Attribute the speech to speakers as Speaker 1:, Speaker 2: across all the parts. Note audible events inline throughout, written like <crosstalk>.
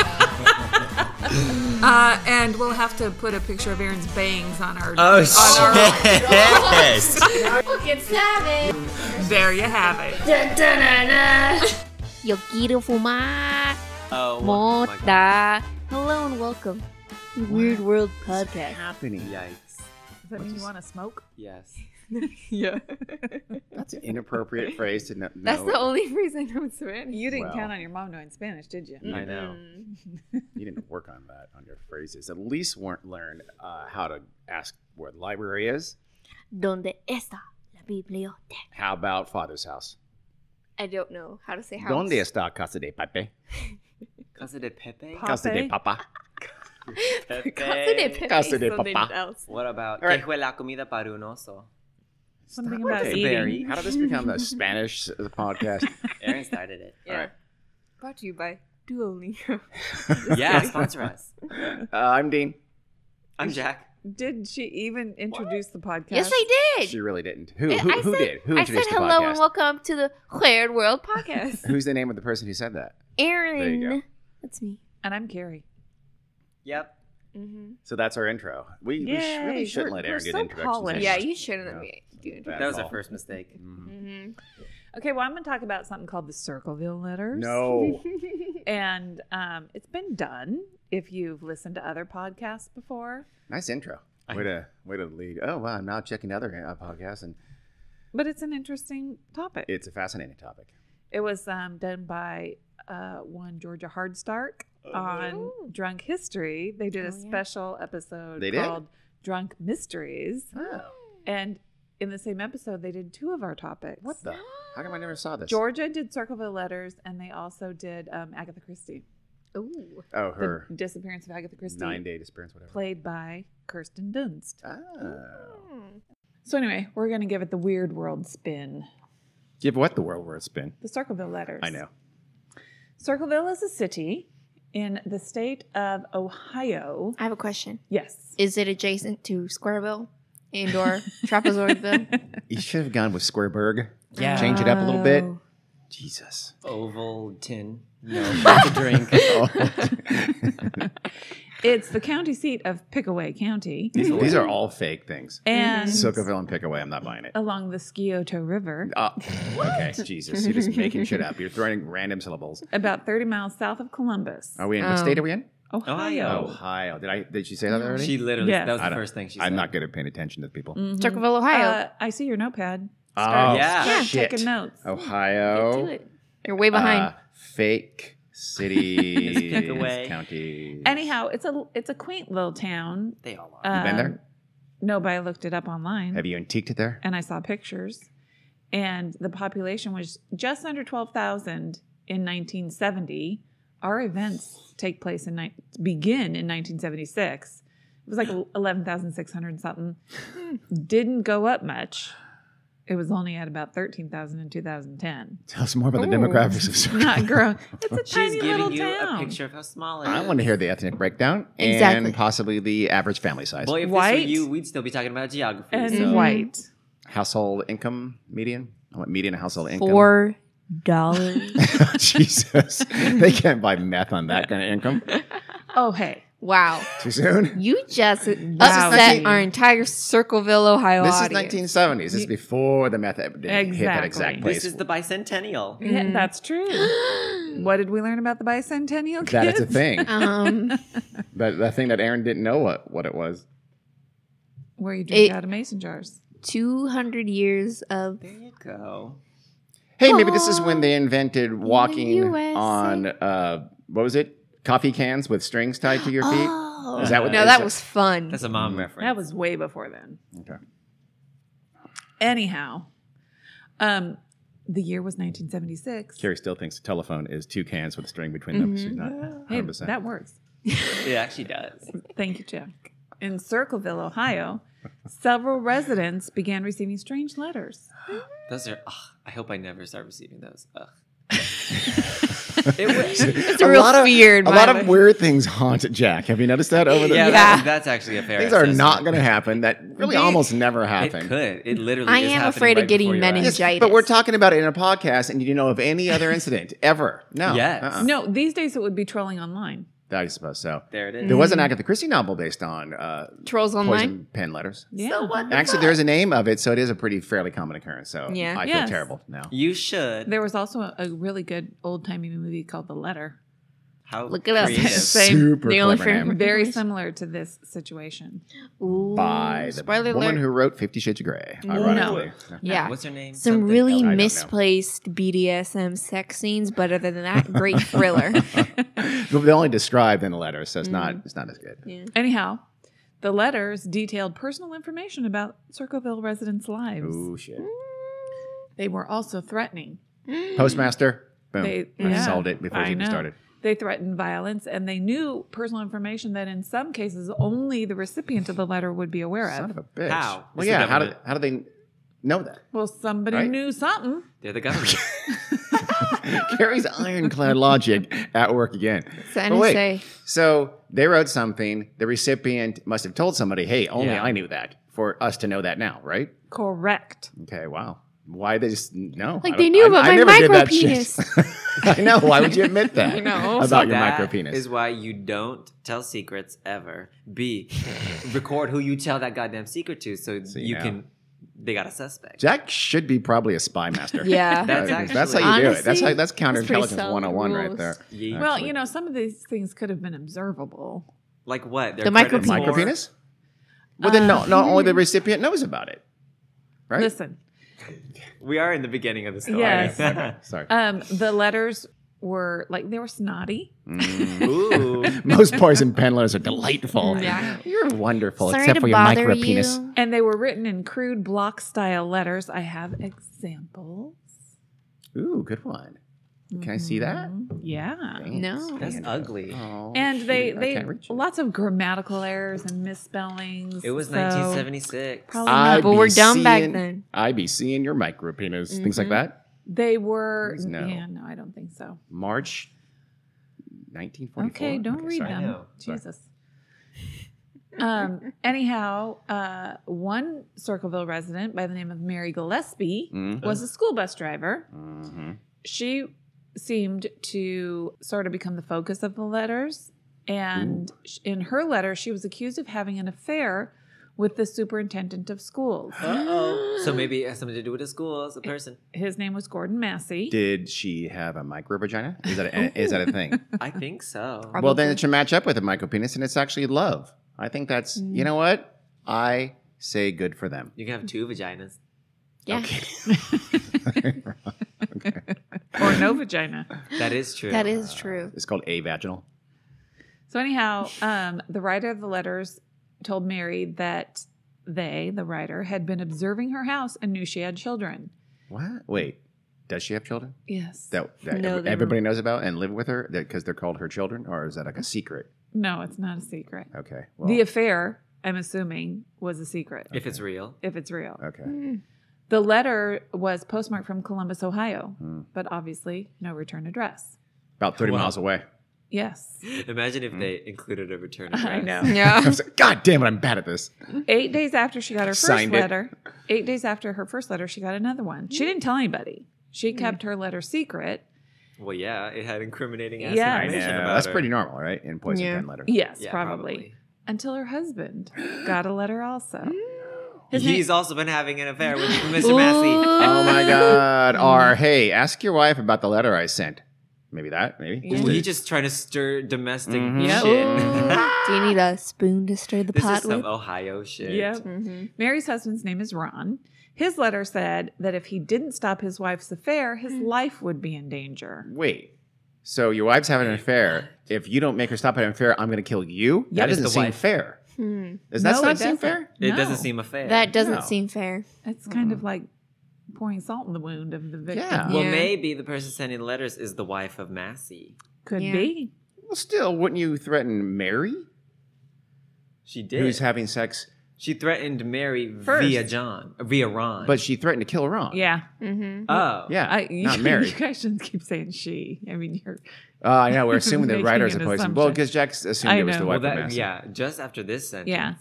Speaker 1: Uh, and we'll have to put a picture of Aaron's bangs on our.
Speaker 2: Uh,
Speaker 3: Oh
Speaker 1: on our
Speaker 3: shit!
Speaker 4: Fucking savage.
Speaker 1: there you have it.
Speaker 4: Dun, dun, dun, dun.
Speaker 5: Yo quiero fumar
Speaker 3: Oh, my God.
Speaker 5: mota. Hello and welcome to Weird World Podcast.
Speaker 2: Happening.
Speaker 3: Yikes!
Speaker 1: Does that mean you want to smoke?
Speaker 3: Yes.
Speaker 1: <laughs> Yeah.
Speaker 2: That's an inappropriate phrase to know.
Speaker 5: <laughs> That's the only <laughs> phrase I know in Spanish.
Speaker 1: You didn't
Speaker 2: Well.
Speaker 1: count on your mom knowing Spanish, did you?
Speaker 3: I know.
Speaker 2: You didn't work on that on your phrases. At least weren't learned uh, how to ask where the library is.
Speaker 5: Donde está la biblioteca?
Speaker 2: How about father's house?
Speaker 5: I don't know how to say house.
Speaker 2: Donde
Speaker 5: <laughs>
Speaker 2: está casa de pape?
Speaker 3: Casa de Pepe.
Speaker 1: Pa-
Speaker 2: Casa de
Speaker 1: Pape?
Speaker 2: papa.
Speaker 3: Pepe.
Speaker 5: Casa de Pepe.
Speaker 2: Casa de
Speaker 5: something
Speaker 2: papá.
Speaker 5: else.
Speaker 3: What about
Speaker 2: All right.
Speaker 3: que fue la comida para un oso?
Speaker 1: Something
Speaker 2: Stop
Speaker 1: about
Speaker 2: it,
Speaker 1: eating.
Speaker 3: Barry.
Speaker 2: How did this become the Spanish uh, podcast?
Speaker 3: Aaron
Speaker 2: <laughs>
Speaker 3: started it.
Speaker 5: Yeah. Brought to you by Duolingo.
Speaker 3: Yeah, sponsor us.
Speaker 2: Uh, I'm Dean.
Speaker 3: I'm Jack.
Speaker 1: Did she even introduce the podcast?
Speaker 5: Yes, I did.
Speaker 2: She really didn't. Who
Speaker 5: I-
Speaker 2: who,
Speaker 5: I
Speaker 2: who
Speaker 5: said-
Speaker 2: did? Who
Speaker 5: I said
Speaker 2: introduced the
Speaker 5: hello
Speaker 2: podcast?
Speaker 5: and welcome to the Weird <laughs> World Podcast.
Speaker 2: Who's the name of the person who said that?
Speaker 5: Aaron.
Speaker 2: you go.
Speaker 5: That's me.
Speaker 1: And I'm Carrie.
Speaker 3: Yep.
Speaker 5: Mm-hmm.
Speaker 2: So that's our intro. We, we sh-
Speaker 1: Yay,
Speaker 2: really shouldn't
Speaker 1: we're-
Speaker 2: let
Speaker 1: we're
Speaker 2: Aaron
Speaker 1: so
Speaker 2: get introductions.
Speaker 1: polished.
Speaker 5: Yeah,
Speaker 2: anymore.
Speaker 5: you shouldn't be doing
Speaker 2: Bad
Speaker 3: That was our
Speaker 2: call.
Speaker 3: first mistake.
Speaker 5: mm-hmm.
Speaker 1: Okay, well, I'm going to talk about something called the Circleville letters.
Speaker 2: No.
Speaker 1: And um, it's been done if you've listened to other podcasts before.
Speaker 2: Nice intro. Way to way to lead. Oh wow, I'm now checking other uh, podcasts, and
Speaker 1: But it's an interesting topic.
Speaker 2: it's a fascinating topic.
Speaker 1: It was um, done by uh, one Georgia Hardstark on
Speaker 5: Ooh.
Speaker 1: Drunk History. They did a
Speaker 5: Oh, yeah.
Speaker 1: special episode
Speaker 2: They did?
Speaker 1: called Drunk Mysteries.
Speaker 5: Oh.
Speaker 1: And in the same episode, they did two of our topics.
Speaker 2: What the? How come I never saw this?
Speaker 1: Georgia did Circleville Letters, and they also did um, Agatha Christie.
Speaker 5: Ooh.
Speaker 2: Oh,
Speaker 1: The
Speaker 2: her
Speaker 1: disappearance of Agatha Christie,
Speaker 2: nine day disappearance, whatever.
Speaker 1: played by Kirsten Dunst.
Speaker 2: Oh.
Speaker 1: So anyway, we're going to give it the weird world spin.
Speaker 2: Give what the world where it's been.
Speaker 1: The Circleville Letters.
Speaker 2: I know.
Speaker 1: Circleville is a city in the state of Ohio.
Speaker 5: I have a question.
Speaker 1: Yes.
Speaker 5: Is it adjacent to Squareville and <laughs> or Trapezoidville?
Speaker 2: You should have gone with Squareberg.
Speaker 3: Yeah.
Speaker 2: Change it up a little bit. Jesus.
Speaker 3: Oval tin. No, that's a <laughs>
Speaker 2: <laughs>
Speaker 3: drink. <laughs>
Speaker 2: Oh.
Speaker 1: It's the county seat of Pickaway County.
Speaker 2: these, these are all fake things.
Speaker 1: And
Speaker 2: Socaville and Pickaway. I'm not buying it.
Speaker 1: along the Scioto River,
Speaker 2: Uh, okay, Jesus. You're just making shit up. You're throwing random syllables.
Speaker 1: about 30 miles south of Columbus,
Speaker 2: Are we Oh, in? What state are we in?
Speaker 3: Ohio.
Speaker 2: Ohio. Did I? Did she say that already?
Speaker 3: Oh. She literally.
Speaker 1: Yes.
Speaker 3: That was
Speaker 2: I
Speaker 3: the
Speaker 2: don't-
Speaker 3: first thing she said.
Speaker 2: I'm not good at paying attention to the people.
Speaker 5: Circleville, Ohio.
Speaker 1: Uh, I see your notepad.
Speaker 2: Oh,
Speaker 3: Yeah.
Speaker 1: Mm, Yeah,
Speaker 2: shit. Oh,
Speaker 1: taking notes.
Speaker 2: Ohio.
Speaker 5: You're way behind.
Speaker 2: uh, fake
Speaker 3: <laughs>
Speaker 2: city
Speaker 3: Just pick away.
Speaker 2: county.
Speaker 1: Anyhow, it's a it's a quaint little town.
Speaker 3: They all are.
Speaker 1: Uh,
Speaker 2: been there?
Speaker 1: No, but I looked it up online
Speaker 2: Have you antiqued it there?
Speaker 1: and I saw pictures, and the population was just under 12,000 in 1970. Our events take place in ni- begin in 1976. It
Speaker 2: <sighs>
Speaker 1: was like 11,600 something. Didn't go up much. It was only at about 13,000 in 2010.
Speaker 2: Tell us more about
Speaker 5: Ooh.
Speaker 2: the demographics of Circle. <laughs>
Speaker 1: Not growing. It's a
Speaker 3: She's
Speaker 1: tiny little
Speaker 3: giving you
Speaker 1: town.
Speaker 3: a picture of how small it is.
Speaker 2: I want to hear the ethnic breakdown and
Speaker 5: Exactly.
Speaker 2: possibly the average family size,
Speaker 3: Boy, if this
Speaker 1: White.
Speaker 3: were you, we'd still be talking about geography.
Speaker 1: and
Speaker 3: so.
Speaker 1: white.
Speaker 2: household income median. I want median household income.
Speaker 5: Four dollars.
Speaker 2: <laughs> Jesus, they can't buy meth on that kind of income.
Speaker 1: Oh hey,
Speaker 5: wow.
Speaker 2: Too soon.
Speaker 5: You just upset
Speaker 1: nineteen-
Speaker 5: our entire Circleville, Ohio
Speaker 2: This is
Speaker 5: audience.
Speaker 2: 1970s. This is before the meth epidemic hit that
Speaker 1: Exactly.
Speaker 2: exact place.
Speaker 3: This
Speaker 5: <laughs>
Speaker 3: is the bicentennial.
Speaker 2: Mm-hmm.
Speaker 1: Yeah, that's true. what did we learn about the bicentennial kids?
Speaker 2: that it's a thing.
Speaker 5: <gasps> um,
Speaker 2: But the thing that Aaron didn't know what, what it was.
Speaker 1: Where you drink
Speaker 5: It-
Speaker 1: out of mason jars.
Speaker 5: two hundred years of
Speaker 3: There you go.
Speaker 2: Hey, maybe this is when they invented walking
Speaker 5: USA.
Speaker 2: on uh, what was it? Coffee cans with strings tied to your feet.
Speaker 5: <gasps> oh.
Speaker 2: Is that what-
Speaker 5: No,
Speaker 2: is
Speaker 5: that
Speaker 2: that-
Speaker 5: was fun.
Speaker 3: That's a mom reference.
Speaker 1: That was way before then.
Speaker 2: Okay.
Speaker 1: Anyhow, um, the year was 1976.
Speaker 2: Carrie still thinks a telephone is two cans with a string between them. She's not
Speaker 5: Mm-hmm.
Speaker 2: 100%.
Speaker 1: Hey, that works.
Speaker 3: It actually does.
Speaker 1: Thank you, Jack. In Circleville, Ohio, several residents began receiving strange letters.
Speaker 3: Those are. Ugh, I hope I never start receiving those. Ugh.
Speaker 2: <laughs>
Speaker 5: It's a, real
Speaker 2: lot of-
Speaker 5: fear. in
Speaker 2: a
Speaker 5: my
Speaker 2: lot of
Speaker 5: mind.
Speaker 2: weird things haunt Jack. Have you noticed that over the
Speaker 3: Yeah,
Speaker 5: Yeah.
Speaker 3: That's, that's actually a fair.
Speaker 2: Things are
Speaker 3: assessment.
Speaker 2: not going to happen. That really
Speaker 5: They-
Speaker 2: almost never
Speaker 3: It
Speaker 2: happen.
Speaker 3: could. It literally.
Speaker 5: I
Speaker 3: is
Speaker 5: am
Speaker 3: happening
Speaker 5: afraid of
Speaker 3: right
Speaker 5: getting
Speaker 3: before your eyes.
Speaker 5: meningitis. <laughs>
Speaker 2: but we're talking about it in a podcast, and you don't know of any other incident ever. No. Uh-uh.
Speaker 3: Yes.
Speaker 1: No, these days it would be trolling online.
Speaker 2: I suppose so.
Speaker 3: There it is.
Speaker 2: There was an Agatha Christie novel based on uh,
Speaker 5: trolls Mm. online.
Speaker 2: poison pen letters.
Speaker 1: Yeah.
Speaker 2: Actually, there is a name of it, so it is a pretty fairly common occurrence. So
Speaker 5: Yeah.
Speaker 2: I
Speaker 1: Yes.
Speaker 2: feel terrible now.
Speaker 3: You should.
Speaker 1: There was also a, a really good old timey movie called The Letter.
Speaker 3: How
Speaker 5: Look it up.
Speaker 3: creative.
Speaker 1: Same.
Speaker 2: Super
Speaker 5: The only
Speaker 2: clever
Speaker 5: friend-
Speaker 2: name.
Speaker 1: Very similar to this situation.
Speaker 5: Ooh,
Speaker 2: by the
Speaker 5: spoiler
Speaker 2: woman
Speaker 5: alert.
Speaker 2: who wrote Fifty Shades of Grey.
Speaker 5: No. <laughs>
Speaker 2: Ironically, <laughs>
Speaker 5: yeah.
Speaker 3: What's her name?
Speaker 5: Some
Speaker 3: Something
Speaker 5: really
Speaker 3: else.
Speaker 2: know.
Speaker 5: misplaced BDSM sex scenes, but other than that,
Speaker 2: <laughs>
Speaker 5: great thriller.
Speaker 2: they only described in the letter, so it's not
Speaker 5: Mm.
Speaker 2: it's not as good.
Speaker 5: yeah.
Speaker 1: Anyhow, the letters detailed personal information about Circleville residents' lives.
Speaker 2: Ooh shit!
Speaker 1: They were also threatening.
Speaker 2: Postmaster, boom,
Speaker 1: They-
Speaker 2: I
Speaker 1: yeah.
Speaker 2: solved it before
Speaker 1: I
Speaker 2: it even
Speaker 1: know.
Speaker 2: started.
Speaker 1: They threatened violence, and they knew personal information that in some cases only the recipient of the letter would be aware
Speaker 2: Son of
Speaker 1: of.
Speaker 2: a bitch!
Speaker 3: How?
Speaker 2: Well,
Speaker 3: It's the
Speaker 2: yeah. How did
Speaker 3: government.
Speaker 2: how do they know that? <laughs>
Speaker 1: Well, somebody
Speaker 2: Right.
Speaker 1: knew something.
Speaker 3: They're
Speaker 5: <laughs>
Speaker 3: the government.
Speaker 2: Carrie's ironclad logic at work again.
Speaker 5: It's the
Speaker 2: But wait,
Speaker 5: NSA.
Speaker 2: So they wrote something. The recipient must have told somebody, "Hey, only
Speaker 3: Yeah.
Speaker 2: I knew that." For us to know that now, right?
Speaker 1: Correct.
Speaker 2: Okay. Wow. Why they just no? I
Speaker 5: Like
Speaker 2: don't-
Speaker 5: they knew
Speaker 2: I-
Speaker 5: about
Speaker 2: I
Speaker 5: my
Speaker 2: never did
Speaker 5: micro
Speaker 2: that shit. <laughs>
Speaker 5: penis.
Speaker 2: I know. Why would you admit that?
Speaker 5: You know.
Speaker 2: about
Speaker 3: So
Speaker 2: your
Speaker 3: that
Speaker 2: micro penis.
Speaker 3: Is why you don't tell secrets ever.
Speaker 2: <laughs>
Speaker 3: B, record who you tell that goddamn secret to, so
Speaker 2: See
Speaker 3: you
Speaker 2: now.
Speaker 3: can. They got a suspect.
Speaker 2: Jack should be probably a spy master.
Speaker 5: Yeah.
Speaker 3: That's
Speaker 2: I think
Speaker 3: actually-
Speaker 2: that's how you do it. That's
Speaker 5: Honestly,
Speaker 2: how that's
Speaker 5: pretty
Speaker 2: counterintelligence
Speaker 5: solid
Speaker 2: 101 right
Speaker 5: rules.
Speaker 2: there.
Speaker 3: Ye-
Speaker 1: Well,
Speaker 2: Actually.
Speaker 1: you know, some of these things could have been observable.
Speaker 3: like what? Their
Speaker 5: The micro
Speaker 3: credit
Speaker 2: Micro
Speaker 3: score?
Speaker 2: penis? Well, then
Speaker 1: Uh,
Speaker 2: no, not
Speaker 1: hmm.
Speaker 2: only the recipient knows about it, right?
Speaker 1: Listen,
Speaker 3: We are in the beginning of the story.
Speaker 1: Yes.
Speaker 2: Sorry.
Speaker 1: um, the letters were like they were snotty.
Speaker 3: Uh,
Speaker 2: Mm.
Speaker 3: <laughs> Ooh.
Speaker 2: <laughs> Most poison pen letters are delightful.
Speaker 5: Yeah.
Speaker 2: You're wonderful,
Speaker 5: Sorry
Speaker 2: except
Speaker 5: to
Speaker 2: for your
Speaker 5: bother
Speaker 2: micro
Speaker 5: you.
Speaker 2: penis.
Speaker 1: And they were written in crude block style letters. I have examples.
Speaker 2: Ooh, good one. Can I see that?
Speaker 1: Mhm. Yeah.
Speaker 5: No.
Speaker 3: That's ugly.
Speaker 2: Oh,
Speaker 1: And they
Speaker 2: shoot, I
Speaker 1: they
Speaker 2: can't reach it.
Speaker 1: lots of grammatical errors and misspellings.
Speaker 3: It was
Speaker 1: so-
Speaker 3: 1976.
Speaker 1: Probably-
Speaker 2: I
Speaker 5: Oh, But
Speaker 2: be
Speaker 5: we're dumb back
Speaker 2: seeing-
Speaker 5: then.
Speaker 2: I be seeing your micro penis, things like
Speaker 5: Mhm.
Speaker 1: Mm-hmm.
Speaker 2: that.
Speaker 1: They were.
Speaker 2: Please no.
Speaker 1: Yeah, no, I don't think so.
Speaker 2: March 1944.
Speaker 1: Okay, don't read
Speaker 2: sorry.
Speaker 3: I
Speaker 1: them.
Speaker 3: know.
Speaker 2: Sorry.
Speaker 1: Jesus. um, anyhow, uh, one Circleville resident by the name of Mary Gillespie
Speaker 2: Mhm.
Speaker 1: was a school bus driver.
Speaker 2: Mhm.
Speaker 1: She seemed to sort of become the focus of the letters. And sh in her letter, she was accused of having an affair with the superintendent of schools.
Speaker 3: Uh-oh.
Speaker 1: <gasps>
Speaker 3: So maybe it has something to do with the school as a person.
Speaker 1: His name was Gordon Massey.
Speaker 2: Did she have a micro vagina? Is
Speaker 1: <laughs>
Speaker 2: that a, is that a thing?
Speaker 3: I think so.
Speaker 5: Probably.
Speaker 2: well, then it should match up with a micro penis, and it's actually love. I think that's
Speaker 5: Mm.
Speaker 2: you know what I say. Good for them. <laughs>
Speaker 3: You can have two vaginas.
Speaker 5: Yeah.
Speaker 1: or no vagina.
Speaker 3: That is
Speaker 5: <laughs>
Speaker 3: true.
Speaker 5: That is true.
Speaker 2: It's called a vaginal.
Speaker 1: So anyhow, um, the writer of the letters told Mary that they, the writer, had been observing her house and knew she had children.
Speaker 2: What? Wait, does she have children
Speaker 1: Yes.
Speaker 2: that, that
Speaker 5: No,
Speaker 2: ev-
Speaker 5: they were-
Speaker 2: everybody knows about and live with her because they're called her children, or is that
Speaker 5: Mm.
Speaker 2: like a secret?
Speaker 1: no, it's not a secret.
Speaker 2: Okay. Well,
Speaker 1: the affair, I'm assuming, was a secret
Speaker 3: If it's real.
Speaker 1: if it's real.
Speaker 2: okay.
Speaker 5: Mm.
Speaker 1: The letter was postmarked from Columbus, Ohio,
Speaker 2: Hmm.
Speaker 1: but obviously no return address.
Speaker 2: About thirty
Speaker 3: Wow.
Speaker 2: miles away.
Speaker 1: Yes.
Speaker 3: Imagine
Speaker 2: Hmm.
Speaker 3: if they included a return
Speaker 1: <laughs>
Speaker 3: address.
Speaker 1: I know.
Speaker 2: <laughs> I
Speaker 5: Yeah.
Speaker 2: was like, God damn it! I'm bad at this.
Speaker 5: <laughs>
Speaker 1: Eight days after she got her first
Speaker 2: Signed it.
Speaker 1: letter, eight days after her first letter, she got another one. She didn't tell anybody. She kept her letter secret.
Speaker 3: Well, yeah, it had incriminating ass
Speaker 1: Yeah. I
Speaker 3: information about
Speaker 2: that's
Speaker 3: her.
Speaker 2: pretty normal, right? In poison
Speaker 5: Yeah.
Speaker 2: pen letter.
Speaker 1: Yes,
Speaker 3: Yeah,
Speaker 1: probably. until her husband got a letter also. His
Speaker 3: He's also been having an
Speaker 1: <laughs>
Speaker 3: affair with Mr. Massey.
Speaker 2: Oh my God. Or hey, ask your wife about the letter I sent. Maybe that. Maybe.
Speaker 1: Yeah.
Speaker 3: Ooh, he's just trying to stir domestic
Speaker 2: Mhm.
Speaker 1: Yeah.
Speaker 3: shit.
Speaker 5: Do you need a spoon to stir the
Speaker 3: <laughs> this is
Speaker 5: pot
Speaker 3: some
Speaker 5: with?
Speaker 3: Ohio shit.
Speaker 1: Yeah.
Speaker 5: Mm-hmm.
Speaker 1: Mary's husband's name is Ron. His letter said that if he didn't stop his wife's affair, his life would be in danger.
Speaker 2: Wait. So your wife's having an affair. If you don't make her stop having an affair, I'm going to kill you.
Speaker 1: Yeah,
Speaker 2: that
Speaker 3: it's
Speaker 2: doesn't
Speaker 3: the
Speaker 2: seem
Speaker 3: wife.
Speaker 2: fair.
Speaker 5: Hmm.
Speaker 2: Does that
Speaker 1: No,
Speaker 2: not
Speaker 1: it
Speaker 2: seem
Speaker 1: doesn't.
Speaker 2: fair?
Speaker 3: It
Speaker 1: No.
Speaker 3: doesn't seem a fair.
Speaker 5: That doesn't
Speaker 2: No.
Speaker 5: seem fair.
Speaker 1: It's kind of like pouring salt in the wound of the victim.
Speaker 2: Yeah.
Speaker 3: Well,
Speaker 5: Yeah.
Speaker 3: maybe the person sending the letters is the wife of Massey.
Speaker 1: Could
Speaker 5: Yeah.
Speaker 1: be.
Speaker 2: Well, still, wouldn't you threaten Mary,
Speaker 3: She did.
Speaker 2: who's having sex?
Speaker 3: she threatened Mary
Speaker 1: First.
Speaker 3: via John, via Ron.
Speaker 2: But she threatened to kill Ron.
Speaker 1: Yeah.
Speaker 5: Mm-hmm.
Speaker 3: oh,
Speaker 2: yeah,
Speaker 1: I,
Speaker 2: not
Speaker 1: you, <laughs>
Speaker 2: Mary.
Speaker 1: you guys shouldn't keep saying she. I mean, you're.
Speaker 2: Uh, I know. We're assuming the
Speaker 1: Making
Speaker 2: writers are
Speaker 1: an
Speaker 2: poison. Well,
Speaker 1: assumption.
Speaker 2: because Jack assumed
Speaker 1: I
Speaker 2: it was
Speaker 1: know.
Speaker 2: the
Speaker 1: Well,
Speaker 2: wife
Speaker 3: that-
Speaker 2: of Massey.
Speaker 3: yeah. Just after this sentence.
Speaker 1: Yeah.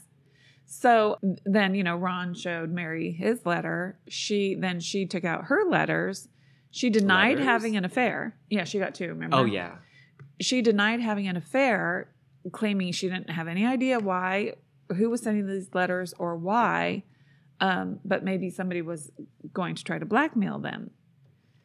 Speaker 1: So then, you know, Ron showed Mary his letter. She then she took out her letters. She denied
Speaker 3: Letters?
Speaker 1: having an affair. Yeah, she got two. Remember?
Speaker 3: Oh yeah.
Speaker 1: She denied having an affair, claiming she didn't have any idea why, who was sending these letters, or why. Um, but maybe somebody was going to try to blackmail them.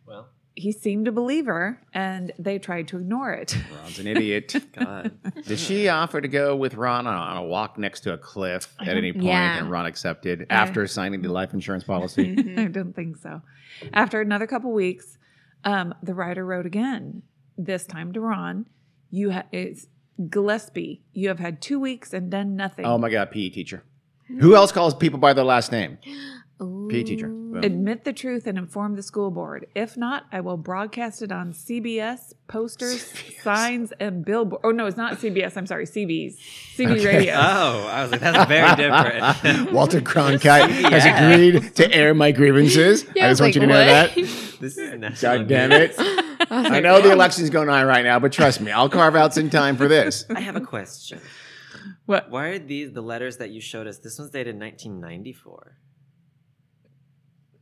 Speaker 3: Well,
Speaker 1: He seemed to believe her, and they tried to ignore it. <laughs>
Speaker 2: Ron's an idiot.
Speaker 3: God.
Speaker 2: Did she offer to go with Ron on a walk next to a cliff at any point,
Speaker 5: Yeah.
Speaker 2: and Ron accepted after signing the life insurance
Speaker 1: <laughs>
Speaker 2: policy?
Speaker 1: I don't think so. After another couple weeks, um, the writer wrote again. This time to Ron, you ha- it's Gillespie. You have had two weeks and done nothing.
Speaker 2: oh my God, PE teacher. Who else calls people by their last name?
Speaker 5: Ooh.
Speaker 2: PE teacher. Boom.
Speaker 1: Admit the truth and inform the school board. If not, I will broadcast it on CBS
Speaker 2: <laughs>
Speaker 1: posters, signs, and billboard. Oh no, it's not CBS. I'm sorry, CBs, CB radio.
Speaker 2: Ah.
Speaker 3: Oh, I was like, that's very
Speaker 2: <laughs>
Speaker 3: different.
Speaker 2: Walter Cronkite has
Speaker 3: Yeah.
Speaker 2: agreed to air my grievances.
Speaker 5: Yeah,
Speaker 2: I just
Speaker 5: I
Speaker 2: want
Speaker 5: was
Speaker 2: you to
Speaker 5: like,
Speaker 2: know that.
Speaker 5: what?
Speaker 3: <laughs> this is national.
Speaker 2: God damn it.
Speaker 5: <laughs> I was <laughs>
Speaker 2: I
Speaker 5: like, "Oh,
Speaker 2: know the election's going on right now, but trust me, I'll carve out some time for
Speaker 5: <laughs>
Speaker 2: this.
Speaker 3: I have a question.
Speaker 1: What?
Speaker 3: Why are these the letters that you showed us? This one's dated 1994.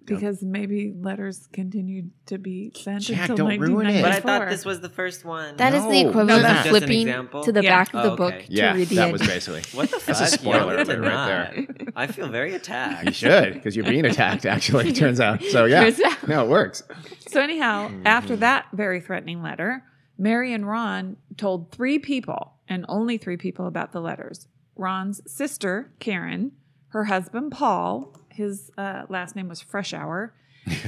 Speaker 1: Because maybe letters continued to be sent
Speaker 2: Jack,
Speaker 1: until
Speaker 2: don't ruin it.
Speaker 3: But I
Speaker 1: 1994.
Speaker 3: thought this was the first one.
Speaker 5: That is
Speaker 2: No.
Speaker 5: the
Speaker 2: No,
Speaker 5: equivalent
Speaker 3: that's
Speaker 5: of
Speaker 3: just an
Speaker 5: flipping
Speaker 3: example.
Speaker 5: to the
Speaker 1: Yeah.
Speaker 5: back of the
Speaker 3: Oh,
Speaker 5: book
Speaker 3: okay.
Speaker 5: to
Speaker 2: Yeah,
Speaker 5: read the
Speaker 2: that
Speaker 5: end.
Speaker 2: was basically.
Speaker 3: what the
Speaker 2: <laughs>
Speaker 3: fuck?
Speaker 2: That's a spoiler
Speaker 3: Y'all did
Speaker 2: alert right
Speaker 3: not.
Speaker 2: there.
Speaker 3: I feel very
Speaker 2: You <laughs>
Speaker 3: attacked.
Speaker 2: should, because you're being attacked, actually, it turns out. So, Oh,
Speaker 5: <laughs>
Speaker 2: yeah.
Speaker 5: Turns out.
Speaker 2: No, it works.
Speaker 1: So anyhow,
Speaker 2: Mm-hmm.
Speaker 1: after that very threatening letter, Mary and Ron told three people and only three people about the letters. Ron's sister, Karen, her husband Paul, his uh, last name was Freshour.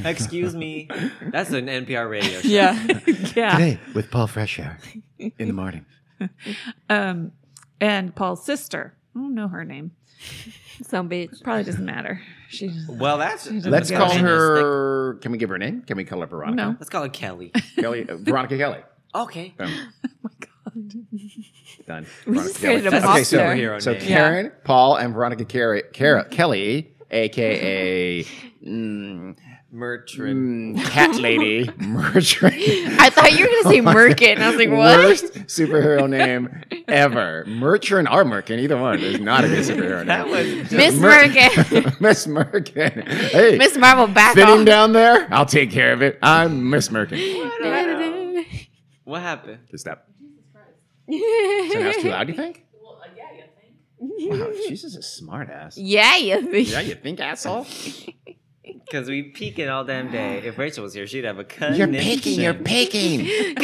Speaker 3: Excuse me. That's an NPR radio show.
Speaker 1: <laughs>
Speaker 5: Ah.
Speaker 1: yeah.
Speaker 2: with Paul Freshair in the
Speaker 5: <laughs>
Speaker 2: morning.
Speaker 5: Oh
Speaker 1: Um, and Paul's sister. I don't know her name.
Speaker 5: Some bitch.
Speaker 1: Probably doesn't matter. She
Speaker 3: Well, that's
Speaker 2: Let's
Speaker 1: Yeah.
Speaker 2: call
Speaker 1: Yeah.
Speaker 2: her. Can we give her a name? Can we call her Veronica?
Speaker 1: no.
Speaker 3: Let's call
Speaker 2: <laughs>
Speaker 3: it Kelly.
Speaker 2: Kelly, uh, Veronica Kelly.
Speaker 3: Okay.
Speaker 2: Boom.
Speaker 1: Oh my god.
Speaker 2: Done.
Speaker 5: We
Speaker 2: Veronica
Speaker 5: just created
Speaker 2: Kelly. Okay,
Speaker 5: a
Speaker 2: so,
Speaker 5: monster. Mm-hmm.
Speaker 3: Superhero
Speaker 2: so
Speaker 3: name.
Speaker 2: Karen, Paul, and Veronica Cara- Cara- Kelly, aka mm,
Speaker 3: Mertrin.
Speaker 2: mm, Cat
Speaker 5: <laughs>
Speaker 2: Lady Mertrin.
Speaker 5: I thought you were gonna say Merkin. and I was like, what?
Speaker 2: Worst superhero name ever. Mertrin or Merkin, either one is not a good
Speaker 3: <laughs>
Speaker 2: superhero
Speaker 3: That
Speaker 2: name.
Speaker 3: was
Speaker 5: Miss
Speaker 2: Mer- <laughs>
Speaker 5: Merkin.
Speaker 2: Miss Merkin. Hey,
Speaker 5: Miss Marvel back
Speaker 2: fitting <laughs>
Speaker 5: off.
Speaker 2: down there? I'll take care of it. I'm Miss Merkin.
Speaker 3: what happened?
Speaker 2: Just stop. So that's too
Speaker 5: yeah,
Speaker 2: loud, you
Speaker 5: <laughs>
Speaker 2: think?
Speaker 5: uh,
Speaker 2: Wow, Jesus is a smart
Speaker 5: <laughs>
Speaker 2: ass.
Speaker 5: you think.
Speaker 2: Yeah, you think, asshole?
Speaker 3: Because we peeking all damn day. If Rachel was here, she'd have a connection.
Speaker 2: You're picking, you're picking. <laughs>
Speaker 5: <laughs>
Speaker 3: <laughs>
Speaker 5: Pigs.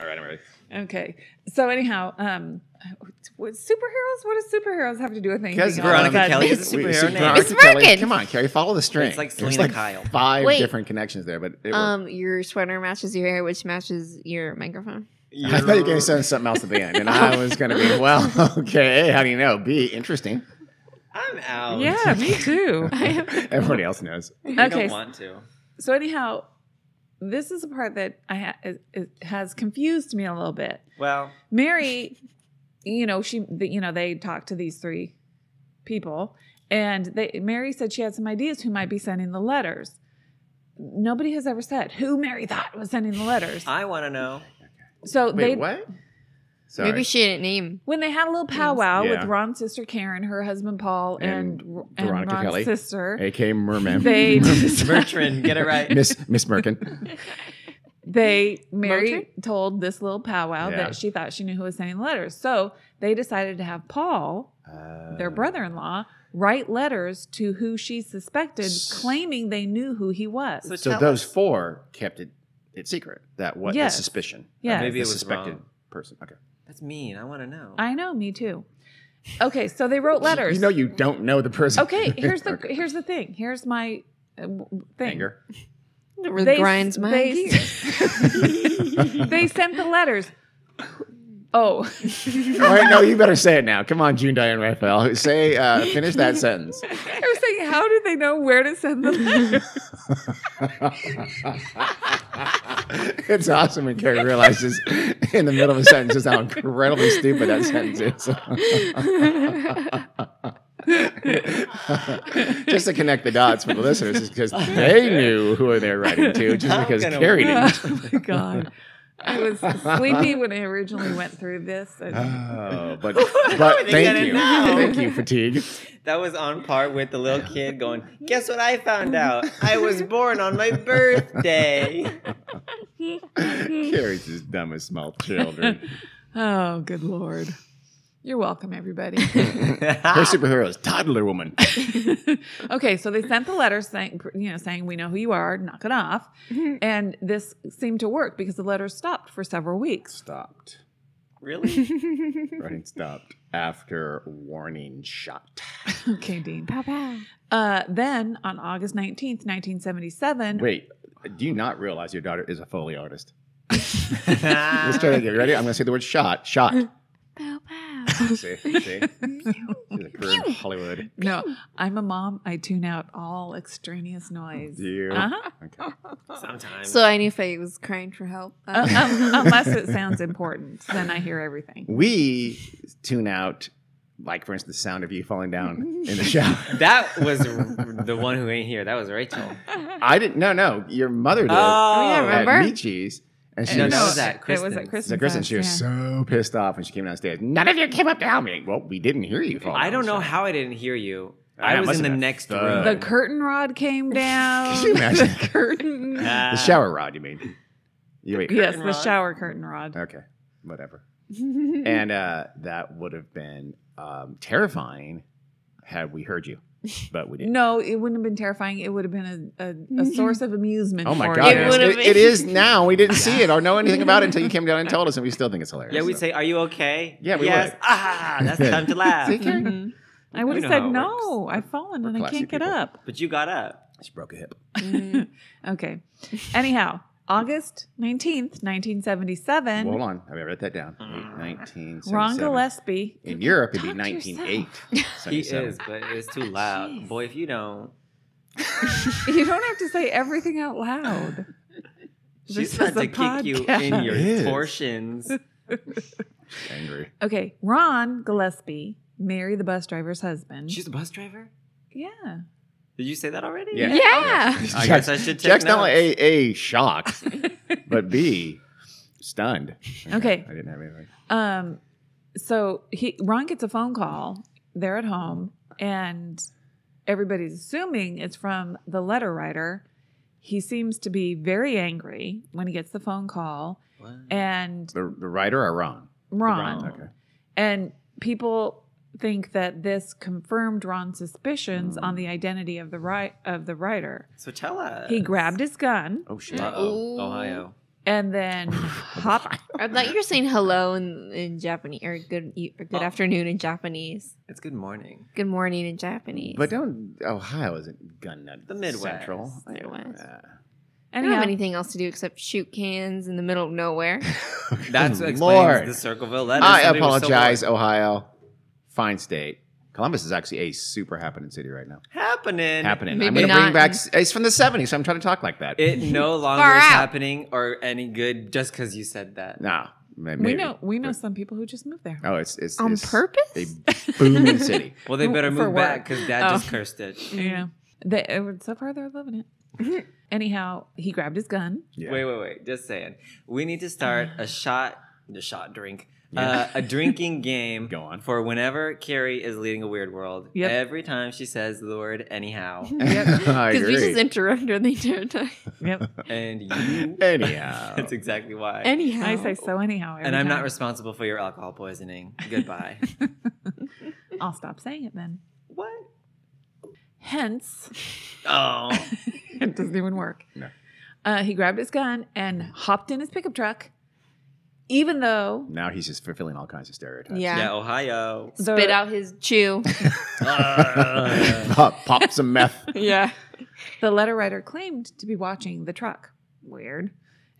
Speaker 2: All right, I'm ready.
Speaker 1: Okay. So anyhow, um what superheroes? What does superheroes have to do with anything? all of
Speaker 3: Veronica
Speaker 1: that?
Speaker 3: Kelly is a
Speaker 2: Wait,
Speaker 3: superhero
Speaker 2: Super-
Speaker 3: name.
Speaker 2: Veronica
Speaker 5: It's
Speaker 2: Kelly,
Speaker 5: working.
Speaker 2: Come on, Carrie, follow the string.
Speaker 3: It's like
Speaker 2: There's
Speaker 3: Selena
Speaker 2: like
Speaker 3: Kyle.
Speaker 2: Five
Speaker 5: Wait.
Speaker 2: different connections there, but it worked.
Speaker 5: Um, your sweater matches your hair, which matches your microphone.
Speaker 2: <laughs>
Speaker 3: <laughs>
Speaker 2: I thought you were going to send something else at the end, and I was going to be, well, <laughs> okay, how do you know? B, interesting.
Speaker 3: I'm out.
Speaker 1: Yeah, me too.
Speaker 3: <laughs>
Speaker 2: Everybody else knows.
Speaker 3: We
Speaker 1: Okay.
Speaker 3: don't want to.
Speaker 1: so anyhow, this is a part that I ha- it, it has confused me a little bit.
Speaker 3: Well,
Speaker 1: Mary, you know, she, the- you know, they talked to these three people, and they Mary said she had some ideas who might be sending the letters. Nobody has ever said who Mary thought was sending the letters.
Speaker 3: I want
Speaker 2: <laughs>
Speaker 3: to know.
Speaker 1: So
Speaker 2: Wait,
Speaker 1: they
Speaker 2: what? Sorry.
Speaker 5: Maybe she didn't
Speaker 2: <laughs>
Speaker 5: name.
Speaker 1: when they had a little powwow
Speaker 2: Yeah.
Speaker 1: with Ron's sister Karen, her husband Paul,
Speaker 2: And
Speaker 1: and, and,
Speaker 2: Veronica
Speaker 1: Ron's
Speaker 2: Kelly.
Speaker 1: sister,
Speaker 2: A.K.
Speaker 1: <laughs>
Speaker 2: Merman.
Speaker 1: they
Speaker 2: <laughs>
Speaker 3: Mertrin, get it right.
Speaker 2: Miss Miss Merkin.
Speaker 1: they Mary
Speaker 5: Moultrie?
Speaker 1: told this little powwow
Speaker 2: Yeah.
Speaker 1: that she thought she knew who was sending the letters. So they decided to have Paul, their
Speaker 3: Uh,
Speaker 1: brother-in-law, write letters to who she suspected, claiming they knew who he was.
Speaker 3: So
Speaker 2: So
Speaker 3: tell
Speaker 2: those
Speaker 3: us.
Speaker 2: four kept it, it secret that what
Speaker 1: Yes.
Speaker 2: the suspicion.
Speaker 1: Yes.
Speaker 2: of
Speaker 3: Maybe
Speaker 2: the
Speaker 3: it was
Speaker 2: suspected
Speaker 3: wrong.
Speaker 2: person. Okay.
Speaker 3: That's mean. I want to know.
Speaker 1: I know, me too. Okay, so they wrote letters.
Speaker 2: You know you don't know the person. <laughs>
Speaker 1: okay, here's the
Speaker 2: Okay.
Speaker 1: here's the thing. Here's my uh, w- thing.
Speaker 2: anger.
Speaker 5: They, grinds my
Speaker 1: they,
Speaker 5: gears.
Speaker 1: <laughs> they sent the letters. Oh, <laughs>
Speaker 2: All right, no, you better say it now. Come on, June Diane Raphael. Say, uh, finish that sentence.
Speaker 1: I was like, how did they know where to send the letter?
Speaker 6: <laughs> it's awesome when Carrie realizes in the middle of a sentence just how incredibly stupid that sentence is. <laughs> just to connect the dots for the listeners, is because they knew who they were writing to, just
Speaker 3: I'm
Speaker 6: because
Speaker 3: gonna-
Speaker 6: Carrie didn't.
Speaker 1: <laughs> oh my god. I was sleepy when I originally went through this.
Speaker 2: <sighs>
Speaker 1: I-
Speaker 6: Oh, but
Speaker 3: I
Speaker 6: but
Speaker 3: get
Speaker 6: thank
Speaker 3: it
Speaker 6: you,
Speaker 3: now.
Speaker 6: thank you, fatigue.
Speaker 3: That was on par with the little kid going, Guess what I found out? I was born on my birthday.
Speaker 2: <laughs>
Speaker 3: <laughs>
Speaker 6: Carrie's as dumb as small children.
Speaker 1: Oh, good lord. You're welcome, everybody.
Speaker 2: <laughs>
Speaker 6: Her superhero is toddler woman.
Speaker 1: <laughs> okay, so they sent the letter saying, you know, saying we know who you are, knock it off. And this seemed to work because the letter stopped for several
Speaker 2: <laughs>
Speaker 1: weeks.
Speaker 2: Stopped.
Speaker 3: really? <laughs>
Speaker 2: Writing stopped after warning shot.
Speaker 1: Okay, Dean. Uh, then on August 19th, 1977,
Speaker 2: Wait, do you not realize your daughter is a Foley artist?
Speaker 6: Let's try that again. Ready? I'm going to say the word shot. Shot.
Speaker 2: <laughs>
Speaker 6: See? See? She's a career in Hollywood.
Speaker 1: no, I'm a mom. I tune out all extraneous noise.
Speaker 2: Do you?
Speaker 1: Uh-huh.
Speaker 2: Okay.
Speaker 3: Sometimes.
Speaker 5: So I knew Faye was crying for help.
Speaker 1: Uh, <laughs>
Speaker 5: Uh,
Speaker 1: um, unless it sounds important, then I hear everything.
Speaker 2: We tune out, like for instance, the sound of you falling down in the shower.
Speaker 3: that was r- the one who ain't here. That was Rachel.
Speaker 2: I didn't. No, no. Your mother did.
Speaker 3: Oh,
Speaker 5: yeah,
Speaker 2: at
Speaker 5: remember?
Speaker 2: Michi's, and she
Speaker 3: No,
Speaker 2: was,
Speaker 3: no, was at
Speaker 1: it was
Speaker 3: Kristen's.
Speaker 1: at Kristen's.
Speaker 2: so Kristen,
Speaker 1: house,
Speaker 2: she was
Speaker 1: yeah.
Speaker 2: so pissed off when she came downstairs. None of you came up to help me. Well, we didn't hear you. fall
Speaker 3: I don't know
Speaker 2: down, so-
Speaker 3: how I didn't hear you.
Speaker 2: Yeah,
Speaker 3: I
Speaker 2: it
Speaker 3: was
Speaker 2: must
Speaker 3: in the
Speaker 2: have been
Speaker 3: next
Speaker 2: a
Speaker 3: room.
Speaker 1: The
Speaker 2: thud.
Speaker 1: curtain
Speaker 2: <laughs>
Speaker 1: rod came down.
Speaker 2: Could you imagine?
Speaker 1: <laughs>
Speaker 2: <laughs>
Speaker 1: The curtain.
Speaker 3: Ah.
Speaker 2: The shower rod, you mean? You wait.
Speaker 1: yes,
Speaker 3: curtain
Speaker 1: Uh, the
Speaker 3: rod?
Speaker 1: shower curtain rod.
Speaker 2: Okay, whatever. and uh, that would have been um, terrifying had we heard you, but
Speaker 1: <laughs>
Speaker 2: we didn't.
Speaker 1: No, it wouldn't have been terrifying. It would have been a,
Speaker 2: <laughs>
Speaker 1: a, a source of amusement.
Speaker 2: Oh my
Speaker 1: for
Speaker 2: God!
Speaker 1: you.
Speaker 5: It
Speaker 2: yes.
Speaker 5: would have
Speaker 2: It- it
Speaker 1: <laughs>
Speaker 2: is now. We didn't see it or know anything about it until you came down and told us, and we still think it's hilarious.
Speaker 3: Yeah, we'd
Speaker 2: so.
Speaker 3: say, "Are you okay?"
Speaker 2: Yeah, we
Speaker 3: yes.
Speaker 2: would.
Speaker 3: Ah, that's time to laugh.
Speaker 2: See,
Speaker 1: <laughs>
Speaker 2: Karen?
Speaker 1: Mhm. I would
Speaker 3: We
Speaker 1: have
Speaker 3: know
Speaker 1: said
Speaker 3: how it
Speaker 1: no. I've fallen
Speaker 2: We're
Speaker 1: and I
Speaker 2: classy
Speaker 1: can't get
Speaker 2: people.
Speaker 1: up.
Speaker 3: But you got up.
Speaker 2: she broke a hip.
Speaker 1: Okay. Anyhow, August nineteenth, nineteen seventy-seven.
Speaker 2: Hold on, I mean, I write that
Speaker 3: Mm.
Speaker 2: down. Nineteen.
Speaker 1: Ron Gillespie. <laughs>
Speaker 2: In Europe, it'd be
Speaker 1: Talk to
Speaker 2: 1908.
Speaker 1: <laughs>
Speaker 3: He
Speaker 2: 77.
Speaker 3: is, but it's too loud, boy. If you don't,
Speaker 1: You don't have to say everything out loud.
Speaker 3: she's
Speaker 1: This
Speaker 3: about
Speaker 1: is a
Speaker 3: to kick you in
Speaker 1: podcast.
Speaker 3: your
Speaker 2: It is.
Speaker 1: <laughs>
Speaker 3: torsions.
Speaker 2: angry.
Speaker 1: Okay, Ron Gillespie, Mary the bus driver's husband.
Speaker 3: She's a bus driver.
Speaker 1: yeah.
Speaker 2: <laughs>
Speaker 3: Did you say that already?
Speaker 2: Yeah.
Speaker 1: <laughs>
Speaker 5: yeah.
Speaker 3: I guess I should take
Speaker 2: Jack's not like
Speaker 3: notes.
Speaker 2: a a shocked, but b stunned.
Speaker 1: Okay.
Speaker 2: I didn't have anything.
Speaker 1: Um, so he Ron gets a phone call. They're at home, and everybody's assuming it's from the letter writer. He seems to be very angry when he gets the phone call,
Speaker 3: What?
Speaker 1: and
Speaker 2: The the writer or Ron?
Speaker 1: Ron,
Speaker 2: Okay.
Speaker 1: and people think that this confirmed Ron's suspicions on the identity of the ri- of the writer.
Speaker 3: So tell us.
Speaker 1: He grabbed his gun
Speaker 2: Oh shit.
Speaker 3: Uh-oh. Ohio.
Speaker 1: and then hopped.
Speaker 5: I thought you were saying hello in, in Japanese or good e- or good
Speaker 3: Oh.
Speaker 5: afternoon in Japanese.
Speaker 3: It's good morning.
Speaker 5: Good morning in Japanese.
Speaker 2: But don't Ohio isn't gun nut.
Speaker 3: The Midwest.
Speaker 2: Central.
Speaker 5: <laughs> Midwest.
Speaker 2: Yeah.
Speaker 5: <sighs> I don't have
Speaker 1: Anyhow,
Speaker 5: anything else to do except shoot cans in the middle of nowhere.
Speaker 3: That's what
Speaker 2: Good
Speaker 3: explains
Speaker 2: Lord.
Speaker 3: the Circleville letter.
Speaker 2: I
Speaker 3: Somebody was so
Speaker 2: apologize,
Speaker 3: bored.
Speaker 2: Ohio. Fine state. Columbus is actually a super happening city right now.
Speaker 3: Happening.
Speaker 2: Happening. I'm
Speaker 5: Maybe
Speaker 2: going to bring
Speaker 5: not.
Speaker 2: back. It's from the '70s, so I'm trying to talk like that.
Speaker 1: <laughs>
Speaker 3: It no longer
Speaker 5: Far
Speaker 3: is
Speaker 5: out.
Speaker 3: happening or any good just because you said that.
Speaker 2: nah. may- Maybe.
Speaker 1: we know we know some people who just moved there.
Speaker 2: Oh, it's it's
Speaker 5: On
Speaker 2: it's
Speaker 5: purpose? <laughs>
Speaker 2: A booming city.
Speaker 3: Well, they better
Speaker 1: For
Speaker 3: move
Speaker 1: work.
Speaker 3: back because dad
Speaker 1: Oh.
Speaker 3: just cursed it.
Speaker 1: Yeah. They, uh, so far, they're loving it.
Speaker 5: <laughs>
Speaker 1: Anyhow, he grabbed his gun.
Speaker 2: Yeah.
Speaker 3: Wait, wait, wait. Just saying. We need to start
Speaker 1: <sighs>
Speaker 3: a shot, the shot drink, uh, a
Speaker 2: <laughs>
Speaker 3: drinking game
Speaker 2: Go on.
Speaker 3: for whenever Carrie is leading a weird world.
Speaker 1: Yep.
Speaker 3: Every time she says the word
Speaker 1: <laughs>
Speaker 3: anyhow.
Speaker 2: <laughs> I
Speaker 5: Because
Speaker 2: agree.
Speaker 5: we just interrupt her the entire time.
Speaker 1: Yep.
Speaker 3: and you.
Speaker 2: <laughs> Anyhow.
Speaker 3: <laughs> That's exactly why.
Speaker 5: Anyhow.
Speaker 1: I say so anyhow. every
Speaker 3: and I'm not
Speaker 1: time.
Speaker 3: responsible for your
Speaker 1: <laughs>
Speaker 3: alcohol poisoning. Goodbye.
Speaker 1: I'll stop saying it then.
Speaker 3: what?
Speaker 1: Hence,
Speaker 5: <laughs>
Speaker 3: Oh.
Speaker 1: it doesn't even work.
Speaker 2: No.
Speaker 1: Uh, he grabbed his gun and hopped in his pickup truck, even though
Speaker 2: now he's just fulfilling all kinds of stereotypes.
Speaker 5: Yeah.
Speaker 3: Yeah, Ohio.
Speaker 1: the-
Speaker 5: Spit out his <laughs> chew.
Speaker 3: Uh,
Speaker 2: pop, <laughs> pop some meth.
Speaker 5: yeah.
Speaker 1: the letter writer claimed to be watching the truck. Weird.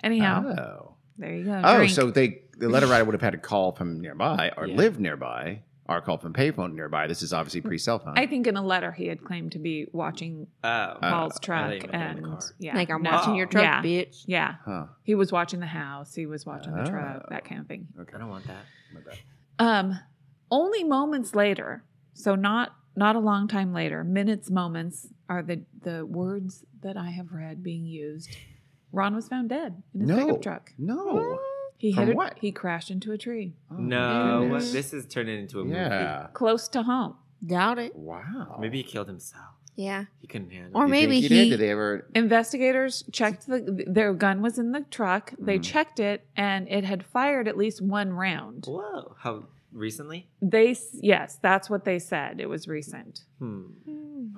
Speaker 1: Anyhow,
Speaker 3: Ah.
Speaker 2: Oh.
Speaker 1: there you go.
Speaker 2: Oh,
Speaker 1: Drink.
Speaker 2: so they the letter writer would have had a call from nearby or
Speaker 3: Yeah.
Speaker 2: lived nearby are called from payphone nearby. This is obviously pre cell phone.
Speaker 1: I think in a letter he had claimed to be watching
Speaker 3: Oh.
Speaker 2: Uh,
Speaker 1: Paul's
Speaker 3: I
Speaker 1: truck
Speaker 3: didn't even
Speaker 1: and
Speaker 3: know in the car.
Speaker 1: yeah,
Speaker 5: Like I'm
Speaker 1: no.
Speaker 5: watching your truck,
Speaker 1: Yeah.
Speaker 5: bitch.
Speaker 1: Yeah,
Speaker 2: huh.
Speaker 1: he was watching the house. He was watching the truck,
Speaker 2: Oh.
Speaker 1: that kind of thing.
Speaker 3: I don't want that.
Speaker 1: Um, only moments later, so not not a long time later, minutes, moments are the the words that I have read being used. Ron was found dead in his
Speaker 2: No.
Speaker 1: pickup truck.
Speaker 2: No.
Speaker 1: He
Speaker 2: From
Speaker 1: hit a-
Speaker 2: what?
Speaker 1: he crashed into a tree
Speaker 2: Oh,
Speaker 3: No,
Speaker 2: goodness.
Speaker 1: goodness.
Speaker 3: this is turning into a movie.
Speaker 2: Yeah.
Speaker 1: close to home.
Speaker 5: Doubt it.
Speaker 2: Wow.
Speaker 3: Maybe he killed himself.
Speaker 5: Yeah.
Speaker 3: He couldn't handle
Speaker 5: Or
Speaker 3: it.
Speaker 2: You think
Speaker 5: maybe
Speaker 2: he,
Speaker 5: he,
Speaker 2: did. Did they ever?
Speaker 1: Investigators checked the their gun was in the truck. They
Speaker 2: Mhm.
Speaker 1: checked it and it had fired at least one round.
Speaker 3: Whoa. How recently?
Speaker 1: They s- yes, that's what they said. It was recent.
Speaker 3: Hmm.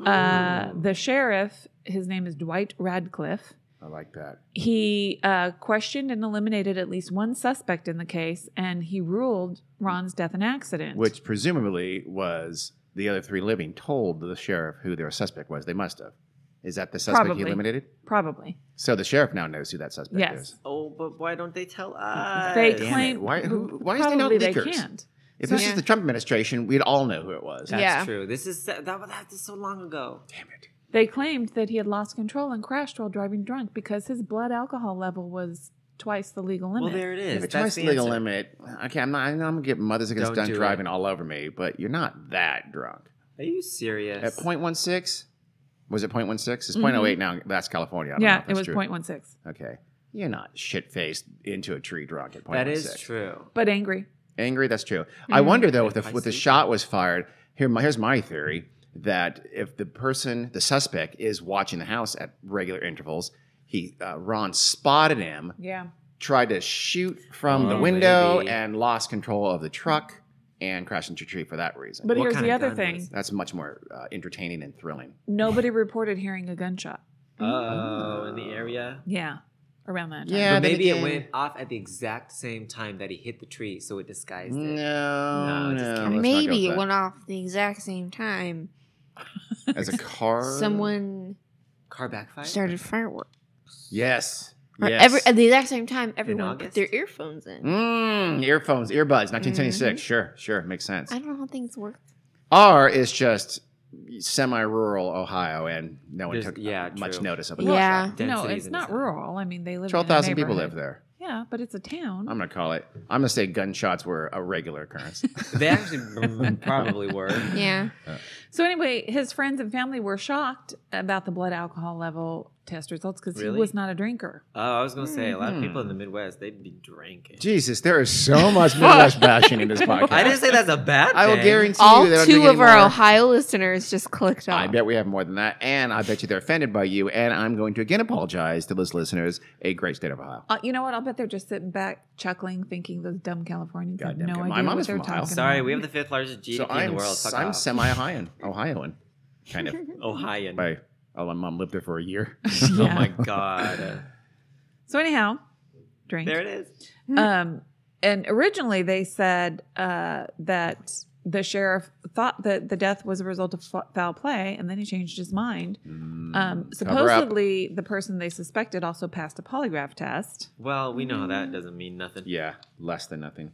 Speaker 1: Uh,
Speaker 3: Ooh.
Speaker 1: the sheriff, his name is Dwight Radcliffe.
Speaker 2: I like that.
Speaker 1: He uh, questioned and eliminated at least one suspect in the case, and he ruled Ron's death an accident.
Speaker 2: Which presumably was the other three living told the sheriff who their suspect was. They must have. Is that the suspect
Speaker 1: Probably.
Speaker 2: he eliminated?
Speaker 1: probably
Speaker 2: So the sheriff now knows who that suspect
Speaker 1: yes,
Speaker 2: is.
Speaker 3: Oh, but why don't they tell us?
Speaker 1: they
Speaker 2: Uh, Damn it.
Speaker 1: claim
Speaker 2: Why- who- why is there no
Speaker 1: probably they
Speaker 2: leakers?
Speaker 1: can't.
Speaker 2: If
Speaker 1: So-
Speaker 2: this is the Trump administration, we'd all know who it was.
Speaker 3: That's
Speaker 5: Yeah.
Speaker 3: true. This is that, that is so long ago.
Speaker 2: Damn it.
Speaker 1: They claimed that he had lost control and crashed while driving drunk because his blood alcohol level was twice the legal limit.
Speaker 3: Well, there it
Speaker 2: Yeah,
Speaker 3: is.
Speaker 2: but twice
Speaker 3: That's the
Speaker 2: the legal
Speaker 3: answer.
Speaker 2: limit. Okay, I'm not. I know I'm gonna get mothers against
Speaker 3: Don't
Speaker 2: drunk
Speaker 3: do
Speaker 2: driving
Speaker 3: it.
Speaker 2: all over me, but you're not that drunk.
Speaker 3: Are you serious?
Speaker 2: At point one six, was it point one six? It's
Speaker 1: Mhm.
Speaker 2: point oh eight now. That's California. I don't know
Speaker 1: yeah,
Speaker 2: if
Speaker 1: it
Speaker 2: that's
Speaker 1: was
Speaker 2: true.
Speaker 1: 0.16,
Speaker 2: Okay, you're not shit faced into a tree drunk at point
Speaker 3: that
Speaker 2: one
Speaker 3: is
Speaker 2: six.
Speaker 3: true.
Speaker 1: but angry.
Speaker 2: Angry. That's true. I
Speaker 1: Mm-hmm.
Speaker 2: wonder though if the
Speaker 3: I
Speaker 2: if the
Speaker 3: see.
Speaker 2: shot was fired. Here, my, here's my theory that if the person, the suspect, is watching the house at regular intervals, he uh, Ron spotted him,
Speaker 1: Yeah,
Speaker 2: tried to shoot from the
Speaker 3: Oh,
Speaker 2: window
Speaker 3: maybe.
Speaker 2: and lost control of the truck and crashed into a tree for that reason.
Speaker 1: but
Speaker 3: What
Speaker 1: here's
Speaker 3: kind
Speaker 1: the
Speaker 3: of
Speaker 1: other
Speaker 3: gun
Speaker 1: thing:
Speaker 3: was
Speaker 2: that's much more uh, entertaining and thrilling.
Speaker 1: nobody reported hearing a gunshot.
Speaker 3: Oh, in the area.
Speaker 1: Yeah, around that. Time.
Speaker 2: Yeah,
Speaker 3: but
Speaker 2: then
Speaker 3: maybe it
Speaker 2: again-
Speaker 3: went off at the exact same time that he hit the tree, so it disguised
Speaker 2: No,
Speaker 3: it.
Speaker 2: no,
Speaker 3: No, just kidding.
Speaker 2: let's not
Speaker 5: Maybe
Speaker 2: go
Speaker 5: it
Speaker 2: with
Speaker 5: went off the exact same time.
Speaker 2: that. as a car.
Speaker 5: Someone
Speaker 3: Car backfire.
Speaker 5: started fireworks.
Speaker 2: Yes.
Speaker 5: Or
Speaker 2: Yes.
Speaker 5: every, at the exact same time, everyone put
Speaker 3: August?
Speaker 5: their earphones in.
Speaker 2: Mm, earphones, earbuds, 1976.
Speaker 3: Mm-hmm.
Speaker 2: Sure, sure, makes sense.
Speaker 5: I don't know how things work.
Speaker 2: R is just semi-rural Ohio, and no one
Speaker 3: There's-
Speaker 2: took uh,
Speaker 3: yeah,
Speaker 2: much
Speaker 3: true.
Speaker 2: notice of it.
Speaker 5: Yeah.
Speaker 1: No,
Speaker 3: Densities
Speaker 1: it's
Speaker 3: in
Speaker 1: not
Speaker 3: the-
Speaker 1: rural. I mean, they live. in a
Speaker 2: twelve thousand people live
Speaker 1: neighborhood.
Speaker 2: there. Um,
Speaker 1: Yeah, but it's a town.
Speaker 2: I'm gonna call it. I'm gonna say gunshots were a regular
Speaker 3: <laughs>
Speaker 2: occurrence.
Speaker 3: They actually mm, probably were.
Speaker 5: Yeah.
Speaker 1: so anyway, his friends and family were shocked about the blood alcohol level test results because he
Speaker 3: Really?
Speaker 1: was not a drinker.
Speaker 3: Oh, I was gonna say a lot of
Speaker 2: Mhm.
Speaker 3: people in the Midwest they'd be drinking.
Speaker 2: Jesus, there is so
Speaker 3: <laughs>
Speaker 2: much Midwest bashing in this podcast.
Speaker 3: I didn't say that's a bad.
Speaker 2: I will
Speaker 3: thing.
Speaker 2: guarantee
Speaker 5: All
Speaker 2: you, they don't
Speaker 5: two
Speaker 2: drink
Speaker 5: of our
Speaker 2: anymore.
Speaker 5: Ohio listeners just clicked off.
Speaker 2: I bet we have more than that, and I bet you they're offended by you. And I'm going to again apologize to those listeners. A great state of Ohio.
Speaker 1: Uh, you know what? I'll bet they're just sitting back, chuckling, thinking those dumb Californians have
Speaker 2: Goddamn
Speaker 1: no
Speaker 2: Cal-
Speaker 1: idea
Speaker 2: my mom
Speaker 1: what
Speaker 2: is
Speaker 1: they're
Speaker 2: from Ohio.
Speaker 1: talking
Speaker 3: Sorry,
Speaker 1: about.
Speaker 3: we have the fifth largest GDP
Speaker 2: So
Speaker 3: in
Speaker 2: I'm,
Speaker 3: the world. Fuck
Speaker 2: I'm
Speaker 3: off.
Speaker 2: semi-Ohioan, Ohioan, kind
Speaker 5: <laughs>
Speaker 2: of.
Speaker 3: Ohioan.
Speaker 2: By oh, my mom lived there for a year.
Speaker 1: <laughs>
Speaker 3: Oh
Speaker 2: <laughs>
Speaker 1: Yeah.
Speaker 3: my god.
Speaker 1: So anyhow, drink.
Speaker 3: there it is.
Speaker 1: Um, and originally they said uh, that the sheriff thought that the death was a result of fo- foul play, and then he changed his mind. Um,
Speaker 2: Mm, Mm-hmm. Cover up.
Speaker 1: supposedly, the person they suspected also passed a polygraph test.
Speaker 3: Well, we know how that doesn't mean nothing.
Speaker 2: Yeah, less than nothing.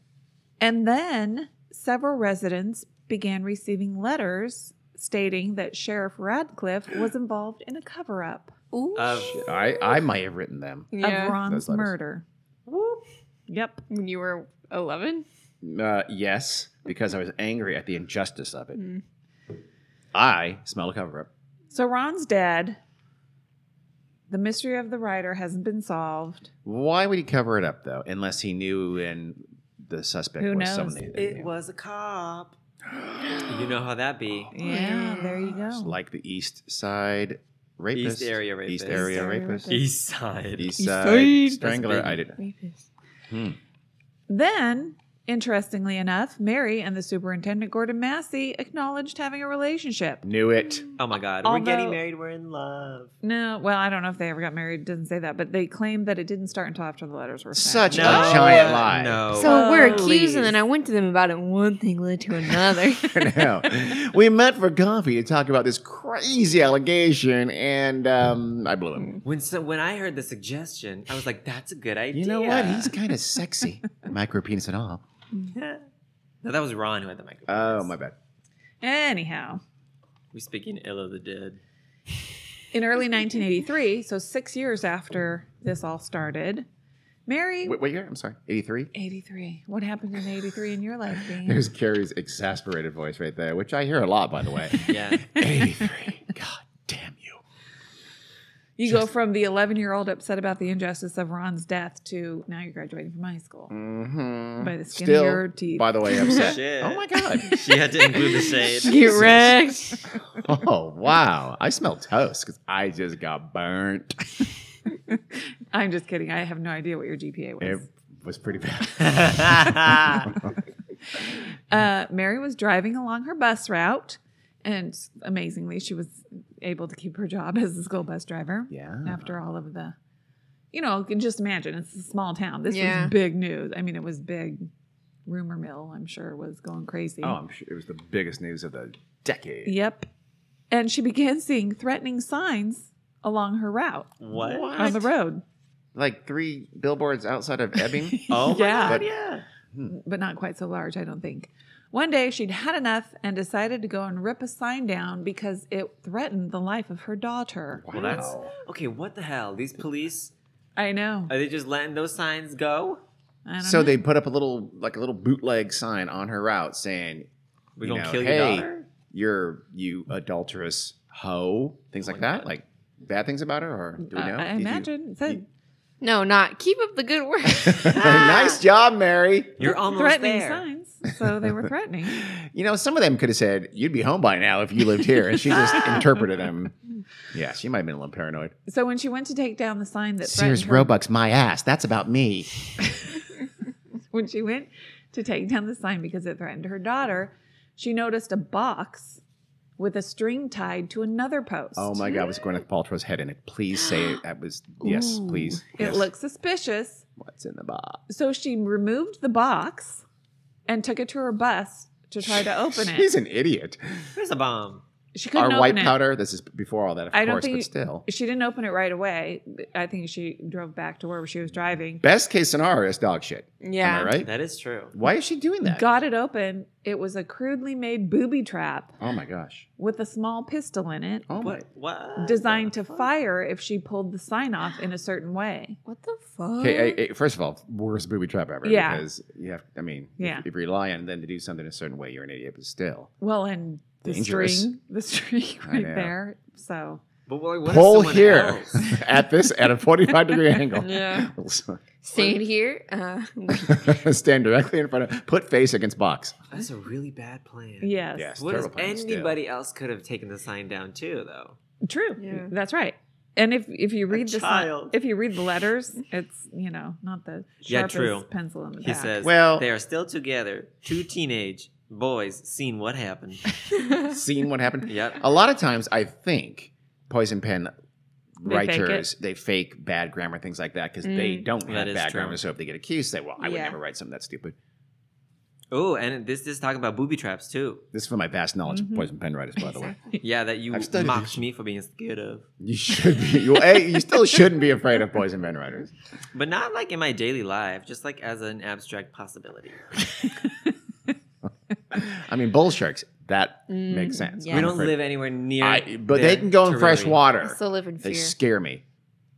Speaker 1: And then several residents began receiving letters stating that Sheriff Radcliffe was involved in a cover up
Speaker 5: Ooh.
Speaker 3: Of
Speaker 2: I I might have written them.
Speaker 1: of
Speaker 5: yeah.
Speaker 1: Ron's
Speaker 2: Those letters.
Speaker 1: murder. Yep.
Speaker 5: When you were 11?
Speaker 2: Uh, yes, because I was angry at the injustice of it.
Speaker 5: Mm.
Speaker 2: I smell a cover up.
Speaker 1: So Ron's dead. The mystery of the writer hasn't been solved.
Speaker 2: Why would he cover it up though? Unless he knew and the suspect
Speaker 1: Who
Speaker 2: was
Speaker 1: knows?
Speaker 2: someone. that he
Speaker 3: it
Speaker 2: knew.
Speaker 3: was a cop. you know how that be.
Speaker 1: Yeah, there you go.
Speaker 2: It's like the East Side rapist.
Speaker 3: East area rapist.
Speaker 2: East area
Speaker 5: East Area
Speaker 2: rapist.
Speaker 5: Rapist.
Speaker 3: East side.
Speaker 2: East
Speaker 5: East
Speaker 2: Side
Speaker 5: Side.
Speaker 2: strangler.
Speaker 3: That's big.
Speaker 2: I did.
Speaker 1: Then, interestingly enough, Mary and the superintendent Gordon Massey acknowledged having a relationship.
Speaker 2: Knew it.
Speaker 3: Oh my god.
Speaker 1: Although-
Speaker 3: We're getting married, we're in love.
Speaker 1: No, well, I don't know if they ever got married. It doesn't say that, but they claimed that it didn't start until after the letters were
Speaker 2: Such
Speaker 1: sent.
Speaker 2: a giant
Speaker 3: uh,
Speaker 2: lie.
Speaker 3: No.
Speaker 5: So we're accused,
Speaker 3: Please.
Speaker 5: and then I went to them about it, and one thing led
Speaker 2: <laughs>
Speaker 5: to another. <laughs>
Speaker 2: no. We met for coffee to talk about this crazy allegation, and um, I blew him.
Speaker 3: When so, when I heard the suggestion, I was like, "That's a good idea."
Speaker 2: <laughs> You know what? He's kind of sexy, micro penis and all.
Speaker 3: No, that was Ron who had the microphone.
Speaker 2: Oh, my bad.
Speaker 1: Anyhow,
Speaker 3: We speaking ill of the dead.
Speaker 1: in early 1983, so six years after this all started, Mary.
Speaker 2: Wait, what year? I'm sorry. 83?
Speaker 1: 83. What happened in 83 in your life, Dean?
Speaker 2: There's Carrie's exasperated voice right there, which I hear a lot, by the way. <laughs>
Speaker 3: Yeah.
Speaker 2: 83. God damn you.
Speaker 1: You go from the 11 year old upset about the injustice of Ron's death to now you're graduating from high school
Speaker 2: Mm-hmm.
Speaker 1: by the skin
Speaker 2: Still,
Speaker 1: of your teeth.
Speaker 2: by the way, upset.
Speaker 3: Shit.
Speaker 2: oh my God.
Speaker 3: She had to include the shade.
Speaker 5: Get wrecked.
Speaker 2: Oh, wow. I smell toast because I just got burnt.
Speaker 1: I'm just kidding. I have no idea what your
Speaker 2: It
Speaker 1: GPA was.
Speaker 2: was pretty bad.
Speaker 3: <laughs>
Speaker 1: Uh, Mary was driving along her bus route, and amazingly, she was able to keep her job as a school bus driver
Speaker 2: Yeah.
Speaker 1: after all of the, you know, can just imagine it's a small town. This
Speaker 5: Yeah.
Speaker 1: was big news. I mean, it was big. Rumor mill, I'm sure, was going crazy.
Speaker 2: Oh, I'm sure it was the biggest news of the decade.
Speaker 1: Yep. And she began seeing threatening signs along her route
Speaker 3: what?
Speaker 1: on the road,
Speaker 2: Like three billboards outside of
Speaker 1: <laughs>
Speaker 2: Ebbing.
Speaker 3: Oh my
Speaker 1: Yeah.
Speaker 3: god, yeah.
Speaker 1: but not quite so large, I don't think. One day she'd had enough and decided to go and rip a sign down because it threatened the life of her daughter.
Speaker 3: Well, that's okay. What the hell? These police
Speaker 1: I know.
Speaker 3: are they just letting those signs go?
Speaker 1: I don't
Speaker 2: So
Speaker 1: know.
Speaker 2: they put up a little, like a little bootleg sign on her route saying,
Speaker 3: We
Speaker 2: You
Speaker 3: gonna
Speaker 2: know,
Speaker 3: kill
Speaker 2: hey.
Speaker 3: your daughter?
Speaker 2: "You're you adulterous hoe," things like that, like bad things about her, or do we
Speaker 1: Uh,
Speaker 2: know?
Speaker 1: I
Speaker 2: Did you- <laughs>
Speaker 1: imagine. It said
Speaker 5: No, not. Keep up the good work.
Speaker 1: Ah.
Speaker 2: nice job, Mary.
Speaker 3: You're almost
Speaker 1: threatening
Speaker 3: there.
Speaker 1: signs. So they were
Speaker 2: <laughs>
Speaker 1: threatening.
Speaker 2: You know, some of them could have said, "You'd be home by now if you lived here," and she
Speaker 1: <laughs>
Speaker 2: just interpreted them. Yeah, she might have been a little paranoid.
Speaker 1: so when she went to take down the sign that
Speaker 2: Sears
Speaker 1: threatened her
Speaker 2: Robux, my ass. That's about me.
Speaker 1: when she went to take down the sign because it threatened her daughter, she noticed a box with a string tied to another post.
Speaker 2: Oh my God, was Gwyneth Paltrow's head in it? Please say it. That was yes, please.
Speaker 1: It
Speaker 2: Yes.
Speaker 1: looked suspicious.
Speaker 2: What's in the box?
Speaker 1: So she removed the box and took it to her bus to try to open
Speaker 2: She's
Speaker 1: it.
Speaker 2: an idiot.
Speaker 3: There's a bomb.
Speaker 1: She couldn't
Speaker 2: Our white
Speaker 1: open it.
Speaker 2: powder. This is before all that, of
Speaker 1: I don't
Speaker 2: course,
Speaker 1: think-
Speaker 2: but still.
Speaker 1: She didn't open it right away. I think she drove back to wherever she was driving.
Speaker 2: Best case scenario is dog shit.
Speaker 5: <laughs> Yeah.
Speaker 2: Am I right?
Speaker 3: That is true.
Speaker 2: Why is she doing that?
Speaker 1: Got it open. It was a crudely made booby trap
Speaker 2: Oh my gosh.
Speaker 1: with a small pistol in it
Speaker 2: Oh my.
Speaker 3: What? What?
Speaker 1: designed to fire if she pulled the sign off in a certain way.
Speaker 5: What the fuck?
Speaker 2: Okay, hey, hey, first of all, worst booby trap ever.
Speaker 1: Yeah.
Speaker 2: Because you have, I mean, if-
Speaker 1: Yeah.
Speaker 2: if, you rely on them to do something a certain way, you're an idiot, but still.
Speaker 1: Well, and the
Speaker 2: Dangerous.
Speaker 1: string, the <laughs> string
Speaker 2: I
Speaker 1: right
Speaker 2: know.
Speaker 1: there. So
Speaker 3: But what, what if
Speaker 2: Pull
Speaker 3: someone
Speaker 2: here <laughs>
Speaker 3: else?
Speaker 2: at this, at a 45
Speaker 1: <laughs>
Speaker 2: degree angle.
Speaker 5: Yeah. Stand here.
Speaker 2: <laughs>
Speaker 5: Uh,
Speaker 2: Stand directly in front of, put face against box.
Speaker 3: That's a really bad plan.
Speaker 1: yes,
Speaker 2: Yes.
Speaker 3: What if
Speaker 2: Terrible plan, still.
Speaker 3: anybody else could have taken the sign down too, though?
Speaker 1: true.
Speaker 5: Yeah.
Speaker 1: That's right. And if if you read the si-
Speaker 3: child.
Speaker 1: if you read the letters,
Speaker 2: <laughs>
Speaker 1: it's you know not the sharpest
Speaker 3: Yeah, true.
Speaker 1: pencil in the
Speaker 3: He
Speaker 1: back.
Speaker 3: says,
Speaker 2: Well-
Speaker 3: they are still together. Two teenage boys seen
Speaker 1: <laughs>
Speaker 3: what happened.
Speaker 2: Seen what happened?
Speaker 3: Yep.
Speaker 2: A lot of times, I think Poison Pen
Speaker 1: They fake it. Mm.
Speaker 2: writers, they fake bad grammar, things like that, because they don't
Speaker 3: That
Speaker 2: have
Speaker 3: is
Speaker 2: bad
Speaker 3: true.
Speaker 2: grammar. So if they get accused, they say, well, I would
Speaker 5: Yeah.
Speaker 2: never write something that stupid.
Speaker 3: Oh, and this is talking about booby traps too.
Speaker 2: This is from my vast knowledge
Speaker 1: Mhm.
Speaker 2: of Poison Pen writers,
Speaker 1: <laughs>
Speaker 2: by the way.
Speaker 3: Yeah, that you
Speaker 2: I've studied
Speaker 3: mocked
Speaker 2: this.
Speaker 3: me for being scared of.
Speaker 2: You should be. You, A, you still shouldn't be afraid of poison pen riders.
Speaker 3: But not like in my daily life, just like as an abstract possibility.
Speaker 2: I mean, bull sharks. That <laughs> makes sense.
Speaker 5: yeah.
Speaker 3: we
Speaker 2: I'm
Speaker 3: don't
Speaker 2: afraid-
Speaker 3: live anywhere near.
Speaker 2: I, but
Speaker 3: their
Speaker 2: they can go in fresh
Speaker 3: terrarium.
Speaker 5: I
Speaker 2: water.
Speaker 5: still live in fear.
Speaker 2: They scare me.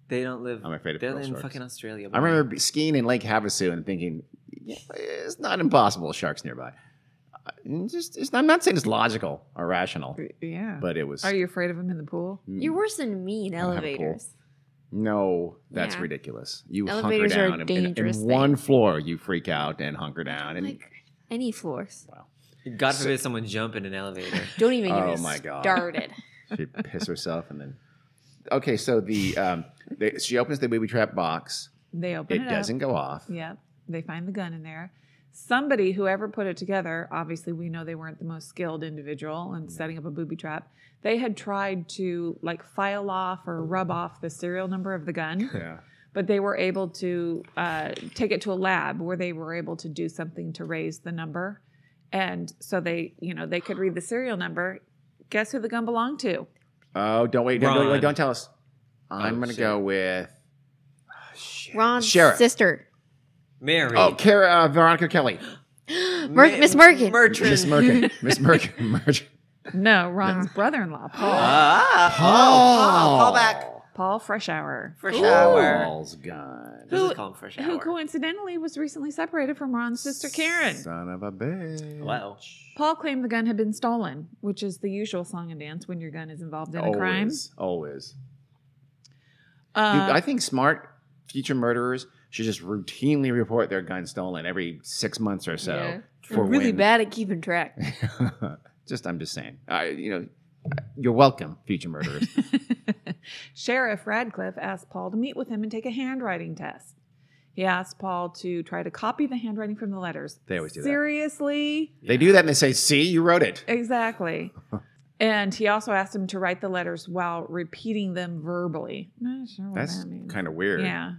Speaker 3: They don't live.
Speaker 2: I'm afraid of
Speaker 3: They're
Speaker 2: pearl
Speaker 3: in
Speaker 2: sharks.
Speaker 3: fucking Australia.
Speaker 2: I remember be- skiing in Lake Havasu and thinking, yeah, it's not impossible. Sharks nearby. I- Just, it's, I'm not saying it's logical or rational,
Speaker 1: yeah.
Speaker 2: but it was.
Speaker 1: Are you afraid of him in the pool?
Speaker 5: You're worse than me in
Speaker 2: I don't have a pool.
Speaker 5: elevators.
Speaker 2: No, that's
Speaker 5: Yeah.
Speaker 2: ridiculous. You
Speaker 5: Elevators
Speaker 2: hunker
Speaker 5: are a
Speaker 2: down and- and-
Speaker 5: dangerous
Speaker 2: and
Speaker 5: thing. Oh
Speaker 2: one floor. You freak out and hunker down. And
Speaker 5: Like any floors.
Speaker 3: God forbid someone jump in an elevator.
Speaker 5: Don't even get
Speaker 2: Oh
Speaker 5: me
Speaker 2: my God. <laughs>
Speaker 5: started.
Speaker 2: she piss herself and then. Okay, so the um, they, she opens the booby trap box.
Speaker 1: They open it,
Speaker 2: It doesn't
Speaker 1: Up.
Speaker 2: go off.
Speaker 1: Yep. They find the gun in there. Somebody, whoever put it together, obviously we know they weren't the most skilled individual in setting up a booby trap. They had tried to like file off or rub off the serial number of the gun. <laughs>
Speaker 2: Yeah.
Speaker 1: but they were able to uh, take it to a lab where they were able to do something to raise the number and so they you know they could read the serial number guess who the gun belonged to
Speaker 2: Oh, don't wait. Don't, don't,
Speaker 3: Ron.
Speaker 2: wait, don't tell us. I'm going to
Speaker 3: Oh, shit.
Speaker 2: go with.
Speaker 5: Ron's
Speaker 2: Sheriff.
Speaker 5: sister.
Speaker 3: Mary.
Speaker 2: Oh, Cara, uh, Veronica Kelly.
Speaker 4: Merc- Miss Merkin.
Speaker 3: Mertrin.
Speaker 2: Miss Merkin. Miss Merkin. <laughs> Merkin.
Speaker 1: <laughs> No, Ron's brother-in-law, Paul.
Speaker 3: Ah, Paul. Paul. Paul back
Speaker 1: Paul Freshour.
Speaker 3: for shower.
Speaker 2: Oh, Paul's gone.
Speaker 3: This
Speaker 1: Who-
Speaker 3: is called for shower.
Speaker 1: Who coincidentally was recently separated from Ron's sister Karen.
Speaker 2: Son of a bitch.
Speaker 3: Wow.
Speaker 1: Paul claimed the gun had been stolen, which is the usual song and dance when your gun is involved in a
Speaker 2: Always.
Speaker 1: crime.
Speaker 2: Always. Dude,
Speaker 1: Uh,
Speaker 2: I think smart future murderers should just routinely report their gun stolen every six months or so.
Speaker 5: Yeah.
Speaker 2: For
Speaker 5: really
Speaker 2: when-
Speaker 5: bad at keeping track.
Speaker 2: just, I'm just saying. I, you know, you're welcome, future murderers.
Speaker 1: <laughs> Sheriff Radcliffe asked Paul to meet with him and take a handwriting test. He asked Paul to try to copy the handwriting from the letters.
Speaker 2: They always do that.
Speaker 1: Seriously?
Speaker 2: They do that and they say, "See, you wrote it." <laughs>
Speaker 1: Exactly. and he also asked him to write the letters while repeating them verbally. Not sure what
Speaker 2: That's
Speaker 1: that means.
Speaker 2: kind of weird.
Speaker 1: Yeah,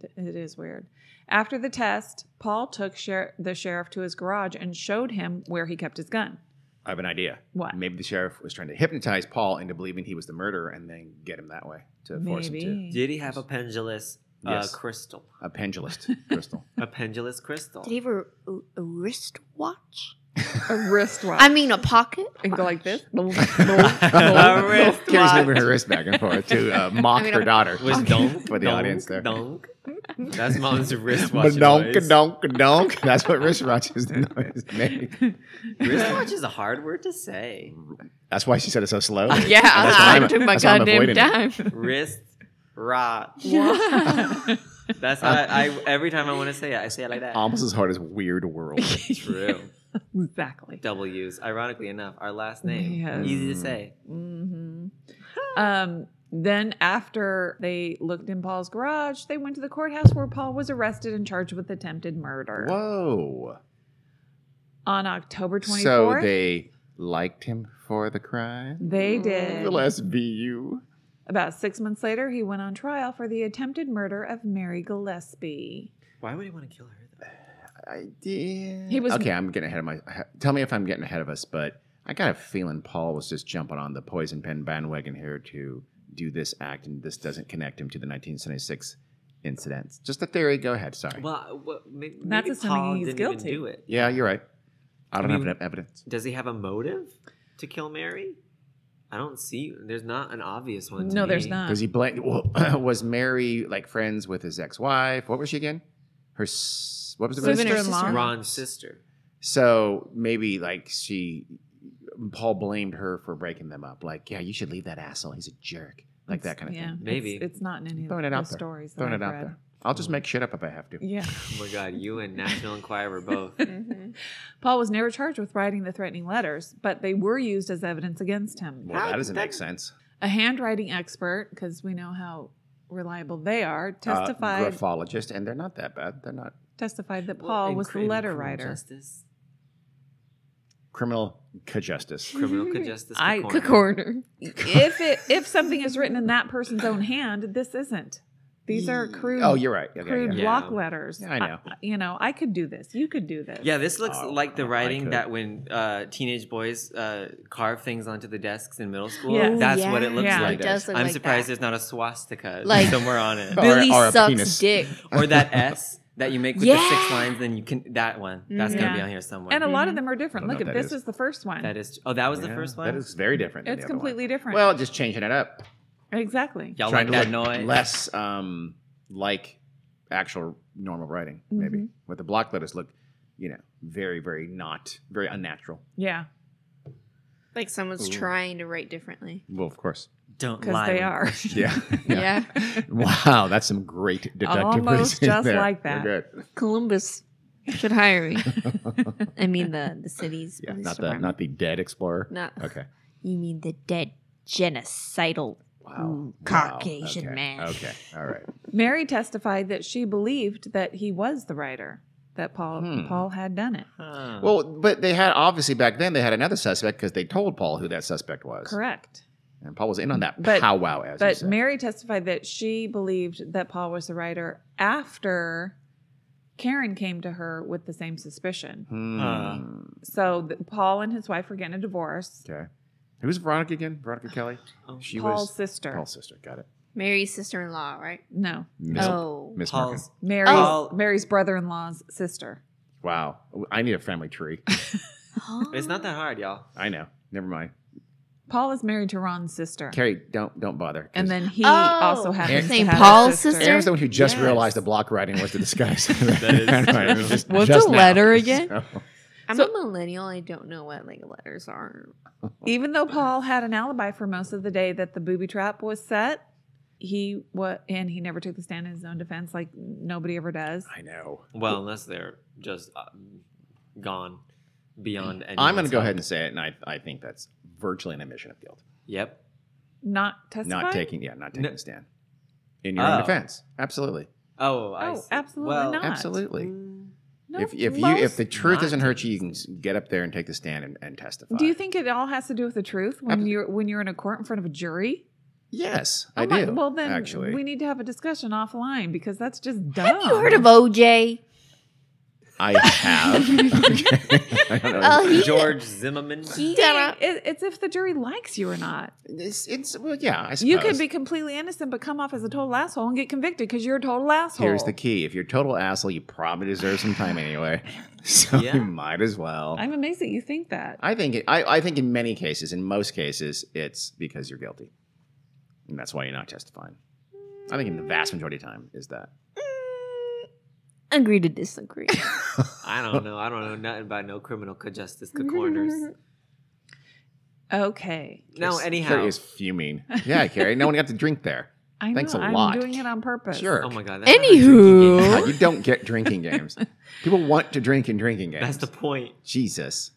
Speaker 1: Th- it is weird. After the test, Paul took sher- the sheriff to his garage and showed him where he kept his gun.
Speaker 2: I have an idea.
Speaker 1: What?
Speaker 2: Maybe the sheriff was trying to hypnotize Paul into believing he was the murderer and then get him that way to force him to.
Speaker 1: Maybe.
Speaker 3: Did he have a pendulous uh,
Speaker 2: Yes.
Speaker 3: crystal?
Speaker 2: A pendulist, Crystal.
Speaker 3: A pendulous crystal.
Speaker 4: Did he have a, a wristwatch?
Speaker 1: A wristwatch.
Speaker 4: I mean, a pocket?
Speaker 1: and go
Speaker 5: <laughs>
Speaker 1: like this.
Speaker 2: <laughs>
Speaker 3: a wristwatch.
Speaker 2: Carrie's moving her wrist back and forth to uh, mock
Speaker 5: I mean,
Speaker 2: her
Speaker 5: a-
Speaker 2: daughter.
Speaker 3: Was
Speaker 2: <laughs>
Speaker 3: donk
Speaker 2: For the
Speaker 3: donk,
Speaker 2: audience there.
Speaker 3: Donk. That's mom's wristwatch.
Speaker 2: Donk,
Speaker 3: noise.
Speaker 2: donk, donk. That's what wristwatch is. noise
Speaker 1: <laughs>
Speaker 2: make.
Speaker 3: Wristwatch is a hard word to say.
Speaker 2: That's why she said it so slow.
Speaker 5: yeah,
Speaker 2: That's
Speaker 1: uh-huh.
Speaker 2: why
Speaker 5: I,
Speaker 1: <laughs>
Speaker 2: I'm-
Speaker 5: took my
Speaker 2: that's why I'm
Speaker 5: goddamn
Speaker 2: avoiding it.
Speaker 5: time.
Speaker 3: Wrist rot.
Speaker 2: <laughs>
Speaker 1: Wow.
Speaker 3: That's how
Speaker 1: Um,
Speaker 3: I, I every time I want to say it, I say it like that.
Speaker 2: Almost as hard as Weird World.
Speaker 3: True.
Speaker 1: exactly.
Speaker 3: Double U's. Ironically enough, our last name.
Speaker 1: Yes.
Speaker 3: Easy to say.
Speaker 1: hmm Um, then, after they looked in Paul's garage, they went to the courthouse where Paul was arrested and charged with attempted murder.
Speaker 2: Whoa.
Speaker 1: On October 24th,
Speaker 2: So
Speaker 1: they,
Speaker 2: they liked him for the crime?
Speaker 1: did.
Speaker 2: Little SVU.
Speaker 1: About six months later, he went on trial for the attempted murder of Mary Gillespie.
Speaker 3: Why would he want to kill her though?
Speaker 2: I did.
Speaker 1: He was-
Speaker 2: okay, I'm getting ahead of my. Tell me if I'm getting ahead of us, but I got a feeling Paul was just jumping on the poison pen bandwagon here to do this act, and this doesn't connect him to the 1976 incidents. Just a theory. Go ahead. Sorry.
Speaker 3: Well, what, maybe,
Speaker 1: That's
Speaker 3: maybe
Speaker 1: assuming
Speaker 3: Paul
Speaker 1: he's
Speaker 3: didn't
Speaker 1: guilty.
Speaker 3: even do it.
Speaker 2: yeah, you're right. I don't
Speaker 3: I
Speaker 2: have
Speaker 3: mean-
Speaker 2: enough evidence.
Speaker 3: Does he have a motive to kill Mary? I don't see. There's not an obvious one. to
Speaker 1: No, there's
Speaker 3: me.
Speaker 1: not.
Speaker 2: Because he blamed. Well, <clears throat> was Mary like friends with his ex-wife? What was she again? Her. s- What was the
Speaker 5: Sister-in-law.
Speaker 3: Ron's sister.
Speaker 2: So maybe like she, Paul blamed her for breaking them up. Like, yeah, you should leave that asshole. He's a jerk. Like that kind of
Speaker 1: yeah,
Speaker 2: thing.
Speaker 1: it's-
Speaker 3: Maybe.
Speaker 1: it's, not in any
Speaker 2: Throwing
Speaker 1: of
Speaker 2: it
Speaker 1: the
Speaker 2: out there.
Speaker 1: stories. that
Speaker 2: Throwing it
Speaker 1: I've
Speaker 2: out
Speaker 1: read.
Speaker 2: there. I'll just make shit up if I have to. <laughs>
Speaker 1: Yeah.
Speaker 3: Oh my God, you and National Enquirer both.
Speaker 5: Mm-hmm.
Speaker 1: Paul was never charged with writing the threatening letters, but they were used as evidence against him.
Speaker 2: Well,
Speaker 3: How
Speaker 2: that doesn't
Speaker 3: did
Speaker 2: make
Speaker 3: that-
Speaker 2: sense.
Speaker 1: A handwriting expert, because we know how reliable they are,
Speaker 2: Uh,
Speaker 1: testified
Speaker 2: graphologist, and they're not that bad. They're not
Speaker 1: testified that <laughs>
Speaker 3: Well,
Speaker 1: Paul
Speaker 3: in
Speaker 1: was
Speaker 3: cr-
Speaker 1: the
Speaker 3: in
Speaker 1: letter
Speaker 3: criminal
Speaker 1: writer.
Speaker 3: Justice.
Speaker 2: criminal justice.
Speaker 3: Criminal co- justice.
Speaker 1: <laughs> I-
Speaker 3: co-
Speaker 5: Corner.
Speaker 1: if it if something is written in that person's own hand, this isn't. These are crude.
Speaker 2: Oh, you're right. Okay,
Speaker 1: Crude
Speaker 2: yeah.
Speaker 3: yeah.
Speaker 1: block
Speaker 3: Yeah.
Speaker 1: letters.
Speaker 2: Yeah, I know.
Speaker 1: you know, I could do this. You could do this.
Speaker 3: Yeah, this looks
Speaker 2: Oh,
Speaker 3: like the
Speaker 2: I
Speaker 3: writing
Speaker 2: could.
Speaker 3: that when uh, teenage boys uh, carve things onto the desks in middle school.
Speaker 1: Yeah.
Speaker 4: Ooh,
Speaker 3: That's what it looks
Speaker 1: yeah.
Speaker 3: like.
Speaker 4: It does look
Speaker 3: I'm
Speaker 4: like
Speaker 3: surprised
Speaker 4: that.
Speaker 3: there's not
Speaker 1: <laughs>
Speaker 3: a swastika
Speaker 4: Like-
Speaker 3: somewhere on it,
Speaker 2: Or-
Speaker 5: Billy
Speaker 2: or a
Speaker 5: sucks
Speaker 2: penis.
Speaker 5: dick.
Speaker 2: <laughs>
Speaker 3: or that S that you make with the six
Speaker 4: Yeah.
Speaker 3: lines. Then you can that one. That's gonna be
Speaker 1: Mm-hmm. Yeah.
Speaker 3: on here somewhere.
Speaker 1: And a lot of them are different.
Speaker 2: Mm-hmm. Don't know
Speaker 1: Look,
Speaker 2: what
Speaker 1: at
Speaker 2: that
Speaker 1: this
Speaker 2: is.
Speaker 1: is the first one.
Speaker 3: that is. Oh, that was the
Speaker 2: Yeah,
Speaker 3: first one.
Speaker 2: That is very different. than
Speaker 1: it's
Speaker 2: the other one.
Speaker 1: completely different.
Speaker 2: Well, just changing it up.
Speaker 1: exactly.
Speaker 3: Y'all
Speaker 2: Trying
Speaker 3: like
Speaker 2: to
Speaker 3: that
Speaker 2: look
Speaker 3: noise?
Speaker 2: less um, like actual normal writing, maybe.
Speaker 1: Mhm.
Speaker 2: But the block letters look, you know, very, very not, very unnatural.
Speaker 1: Yeah,
Speaker 5: <laughs> Like someone's trying to write differently.
Speaker 2: Well, of course.
Speaker 3: Don't
Speaker 1: because
Speaker 3: lie.
Speaker 1: they
Speaker 3: when
Speaker 1: are.
Speaker 2: <laughs>
Speaker 1: <laughs>
Speaker 2: Yeah.
Speaker 5: Yeah.
Speaker 2: wow, that's some great deductive
Speaker 1: Almost
Speaker 2: reasoning
Speaker 1: just
Speaker 2: there.
Speaker 1: like
Speaker 2: We're
Speaker 1: that.
Speaker 2: good.
Speaker 5: <laughs> Columbus should hire me. I mean the the city's
Speaker 2: Yeah,
Speaker 5: police
Speaker 2: not the
Speaker 5: department.
Speaker 2: not the dead explorer.
Speaker 5: Not-
Speaker 1: Mm.
Speaker 2: Okay.
Speaker 5: You mean the dead genocidal
Speaker 1: Mm,
Speaker 2: Wow.
Speaker 5: Caucasian
Speaker 2: okay.
Speaker 5: man.
Speaker 2: Okay. All
Speaker 1: <laughs>
Speaker 2: right.
Speaker 1: Mary testified that she believed that he was the writer. That Paul
Speaker 2: Hmm.
Speaker 1: Paul had done it.
Speaker 3: Huh.
Speaker 2: Well, but they had obviously back then they had another suspect because they told Paul who that suspect was.
Speaker 1: Correct.
Speaker 2: And Paul was in on that
Speaker 1: But-
Speaker 2: powwow as you
Speaker 1: But
Speaker 2: said.
Speaker 1: Mary testified that she believed that Paul was the writer after Karen came to her with the same suspicion.
Speaker 2: Hmm.
Speaker 3: Uh.
Speaker 1: So th- Paul and his wife were getting a divorce.
Speaker 2: okay. Who's Veronica again? Veronica Kelly.
Speaker 3: Oh,
Speaker 2: She
Speaker 1: Paul's
Speaker 2: was
Speaker 1: sister.
Speaker 2: Paul's sister. Got it.
Speaker 5: Mary's sister in law, right?
Speaker 1: No,
Speaker 2: Miss,
Speaker 5: Oh.
Speaker 2: Miss Merkin.
Speaker 3: Paul's
Speaker 1: Mary's
Speaker 3: Oh.
Speaker 1: Mary's brother-in-law's sister.
Speaker 2: Wow. I need a family tree.
Speaker 3: It's not
Speaker 5: <gasps>
Speaker 3: that hard, y'all.
Speaker 2: I know. Never mind.
Speaker 1: Paul is married to Ron's sister.
Speaker 2: Carrie, don't don't bother. 'cause
Speaker 1: and then he
Speaker 4: Oh,
Speaker 1: also happens
Speaker 4: St.
Speaker 1: to have a
Speaker 4: Paul's
Speaker 1: sister.
Speaker 4: sister?
Speaker 2: Aaron's the one who just
Speaker 3: Yes.
Speaker 2: realized the block writing was the disguise.
Speaker 6: That
Speaker 2: <laughs>
Speaker 6: is true.
Speaker 2: What's
Speaker 5: a
Speaker 2: <laughs>
Speaker 5: letter again?
Speaker 4: I'm
Speaker 1: So-
Speaker 4: a millennial. I don't know what like letters are.
Speaker 1: Even though Paul had an alibi for most of the day that the booby trap was set, he what and he never took the stand in his own defense like nobody ever does.
Speaker 2: I know.
Speaker 3: Well, unless they're just uh, gone beyond.
Speaker 2: Mm. I'm going
Speaker 3: anyone's
Speaker 2: to go
Speaker 3: help.
Speaker 2: ahead and say it, and I, I think that's virtually an admission of guilt.
Speaker 3: Yep.
Speaker 1: Not testifying.
Speaker 2: Not taking, yeah, not taking
Speaker 3: No.
Speaker 2: a stand in your
Speaker 3: Oh.
Speaker 2: own defense. Absolutely,
Speaker 3: Oh, I
Speaker 1: Oh,
Speaker 3: see.
Speaker 1: absolutely
Speaker 3: Well,
Speaker 1: not.
Speaker 2: absolutely.
Speaker 3: mm,
Speaker 1: No,
Speaker 2: if if you
Speaker 1: most-
Speaker 2: if the truth
Speaker 3: not
Speaker 2: doesn't hurt
Speaker 3: taking
Speaker 2: you,
Speaker 3: a
Speaker 2: you can get up there and take the stand and, and testify.
Speaker 1: do you think it all has to do with the truth when
Speaker 2: Ab-
Speaker 1: you're when you're in a court in front of a jury?
Speaker 2: Yes,
Speaker 1: Oh
Speaker 2: I
Speaker 1: my-
Speaker 2: do.
Speaker 1: Well, then
Speaker 2: actually,
Speaker 1: we need to have a discussion offline because
Speaker 2: <laughs>
Speaker 1: that's just dumb.
Speaker 4: Have you heard of OJ?
Speaker 2: I have.
Speaker 1: <laughs>
Speaker 2: I don't know.
Speaker 4: Oh, he-
Speaker 3: George Zimmerman.
Speaker 4: He
Speaker 1: Dang,
Speaker 4: got a,
Speaker 1: it- it's if the jury likes you or not.
Speaker 2: it's, it's well, yeah. I suppose
Speaker 1: You could be completely innocent but come off as a total asshole and get convicted because you're a total asshole.
Speaker 2: Here's the key: if you're a total asshole, you probably deserve some time
Speaker 3: <laughs>
Speaker 2: anyway, so
Speaker 3: Yeah.
Speaker 2: you might as well.
Speaker 1: I'm amazed that you think that.
Speaker 2: I think it, I, I think in many cases, in most cases, it's because you're guilty, and that's why you're not testifying. I think in the vast majority of time is that.
Speaker 4: agree to disagree.
Speaker 3: I don't know. I don't know nothing about no criminal co- justice co-
Speaker 4: <laughs>
Speaker 3: corners.
Speaker 1: Okay.
Speaker 3: No,
Speaker 2: Carrie
Speaker 3: anyhow.
Speaker 2: is fuming. Yeah, Carrie. No one got to drink
Speaker 3: <laughs>
Speaker 2: there.
Speaker 1: I know.
Speaker 2: Thanks a
Speaker 1: I'm
Speaker 2: lot.
Speaker 1: doing it on purpose.
Speaker 2: Sure.
Speaker 3: Oh my god. not a
Speaker 4: Anywho.
Speaker 3: drinking
Speaker 2: God,
Speaker 3: game.
Speaker 2: you don't get drinking
Speaker 3: <laughs>
Speaker 2: games. People want to drink in drinking games.
Speaker 3: That's the point.
Speaker 2: Jesus.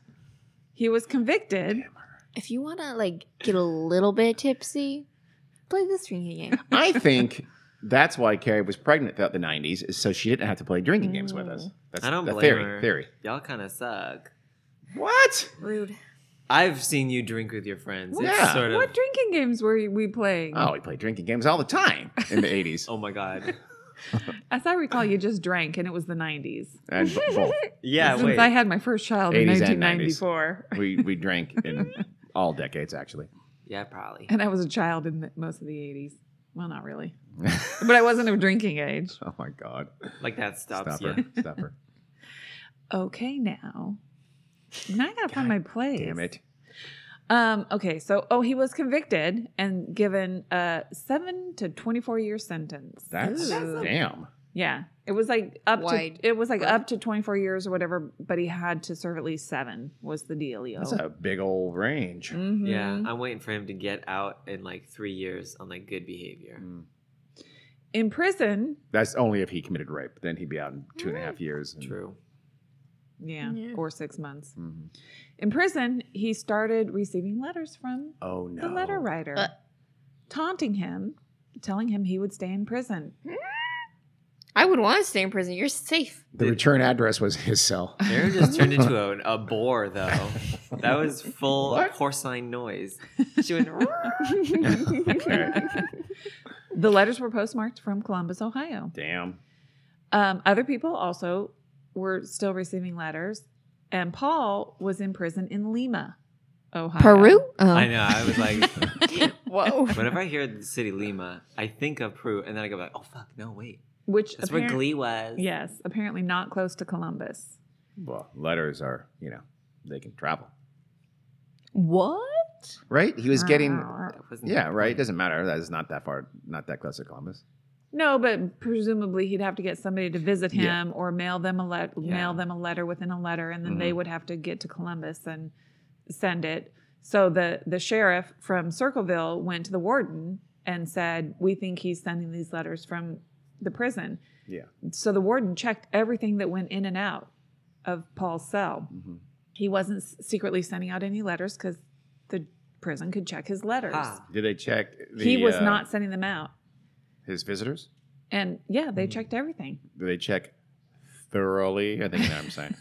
Speaker 1: He was convicted.
Speaker 4: if you want to like get a little bit tipsy, play this drinking
Speaker 5: <laughs>
Speaker 4: game.
Speaker 2: I think that's why Carrie was pregnant throughout the '90s, is so she didn't have to play drinking games with us. That's
Speaker 3: Mm. I don't
Speaker 2: the
Speaker 3: blame
Speaker 2: theory.
Speaker 3: her.
Speaker 2: Theory.
Speaker 3: Y'all kind of suck.
Speaker 2: What?
Speaker 4: Rude.
Speaker 3: I've seen you drink with your friends. It's
Speaker 2: Yeah.
Speaker 3: sort of.
Speaker 1: What drinking games were you- we playing?
Speaker 2: Oh, we played drinking games all the time in the
Speaker 3: <laughs>
Speaker 2: '80s.
Speaker 3: Oh my god.
Speaker 1: As I recall, you just drank, and it was the 90s.
Speaker 2: And b- both.
Speaker 3: Yeah.
Speaker 1: Since
Speaker 3: wait.
Speaker 1: I had my first child in
Speaker 2: 80s and 90s.
Speaker 1: 1994,
Speaker 2: we we drank in all decades actually. <laughs>
Speaker 3: yeah, probably.
Speaker 1: <laughs> and I was a child in the, most of the 80s. Well,
Speaker 2: <laughs>
Speaker 1: not really, but I wasn't of drinking age.
Speaker 2: Oh my god.
Speaker 3: Like that stops.
Speaker 2: Stop
Speaker 3: Yeah.
Speaker 2: her.
Speaker 3: <laughs>
Speaker 2: Stop her.
Speaker 1: Okay, now. Now I gotta find my place.
Speaker 2: Damn it.
Speaker 1: Um, okay, so oh, he was convicted and given a seven to twenty-four year sentence.
Speaker 2: That's
Speaker 1: Ooh.
Speaker 2: damn.
Speaker 1: Yeah, it was like up
Speaker 5: Wide
Speaker 1: to it was like up to twenty four years or whatever, but he had to serve at least seven was the dealio.
Speaker 2: That's a big old range.
Speaker 3: Mm.
Speaker 1: Mhm.
Speaker 3: Yeah.
Speaker 4: Mm-hmm.
Speaker 3: I'm waiting for him to get out in like three years on like good behavior.
Speaker 2: Mm.
Speaker 1: In prison,
Speaker 2: That's only if he committed rape. Then he'd be out in two and a half years. and-
Speaker 3: Mm. True.
Speaker 1: yeah, or six months.
Speaker 2: Mhm.
Speaker 1: In prison, he started receiving letters from
Speaker 2: Oh no.
Speaker 1: the letter writer,
Speaker 4: Uh.
Speaker 1: taunting him, telling him he would stay in prison.
Speaker 4: I would want to stay in prison. You're safe.
Speaker 2: The return address was his
Speaker 3: <laughs>
Speaker 2: cell.
Speaker 3: Aaron just turned into a, a
Speaker 2: <laughs>
Speaker 3: boar, though. That was full
Speaker 2: What?
Speaker 3: porcine noise. She went.
Speaker 4: <laughs>
Speaker 1: The letters were postmarked from Columbus, Ohio.
Speaker 2: Damn.
Speaker 1: Um, other people also were still receiving letters, and Paul was in prison in Lima, Ohio.
Speaker 4: Peru? Oh.
Speaker 3: I know. I was like,
Speaker 1: <laughs>
Speaker 2: <laughs>
Speaker 4: Whoa.
Speaker 3: whenever I hear the city Lima, I think of Peru, and then I go like, oh fuck, no wait,
Speaker 1: which
Speaker 3: that's where
Speaker 1: apparent-
Speaker 3: Glee was.
Speaker 1: Yes, apparently not close to Columbus.
Speaker 2: Well, letters are you know they can travel,
Speaker 5: What?
Speaker 2: right? He was getting.
Speaker 3: That wasn't
Speaker 2: Yeah, right. It doesn't matter. That is not that far, not that close to Columbus.
Speaker 1: No, but presumably he'd have to get somebody to visit him
Speaker 2: Yeah.
Speaker 1: or mail them a let mail them a letter within a letter, and then they
Speaker 2: Mhm.
Speaker 1: would have to get to Columbus and send it. So the the sheriff from Circleville went to the warden and said, "We think he's sending these letters from the prison."
Speaker 2: Yeah.
Speaker 1: So the warden checked everything that went in and out of Paul's cell.
Speaker 2: Mhm.
Speaker 1: He wasn't s- secretly sending out any letters because the prison could check his letters.
Speaker 3: Ah,
Speaker 2: Did they check? The,
Speaker 1: he was
Speaker 2: uh,
Speaker 1: not sending them out.
Speaker 2: his visitors.
Speaker 1: And yeah,
Speaker 2: Mm.
Speaker 1: they checked everything. <laughs>
Speaker 2: Do they check thoroughly? I think you know what I'm saying.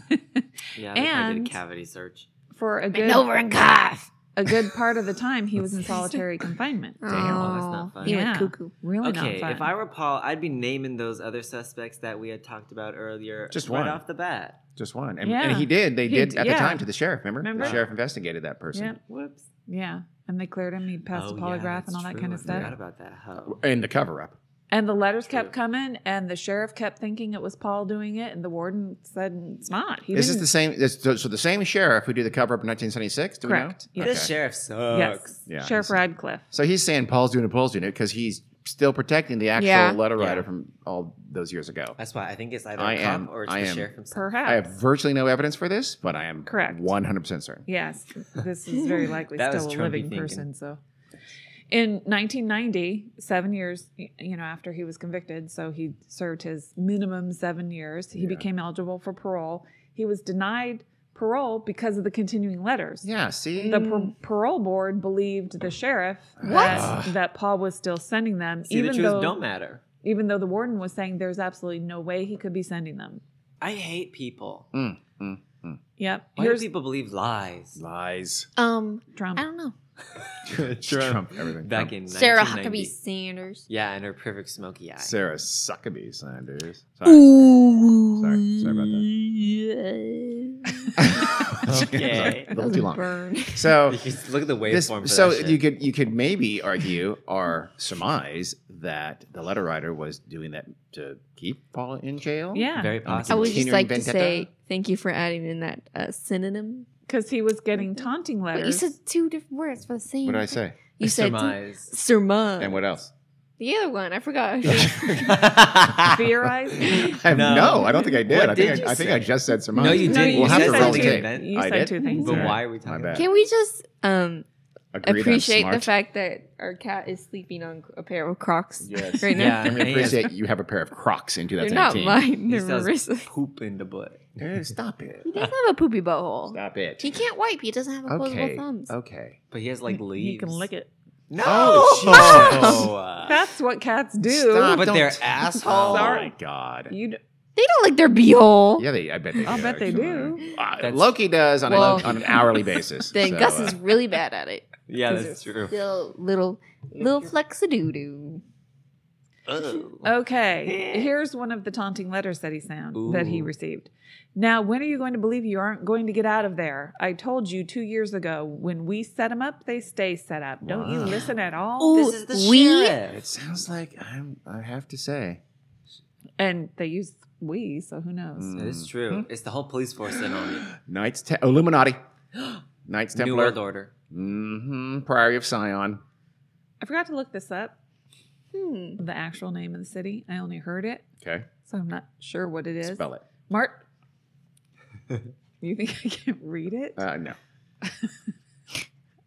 Speaker 3: yeah, they probably
Speaker 1: And-
Speaker 3: did a cavity search.
Speaker 1: For a good
Speaker 4: Bend over and cough.
Speaker 1: a good part of the time he was in solitary confinement.
Speaker 3: Damn,
Speaker 2: oh,
Speaker 3: well, that's not fun.
Speaker 4: You
Speaker 1: Yeah.
Speaker 4: went cuckoo.
Speaker 1: Really
Speaker 3: Okay,
Speaker 1: not
Speaker 3: if
Speaker 1: fun.
Speaker 3: I were Paul, I'd be naming those other suspects that we had talked about earlier,
Speaker 2: Just
Speaker 3: right
Speaker 2: one.
Speaker 3: off the bat.
Speaker 2: <laughs> Just one, and,
Speaker 1: Yeah.
Speaker 2: and he did. They
Speaker 1: He
Speaker 2: did
Speaker 1: d-
Speaker 2: at
Speaker 1: yeah.
Speaker 2: the time to the sheriff. Remember,
Speaker 1: Remember?
Speaker 2: the sheriff investigated that person.
Speaker 1: Yep.
Speaker 3: Whoops.
Speaker 1: yeah. And they cleared him, he passed
Speaker 3: Oh,
Speaker 1: a
Speaker 3: yeah,
Speaker 1: polygraph and
Speaker 3: that's
Speaker 1: all that
Speaker 3: true.
Speaker 1: kind of
Speaker 3: I forgot
Speaker 1: stuff.
Speaker 3: about that. Huh.
Speaker 2: In the cover up.
Speaker 1: And the letters kept coming, and the sheriff kept thinking it was Paul doing it, and the warden said it's not. He
Speaker 2: Is this
Speaker 1: didn't-
Speaker 2: the same? This, so, so the same sheriff who did the cover up in 1976? Do
Speaker 1: correct?
Speaker 2: we know?
Speaker 3: This
Speaker 2: Okay.
Speaker 3: sheriff sucks.
Speaker 1: Yes,
Speaker 2: uh, Yeah,
Speaker 1: Sheriff
Speaker 2: he's-
Speaker 1: Radcliffe.
Speaker 2: So he's saying Paul's doing it, Paul's doing it because he's still protecting the actual
Speaker 5: Yeah.
Speaker 2: letter
Speaker 3: Yeah.
Speaker 2: writer from all those years ago.
Speaker 3: That's why I think it's either
Speaker 2: I
Speaker 3: a cop
Speaker 2: am-
Speaker 3: or it's
Speaker 2: I
Speaker 3: the
Speaker 2: am
Speaker 3: sheriff himself.
Speaker 1: Perhaps.
Speaker 2: I have virtually no evidence for this, but I am
Speaker 1: Correct.
Speaker 2: 100% certain.
Speaker 4: <laughs>
Speaker 1: Yes, this is very likely
Speaker 3: That was
Speaker 1: still a
Speaker 3: Trumpy
Speaker 1: living
Speaker 3: thinking.
Speaker 1: person. So, in 1990, seven years, y- you know, after he was convicted, so he served his minimum seven years. He became eligible for parole. He was denied parole because of the continuing letters.
Speaker 2: Yeah, see?
Speaker 1: The
Speaker 4: Mm.
Speaker 1: par- parole board believed the sheriff that, that Paul was still sending them,
Speaker 3: See, the
Speaker 1: even
Speaker 3: truth
Speaker 1: though
Speaker 3: don't matter.
Speaker 1: even though the warden was saying there's absolutely no way he could be sending them.
Speaker 3: I hate people.
Speaker 2: Mm, mm.
Speaker 1: Yep.
Speaker 3: Why
Speaker 1: Here's
Speaker 3: do people believe lies?
Speaker 2: Lies.
Speaker 4: Um,
Speaker 1: Trump.
Speaker 4: I don't know.
Speaker 3: Trump.
Speaker 2: <laughs> Trump, everything.
Speaker 3: Back
Speaker 2: Trump.
Speaker 3: in
Speaker 5: Sarah
Speaker 3: 1990.
Speaker 5: Huckabee Sanders.
Speaker 3: Yeah, and her perfect smoky eye. <laughs>
Speaker 2: Sarah Suckabee Sanders. Sorry. <laughs> Sorry. Sorry about that.
Speaker 3: Okay.
Speaker 2: A little too long.
Speaker 5: Burn.
Speaker 3: <laughs>
Speaker 2: So,
Speaker 3: You just look at the waveform
Speaker 2: this,
Speaker 3: for
Speaker 2: so
Speaker 3: that shit.
Speaker 2: you could you could maybe argue or surmise that the letter writer was doing that to keep Paul in jail.
Speaker 1: yeah.
Speaker 3: Very
Speaker 2: I
Speaker 5: I
Speaker 3: possible.
Speaker 5: would just
Speaker 2: Continuing
Speaker 5: like
Speaker 2: vendetta?
Speaker 5: to say thank you for adding in that uh, synonym.
Speaker 1: Because he was getting taunting
Speaker 4: But you
Speaker 1: letters.
Speaker 4: said two different words for the same.
Speaker 2: What did I say?
Speaker 5: You said
Speaker 1: <laughs>
Speaker 3: surmise. <laughs>
Speaker 5: surmise.
Speaker 2: And what else?
Speaker 5: The other one, I forgot.
Speaker 2: <laughs>
Speaker 1: <laughs> Theorizing.
Speaker 2: I have-
Speaker 3: No.
Speaker 2: no. I don't think I did.
Speaker 3: What
Speaker 2: I think
Speaker 3: did you
Speaker 2: I, I think
Speaker 3: say?
Speaker 2: I just said surmise.
Speaker 3: No, you
Speaker 1: No,
Speaker 3: didn't.
Speaker 1: you
Speaker 2: We'll have
Speaker 1: said
Speaker 2: to roll the
Speaker 1: two-
Speaker 2: tape.
Speaker 1: You
Speaker 2: I
Speaker 1: said
Speaker 2: did?
Speaker 1: two things.
Speaker 3: But
Speaker 2: Sorry.
Speaker 3: why are we talking
Speaker 2: My
Speaker 3: about
Speaker 2: bad.
Speaker 5: Can we just um,
Speaker 2: Agree that I'm
Speaker 5: appreciate the
Speaker 2: smart.
Speaker 5: fact that our cat is sleeping on a pair of Crocs
Speaker 2: Yes.
Speaker 5: <laughs> right now?
Speaker 3: Yeah.
Speaker 2: Can we
Speaker 1: <laughs>
Speaker 3: Yes.
Speaker 2: appreciate you have a pair of Crocs in
Speaker 5: They're not
Speaker 2: 2019?
Speaker 5: mine.
Speaker 3: He
Speaker 5: They're
Speaker 3: sells
Speaker 1: <laughs>
Speaker 5: Marissa's.
Speaker 3: poop in the butt?
Speaker 2: Eh, Stop it.
Speaker 5: He does have a poopy butthole.
Speaker 2: Stop it.
Speaker 4: He can't wipe. He doesn't have opposable
Speaker 2: Okay. Oh.
Speaker 4: thumbs.
Speaker 2: Okay.
Speaker 3: But he has like leaves.
Speaker 1: You can lick it.
Speaker 3: No.
Speaker 1: <laughs>
Speaker 3: uh,
Speaker 2: Oh,
Speaker 1: That's what cats do.
Speaker 2: Stop.
Speaker 3: but
Speaker 2: Don't-
Speaker 3: they're assholes.
Speaker 2: Oh
Speaker 1: Sorry.
Speaker 2: my god.
Speaker 1: You. d-
Speaker 5: They don't like their beehole.
Speaker 2: Yeah, they, I bet they.
Speaker 1: I'll
Speaker 2: do,
Speaker 1: bet they
Speaker 2: actually.
Speaker 1: do.
Speaker 2: Uh,
Speaker 3: That's-
Speaker 2: Loki does on,
Speaker 5: Well-
Speaker 2: a, on an
Speaker 1: <laughs>
Speaker 2: hourly basis.
Speaker 5: Then
Speaker 2: so,
Speaker 5: Gus
Speaker 2: uh,
Speaker 5: is really bad at it.
Speaker 3: Yeah, that's true.
Speaker 5: Little little little flexadoo
Speaker 2: eh.
Speaker 1: Okay. Here's one of the taunting letters that he sound that he
Speaker 3: Ooh.
Speaker 1: received. Now, when are you going to believe you aren't going to get out of there? I told you two years ago. When we set them up, they stay set up. Don't you
Speaker 2: Wow.
Speaker 1: listen at all?
Speaker 5: Ooh.
Speaker 3: This is the
Speaker 5: we-
Speaker 2: It
Speaker 3: sheriff.
Speaker 2: sounds like I'm. I have to say.
Speaker 1: And they use we, so who knows?
Speaker 2: Mm.
Speaker 3: That is true.
Speaker 1: Hmm?
Speaker 3: It's the whole police force in on it.
Speaker 2: Knights Te- oh,
Speaker 3: <gasps>
Speaker 2: Illuminati. Knights
Speaker 3: New
Speaker 2: Templar. <laughs>
Speaker 3: World Order.
Speaker 2: Mm-hmm. Priory of Sion.
Speaker 1: I forgot to look this up.
Speaker 5: Hmm.
Speaker 1: The actual name of the city. I only heard it,
Speaker 2: Okay.
Speaker 1: so I'm not sure what it is.
Speaker 2: Spell it.
Speaker 1: Mart. you think I can't read it?
Speaker 2: Uh, no.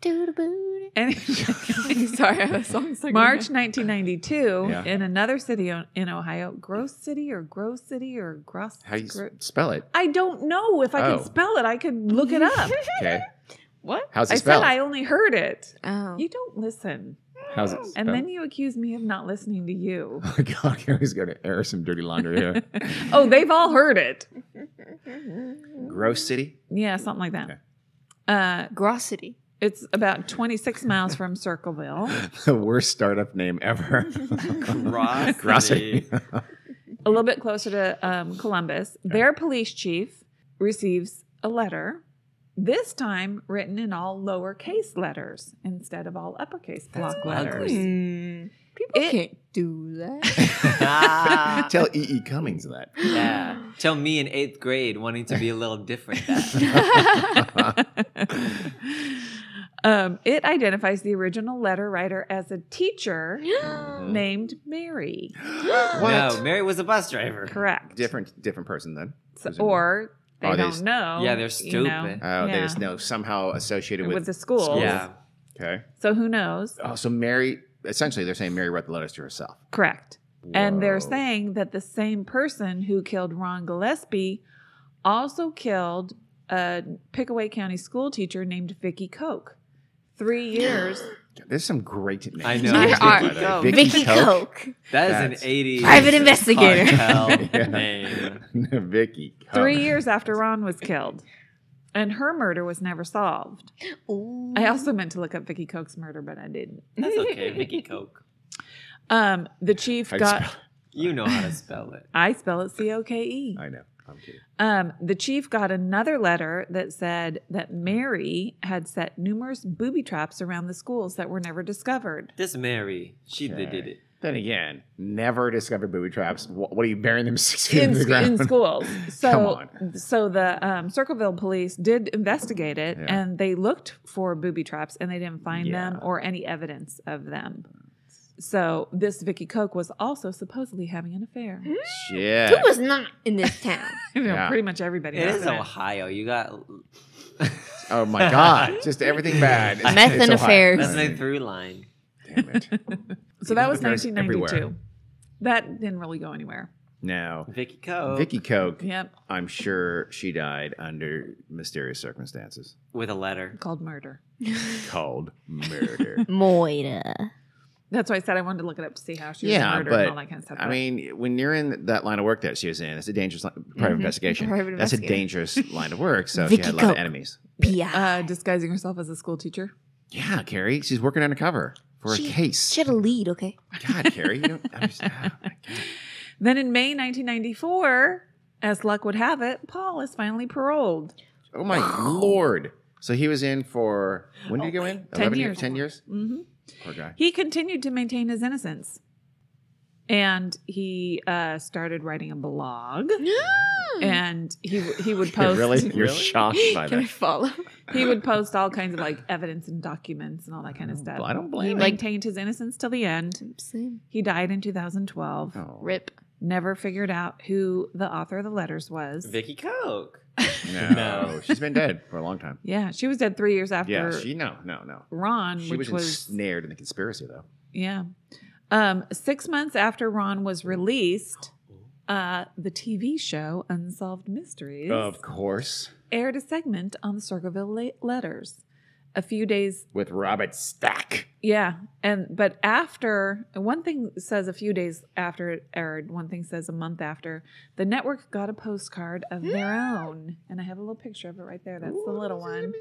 Speaker 4: Doodle-boo.
Speaker 1: Anyway.
Speaker 5: <laughs> doo. <laughs> Sorry, I was on second.
Speaker 1: March 1992,
Speaker 2: Yeah.
Speaker 1: in another city o- in Ohio, Gross City or Gross City or Gross.
Speaker 2: How do you
Speaker 1: Gro-
Speaker 2: s- spell it?
Speaker 1: I don't know if I
Speaker 2: Oh.
Speaker 1: could spell it. I could look
Speaker 5: <laughs>
Speaker 1: it up.
Speaker 2: Okay.
Speaker 1: <laughs> what?
Speaker 2: How's it
Speaker 1: I
Speaker 2: spelled?
Speaker 1: said I only heard it.
Speaker 5: Oh.
Speaker 1: You don't listen.
Speaker 2: How's it?
Speaker 1: And
Speaker 2: spelled?
Speaker 1: then you accuse me of not listening to you.
Speaker 2: <laughs> Oh my God, Gary's going to air some dirty laundry
Speaker 3: <laughs>
Speaker 2: here.
Speaker 1: oh, they've all heard it.
Speaker 2: Gross City.
Speaker 1: Yeah, something like that. Uh,
Speaker 5: Grossity.
Speaker 1: it's about 26 miles from
Speaker 2: <laughs>
Speaker 1: Circleville.
Speaker 2: <laughs> the worst startup name ever. <laughs>
Speaker 3: Grossity.
Speaker 1: a little bit closer to um, Columbus, their police chief receives a letter, this time written in all lowercase letters instead of all uppercase block letters.
Speaker 3: ugly.
Speaker 5: People
Speaker 1: Hmm. It-
Speaker 5: can't
Speaker 2: <laughs>
Speaker 5: do that.
Speaker 3: <laughs> Ah,
Speaker 2: Tell E. E. Cummings
Speaker 3: <laughs>
Speaker 2: that. <laughs>
Speaker 3: yeah. Tell me in eighth grade wanting to be a little different.
Speaker 1: <laughs>
Speaker 3: That.
Speaker 5: <laughs>
Speaker 2: <laughs>
Speaker 1: um, it identifies the original letter writer as a
Speaker 2: <gasps>
Speaker 1: teacher named Mary.
Speaker 3: No, Mary was a bus driver.
Speaker 1: Correct.
Speaker 2: Different, different person then.
Speaker 1: So-
Speaker 2: presumably.
Speaker 1: or they
Speaker 2: Are they
Speaker 1: don't
Speaker 2: s-
Speaker 1: know.
Speaker 3: Yeah, they're
Speaker 1: you know.
Speaker 3: stupid.
Speaker 2: Oh, they
Speaker 1: Yeah.
Speaker 2: just know somehow associated
Speaker 1: With
Speaker 2: with,
Speaker 1: the schools.
Speaker 3: Yeah.
Speaker 2: Okay.
Speaker 1: So who knows?
Speaker 2: Oh, so Mary. Essentially, they're saying Mary wrote the letters to herself.
Speaker 1: Correct. And they're
Speaker 2: Whoa.
Speaker 1: saying that the same person who killed Ron Gillespie also killed a Pickaway County school teacher named Vicky Koch.
Speaker 3: <gasps>
Speaker 1: Three years.
Speaker 3: Oh.
Speaker 2: There's some great names.
Speaker 3: I know.
Speaker 2: Vicky
Speaker 5: There are.
Speaker 2: Coke.
Speaker 5: Vicky, Coke.
Speaker 3: That is
Speaker 2: That's-
Speaker 3: an 80s
Speaker 5: Private
Speaker 2: <laughs>
Speaker 5: investigator.
Speaker 3: cartel
Speaker 2: Yeah.
Speaker 3: name.
Speaker 2: <laughs> Vicky. Coke.
Speaker 1: Three years after Ron was killed. And her murder was never solved. I also meant to look up Vicky Koch's murder, but I didn't. <laughs>
Speaker 3: That's okay, Vicky Coke.
Speaker 1: Um, the chief
Speaker 2: How'd you
Speaker 1: got.
Speaker 2: spell-
Speaker 3: You know how to spell it.
Speaker 1: I spell it C O K E.
Speaker 2: I know. I'm kidding.
Speaker 1: Um, the chief got another letter that said that Mary had set numerous booby traps around the schools that were never discovered.
Speaker 3: This Mary, she did did it.
Speaker 2: Then again, never discovered booby traps. What, what are you burying them <laughs> six feet
Speaker 1: in,
Speaker 2: in, the
Speaker 1: sc-
Speaker 2: ground?
Speaker 1: in schools.
Speaker 2: <laughs>
Speaker 1: So,
Speaker 2: Come on.
Speaker 1: so the um, Circleville police did investigate it,
Speaker 2: Yeah.
Speaker 1: and they looked for booby traps, and they didn't find them
Speaker 2: Yeah.
Speaker 1: or any evidence of them. So this Vicky Koch was also supposedly having an affair.
Speaker 3: Hmm.
Speaker 2: Shit.
Speaker 4: Who was not in this
Speaker 2: <laughs>
Speaker 4: town?
Speaker 1: <laughs> You know,
Speaker 2: Yeah.
Speaker 1: Pretty much everybody.
Speaker 3: It
Speaker 1: knows
Speaker 3: is
Speaker 1: that.
Speaker 3: Ohio. You got
Speaker 2: Oh my god! Just everything bad. It's-
Speaker 4: Meth
Speaker 2: it's
Speaker 4: and
Speaker 2: Ohio.
Speaker 4: affairs.
Speaker 3: that's my through line.
Speaker 2: <laughs> Damn it.
Speaker 1: So that was
Speaker 2: Affairs
Speaker 1: 1992.
Speaker 2: everywhere.
Speaker 1: That didn't really go anywhere.
Speaker 2: No.
Speaker 3: Vicky Coe
Speaker 2: Vicky Koch,
Speaker 1: Yep,
Speaker 2: I'm sure she died under mysterious circumstances
Speaker 3: with a letter.
Speaker 1: called murder.
Speaker 2: called
Speaker 5: <laughs>
Speaker 2: murder.
Speaker 4: Moira.
Speaker 1: That's why I said I wanted to look it up to see how she was
Speaker 2: Yeah,
Speaker 1: murdered
Speaker 2: but,
Speaker 1: and all that kind of stuff.
Speaker 2: I
Speaker 1: but-
Speaker 2: mean, when you're in that line of work that she was in, it's a dangerous line, private
Speaker 1: Mhm.
Speaker 2: investigation.
Speaker 5: Mm-hmm. Private
Speaker 2: That's a
Speaker 5: investigator.
Speaker 2: dangerous line of work. So she
Speaker 4: Vicky
Speaker 2: had a lot
Speaker 4: Koch.
Speaker 2: of enemies.
Speaker 4: P.I.
Speaker 1: uh, disguising herself as a school teacher.
Speaker 2: Yeah, Carrie, she's working undercover for
Speaker 4: She-
Speaker 2: a case.
Speaker 4: She had a lead, okay?
Speaker 2: God, Carrie, you don't <laughs> understand.
Speaker 1: Then in May 1994, as luck would have it, Paul is finally paroled.
Speaker 2: Oh my lord! So he was in for when did he go in?
Speaker 1: 10 Oh, years.
Speaker 2: Ten years.
Speaker 1: hmm
Speaker 2: Poor guy.
Speaker 1: He continued to maintain his innocence. And he uh, started writing a blog,
Speaker 5: Hmm.
Speaker 1: and he w-
Speaker 2: <laughs>
Speaker 1: he would post
Speaker 2: really? You're shocked by
Speaker 5: Can I
Speaker 2: that.
Speaker 5: follow?
Speaker 1: he would post all kinds of like evidence and documents and all that kind of stuff.
Speaker 2: I don't
Speaker 1: He
Speaker 2: blame him.
Speaker 1: maintained his innocence till the end.
Speaker 4: Same.
Speaker 1: He died in 2012.
Speaker 2: Oh,
Speaker 1: <laughs>
Speaker 4: Rip.
Speaker 1: Never figured out who the author of the letters was.
Speaker 3: Vicky Coke.
Speaker 2: no.
Speaker 3: No.
Speaker 2: she's been dead for a long time.
Speaker 1: Yeah, she was dead three years after
Speaker 2: Yeah, she no, no, no.
Speaker 1: Ron,
Speaker 2: She
Speaker 1: which
Speaker 2: was,
Speaker 1: was
Speaker 2: ensnared in the conspiracy though.
Speaker 1: Yeah. Um, six months after Ron was released, uh, the TV show Unsolved Mysteries
Speaker 2: Of course,
Speaker 1: aired a segment on the Circleville la- letters. A few days,
Speaker 2: with Robert Stack.
Speaker 1: yeah, and but after one thing says a few days after it aired, one thing says a month after. The network got a postcard of their own, and I have a little picture of it right there. That's the little one.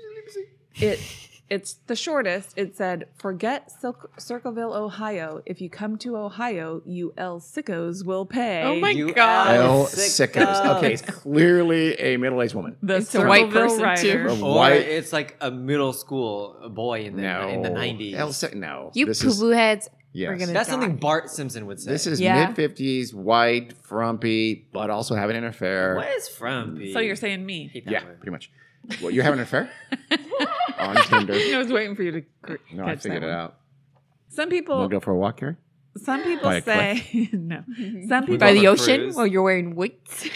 Speaker 1: It it's the shortest. It said, "Forget Sil- Circleville, Ohio. If you come to Ohio, you L sickos will pay."
Speaker 5: Oh my
Speaker 3: You
Speaker 5: god.
Speaker 3: out.
Speaker 2: El
Speaker 3: sick
Speaker 2: Sickos. Oh.
Speaker 3: of-
Speaker 2: Okay, it's clearly a middle-aged woman.
Speaker 1: The
Speaker 5: It's a white
Speaker 1: Circleville
Speaker 5: person,
Speaker 1: writer.
Speaker 2: A
Speaker 3: <laughs> Or
Speaker 2: white.
Speaker 3: it's like a middle school boy in the
Speaker 2: No.
Speaker 3: in the nineties.
Speaker 2: El Sick. No.
Speaker 4: You
Speaker 2: This
Speaker 4: poo
Speaker 2: is
Speaker 4: poo heads.
Speaker 2: yes.
Speaker 5: gonna-
Speaker 3: That's
Speaker 5: God.
Speaker 3: something Bart Simpson would say.
Speaker 2: This is
Speaker 1: Yeah.
Speaker 2: mid fifties, white, frumpy, but also having an affair.
Speaker 3: what is Frumpy?
Speaker 1: So you're saying me? <laughs>
Speaker 3: Hate that
Speaker 2: Yeah,
Speaker 3: word.
Speaker 2: pretty much. Well, you're having an affair on Tinder. <laughs>
Speaker 1: I was waiting for you to cr-
Speaker 2: No, I
Speaker 1: catch
Speaker 2: figured
Speaker 1: that
Speaker 2: it
Speaker 1: one.
Speaker 2: out.
Speaker 1: Some
Speaker 2: Wanna
Speaker 1: people,
Speaker 2: go for a walk, Carrie?
Speaker 1: some
Speaker 2: By
Speaker 1: people
Speaker 2: a
Speaker 1: say <laughs> no.
Speaker 5: Mm-hmm.
Speaker 1: Some people <laughs>
Speaker 5: By the
Speaker 3: Over
Speaker 5: ocean
Speaker 3: cruise.
Speaker 5: while you're
Speaker 4: <laughs>
Speaker 5: wearing wigs.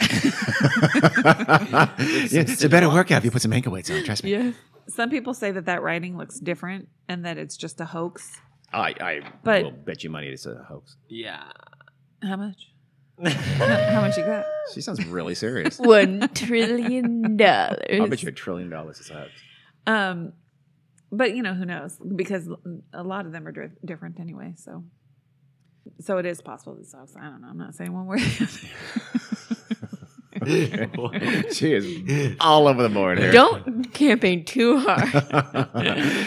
Speaker 2: yeah, it's a better workout if you put some ankle weights on. Trust me.
Speaker 5: yeah.
Speaker 1: Some people say that that writing looks different and that it's just a hoax.
Speaker 2: I, I
Speaker 1: But-
Speaker 2: will bet you money it's a hoax.
Speaker 3: Yeah.
Speaker 1: How much? <laughs> how, how much you got?
Speaker 2: She sounds really serious.
Speaker 5: One trillion
Speaker 2: I'll
Speaker 5: dollars.
Speaker 2: bet you a trillion dollars it's a <laughs> hoax.
Speaker 1: Um, but you know who knows because a lot of them are dri- different anyway. So, so it is possible that sucks. I don't know. I'm not saying one word.
Speaker 5: <laughs>
Speaker 2: she is all over the board here. <laughs>
Speaker 5: Don't campaign too hard.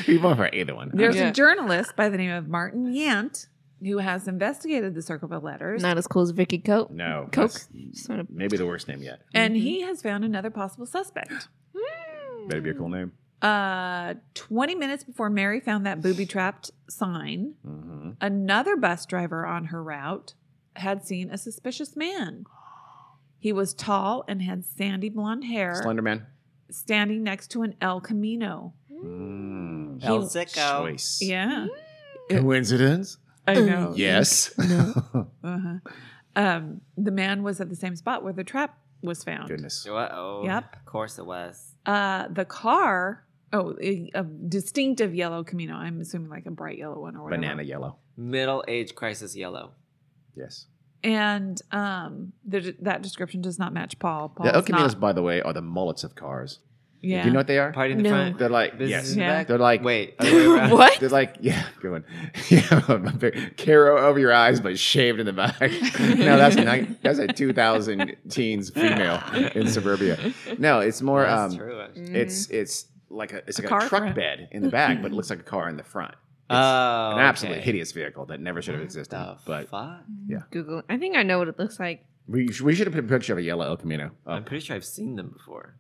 Speaker 2: you vote for either one.
Speaker 1: There's
Speaker 5: Yeah.
Speaker 1: a journalist by the name of Martin Yant who has investigated the Circleville letters,
Speaker 5: Not as cool as Vicky Coke.
Speaker 2: No.
Speaker 5: Coke.
Speaker 2: that's
Speaker 5: Just wanna-
Speaker 2: Maybe the worst name yet.
Speaker 1: and he has found another possible suspect.
Speaker 2: Better be a
Speaker 5: <laughs>
Speaker 2: cool name.
Speaker 1: Uh, 20 minutes before Mary found that booby trapped sign,
Speaker 2: Mm-hmm.
Speaker 1: another bus driver on her route had seen a suspicious man. He was tall and had sandy blonde hair,
Speaker 2: Slenderman.
Speaker 1: standing next to an El Camino.
Speaker 2: Mm.
Speaker 3: El Sicko.
Speaker 2: Choice.
Speaker 1: Yeah, Oh,
Speaker 2: Coincidence?
Speaker 1: I know. <laughs>
Speaker 2: Yes.
Speaker 1: Uh-huh. Um, the man was at the same spot where the trap was
Speaker 2: <laughs>
Speaker 1: found.
Speaker 2: Goodness.
Speaker 3: Uh-oh.
Speaker 1: Yep.
Speaker 3: Oh, Of course it was.
Speaker 1: Uh, the car, oh, a, a distinctive yellow Camino. I'm assuming like a bright yellow one or whatever.
Speaker 2: Banana yellow.
Speaker 3: Middle age crisis yellow.
Speaker 2: Yes.
Speaker 1: And um, the, that description does not match Paul. Paul's
Speaker 2: the El Caminos,
Speaker 1: not.
Speaker 2: by the way, are the mullets of cars.
Speaker 1: Yeah.
Speaker 2: Do you know what they are?
Speaker 3: Party in the
Speaker 5: No.
Speaker 3: front.
Speaker 2: They're like,
Speaker 3: business
Speaker 2: yes.
Speaker 3: in the
Speaker 1: Yeah.
Speaker 3: back.
Speaker 2: They're like,
Speaker 3: Wait. other way around.
Speaker 5: What?
Speaker 2: They're like, yeah, good one. <laughs> Yeah, <laughs> Caro over your eyes, but shaved in the back. <laughs> no, that's a nine, that's a 2000 teens female in suburbia. No, it's more.
Speaker 3: That's
Speaker 2: um,
Speaker 3: true. Actually.
Speaker 2: It's it's like a it's
Speaker 1: Mm. A
Speaker 2: like a,
Speaker 1: car
Speaker 2: truck
Speaker 1: front.
Speaker 2: bed in the back, but it looks like a car in the front.
Speaker 3: Oh,
Speaker 2: An absolutely
Speaker 3: okay.
Speaker 2: hideous vehicle that never should have existed.
Speaker 3: The
Speaker 2: But
Speaker 3: fuck?
Speaker 5: Google. I think I know what it looks like.
Speaker 2: we, sh- we should have put a picture of a yellow El Camino. Oh,
Speaker 3: I'm
Speaker 2: up.
Speaker 3: pretty sure I've seen them before.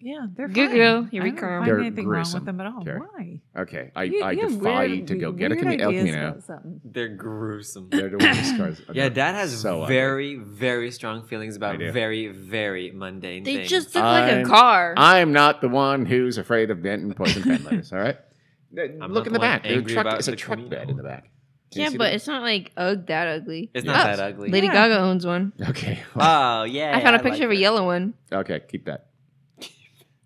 Speaker 1: Yeah, they're
Speaker 7: Goo
Speaker 1: fine.
Speaker 7: goo,
Speaker 1: I don't
Speaker 7: Eureka.
Speaker 1: find
Speaker 2: They're
Speaker 1: anything wrong
Speaker 2: gruesome.
Speaker 1: with them at all.
Speaker 2: Okay.
Speaker 1: Why?
Speaker 2: Okay, I,
Speaker 1: You-
Speaker 2: I
Speaker 1: you have
Speaker 2: defy
Speaker 1: weird-
Speaker 2: you to go get a
Speaker 1: weird
Speaker 2: Camino El
Speaker 1: ideas
Speaker 2: Camino.
Speaker 1: about something.
Speaker 3: They're gruesome.
Speaker 2: They're the worst cars.
Speaker 3: yeah, Dad has
Speaker 2: So ugly.
Speaker 3: very, very strong
Speaker 2: I
Speaker 3: feelings about
Speaker 2: do.
Speaker 3: very, very mundane
Speaker 7: They
Speaker 3: things.
Speaker 7: just look like a
Speaker 2: I'm-
Speaker 7: car.
Speaker 2: I'm not the one who's afraid of dent and poison pen letters.
Speaker 3: <laughs>
Speaker 2: All right,
Speaker 3: not
Speaker 2: look
Speaker 3: the
Speaker 2: in the
Speaker 3: one
Speaker 2: back. There's a
Speaker 3: angry
Speaker 2: truck,
Speaker 3: about
Speaker 2: it's a
Speaker 3: the
Speaker 2: truck
Speaker 3: Camino.
Speaker 2: bed in the back. Can you
Speaker 7: yeah,
Speaker 2: see
Speaker 7: but
Speaker 2: the-
Speaker 7: it's not like ugh that ugly.
Speaker 3: it's
Speaker 2: Yeah.
Speaker 3: not that ugly.
Speaker 7: Lady
Speaker 1: Yeah.
Speaker 7: Gaga owns one.
Speaker 2: <laughs>
Speaker 3: <laughs>
Speaker 2: okay.
Speaker 3: Oh yeah.
Speaker 7: I found a
Speaker 3: like
Speaker 7: picture of a
Speaker 3: that.
Speaker 7: yellow one. <laughs>
Speaker 2: okay, keep that.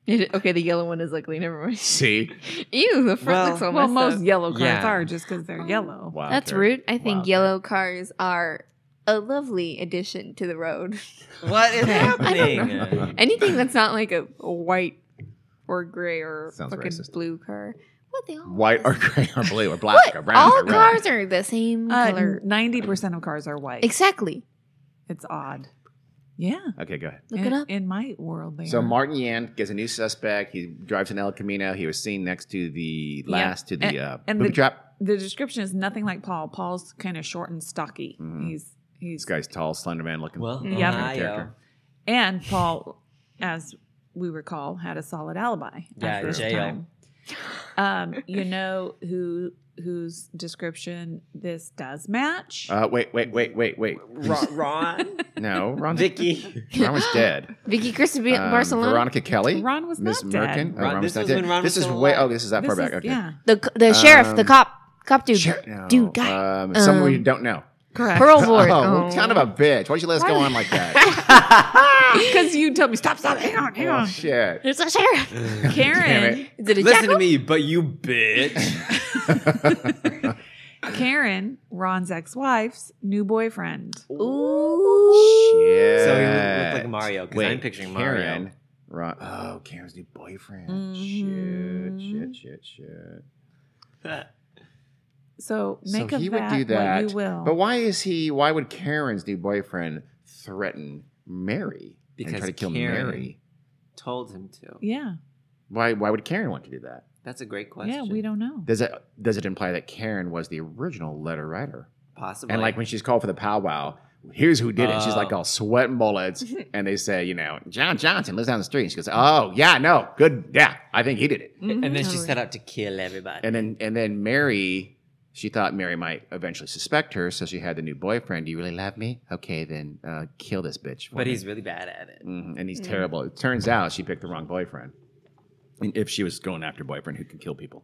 Speaker 7: It- okay, the yellow one is ugly. Never mind.
Speaker 5: <laughs>
Speaker 2: See,
Speaker 7: Ew, the front
Speaker 3: Well-
Speaker 7: looks all
Speaker 1: Well,
Speaker 7: messed
Speaker 1: most Oh.
Speaker 7: up.
Speaker 1: yellow cars
Speaker 3: Yeah.
Speaker 1: are just because they're yellow.
Speaker 2: wow,
Speaker 5: That's
Speaker 2: Karen.
Speaker 5: rude. I think
Speaker 2: Wow,
Speaker 5: yellow. yellow cars are a lovely addition to the road. <laughs>
Speaker 3: What
Speaker 7: <laughs>
Speaker 3: is
Speaker 2: know.
Speaker 3: happening?
Speaker 5: Anything that's not like a, a white or gray or
Speaker 2: Sounds
Speaker 5: fucking
Speaker 2: racist.
Speaker 5: blue car.
Speaker 4: What they all
Speaker 2: White or gray or blue or black
Speaker 5: What?
Speaker 2: or brown
Speaker 5: All
Speaker 2: or red.
Speaker 5: cars are the same
Speaker 7: Uh,
Speaker 5: color.
Speaker 1: Uh, Ninety percent of cars are white.
Speaker 5: Exactly.
Speaker 1: it's odd. Yeah,
Speaker 2: Okay, go ahead.
Speaker 4: Look
Speaker 1: in,
Speaker 4: it up.
Speaker 1: in my world. They
Speaker 2: So
Speaker 1: are.
Speaker 2: Martin Yan gets a new suspect. He drives an El Camino. He was seen next to the last to the
Speaker 1: And-
Speaker 2: uh,
Speaker 1: and
Speaker 2: booby
Speaker 1: the-
Speaker 2: trap.
Speaker 1: the description is nothing like Paul. Paul's kind of short and stocky.
Speaker 2: Mhm.
Speaker 1: He's
Speaker 2: This
Speaker 1: he's
Speaker 2: guy's tall, slender man looking.
Speaker 3: well,
Speaker 1: Yeah.
Speaker 3: yeah.
Speaker 2: Character.
Speaker 1: and Paul, as we recall, had a solid alibi.
Speaker 3: Yeah,
Speaker 1: at this
Speaker 3: jail.
Speaker 1: time. Um, you know who whose description this does match?
Speaker 2: uh, wait, wait, wait, wait, wait.
Speaker 3: Ron, Ron
Speaker 2: No,
Speaker 1: <laughs>
Speaker 2: Ron. <laughs>
Speaker 3: Vicky.
Speaker 2: Ron was dead.
Speaker 5: Vicky Crispy
Speaker 2: Um,
Speaker 5: Barcelona.
Speaker 2: Veronica Kelly.
Speaker 1: Ron was
Speaker 2: Miss
Speaker 1: not dead.
Speaker 2: Merkin. Oh,
Speaker 3: Ron-
Speaker 2: Ron
Speaker 3: this
Speaker 2: was not
Speaker 3: was
Speaker 2: dead.
Speaker 3: when Ron was
Speaker 2: this is
Speaker 3: still
Speaker 2: way.
Speaker 3: alive.
Speaker 2: Oh, this is that
Speaker 1: This
Speaker 2: far back.
Speaker 1: is-
Speaker 2: Okay.
Speaker 1: Yeah,
Speaker 4: The c- the sheriff, the
Speaker 2: Um,
Speaker 4: cop, cop dude.
Speaker 5: <laughs>
Speaker 2: Shit, no.
Speaker 4: Dude, guy.
Speaker 2: Um, someone
Speaker 4: Um,
Speaker 2: you don't know.
Speaker 1: correct.
Speaker 4: Pearl board.
Speaker 2: <laughs> Oh,
Speaker 5: Oh.
Speaker 2: kind of a bitch. Why'd you let us go on like that?
Speaker 1: <laughs> Because you told me stop, stop, hang on, <laughs> hang
Speaker 2: oh
Speaker 1: on. <laughs>
Speaker 2: shit. <laughs>
Speaker 4: There's a sheriff.
Speaker 2: Damn
Speaker 1: Karen,
Speaker 2: it.
Speaker 5: Is it a
Speaker 3: Listen to me, but you bitch.
Speaker 1: <laughs> Karen, Ron's ex-wife's new boyfriend.
Speaker 2: shit.
Speaker 3: So he looked like Mario because
Speaker 2: Wait,
Speaker 3: I'm picturing
Speaker 2: Karen.
Speaker 3: Mario.
Speaker 2: Ron- oh, Karen's new boyfriend.
Speaker 1: Mhm.
Speaker 2: Shit, shit, shit, shit.
Speaker 1: So
Speaker 2: So
Speaker 1: make
Speaker 2: he
Speaker 1: of
Speaker 2: would
Speaker 1: that,
Speaker 2: do
Speaker 1: what
Speaker 2: that,
Speaker 1: you will.
Speaker 2: But why is he? Why would Karen's new boyfriend threaten Mary and
Speaker 3: Because
Speaker 2: try to kill
Speaker 3: Karen-
Speaker 2: Mary?
Speaker 3: Told him to.
Speaker 1: yeah,
Speaker 2: Why? Why would Karen want to do that?
Speaker 3: That's a great question.
Speaker 1: yeah, we don't know.
Speaker 2: Does it? Does it imply that Karen was the original letter writer?
Speaker 3: possibly.
Speaker 2: And like when she's called for the powwow, here's who did it. She's like
Speaker 3: Oh.
Speaker 2: all sweating bullets,
Speaker 1: <laughs>
Speaker 2: and they say, you know, John Johnson lives down the street. And she goes, oh yeah, no, good, yeah, I think he did it.
Speaker 1: Mm-hmm.
Speaker 3: and then she set out to kill everybody.
Speaker 2: And then and then Mary, she thought Mary might eventually suspect her, so she had the new boyfriend. Do you really love me? Okay, then uh, kill this bitch. for
Speaker 3: but
Speaker 2: me."
Speaker 3: he's really bad at it.
Speaker 2: Mhm, and he's
Speaker 1: Mm-hmm.
Speaker 2: terrible. It turns out she picked the wrong boyfriend. And if she was going after a boyfriend who could kill people,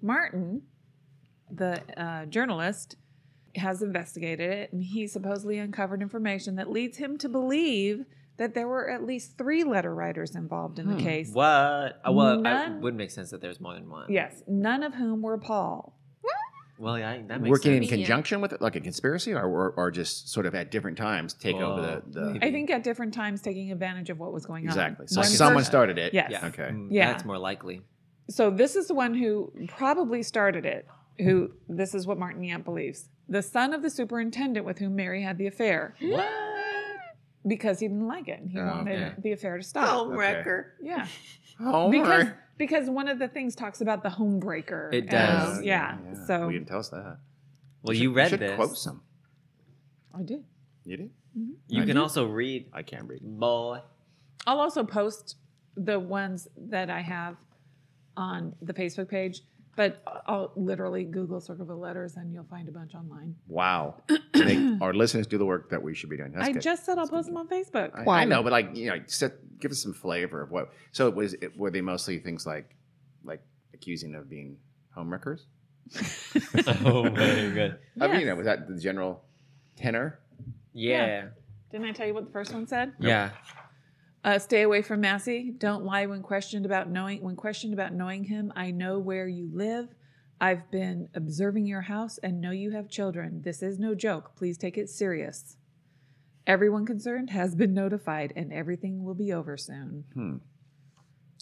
Speaker 1: Mm-hmm. Martin, the uh, journalist, has investigated it and he supposedly uncovered information that leads him to believe that there were at least three letter writers involved in
Speaker 2: Hmm.
Speaker 1: the case.
Speaker 3: What? Uh, well, it
Speaker 1: None-
Speaker 3: would make sense that there's more than one.
Speaker 1: Yes, none of whom were Paul.
Speaker 3: Well, yeah, that makes
Speaker 2: working in
Speaker 3: sense.
Speaker 2: conjunction with it, like a conspiracy, or, or or just sort of at different times take over
Speaker 3: Whoa.
Speaker 2: the, the
Speaker 1: I think at different times taking advantage of what was going on.
Speaker 2: Exactly. So
Speaker 1: One
Speaker 2: someone
Speaker 1: person-
Speaker 2: started it.
Speaker 1: Yes.
Speaker 3: Yeah.
Speaker 2: <laughs> Okay.
Speaker 3: Mm,
Speaker 1: Yeah.
Speaker 3: That's more
Speaker 1: <gasps>
Speaker 3: likely.
Speaker 1: So this is the one who probably started it. Who this is what Martin Yamp believes. The son of the superintendent with whom Mary had the affair. What? Because he didn't like it. and He
Speaker 2: Oh,
Speaker 1: wanted
Speaker 3: okay.
Speaker 1: the affair to stop.
Speaker 2: wrecker.
Speaker 1: Yeah.
Speaker 2: Home
Speaker 1: because because one of the things talks about the home breaker.
Speaker 3: It
Speaker 1: as-
Speaker 3: does.
Speaker 1: yeah, So
Speaker 2: Oh, you didn't tell us that.
Speaker 3: Well,
Speaker 2: should-
Speaker 3: you read
Speaker 2: should
Speaker 3: this.
Speaker 2: Quote some.
Speaker 1: I did.
Speaker 2: You did.
Speaker 3: You
Speaker 2: I
Speaker 3: can
Speaker 2: do.
Speaker 3: also read
Speaker 2: I can't read. <laughs>
Speaker 3: <laughs> boy.
Speaker 1: I'll also post the ones that I have on the Facebook page, but I'll literally Google Circleville letters and you'll find a bunch online.
Speaker 2: Wow. Make our listeners do the work that we should be doing. That's
Speaker 1: I
Speaker 2: good.
Speaker 1: just said I'll post them on Facebook.
Speaker 2: I, I know, but like you know, set, give us some flavor of what. So it was. It, were they mostly things like, like accusing of being homewreckers?
Speaker 3: oh my god.
Speaker 2: I mean, you
Speaker 1: Yes.
Speaker 2: know, was that the general tenor?
Speaker 3: Yeah.
Speaker 1: Didn't I tell you what the first one said?
Speaker 3: Yeah.
Speaker 1: Uh, stay away from Massey. Don't lie when questioned about knowing when questioned about knowing him. I know where you live. I've been observing your house and know you have children. This is no joke. Please take it serious. Everyone concerned has been notified and everything will be over soon.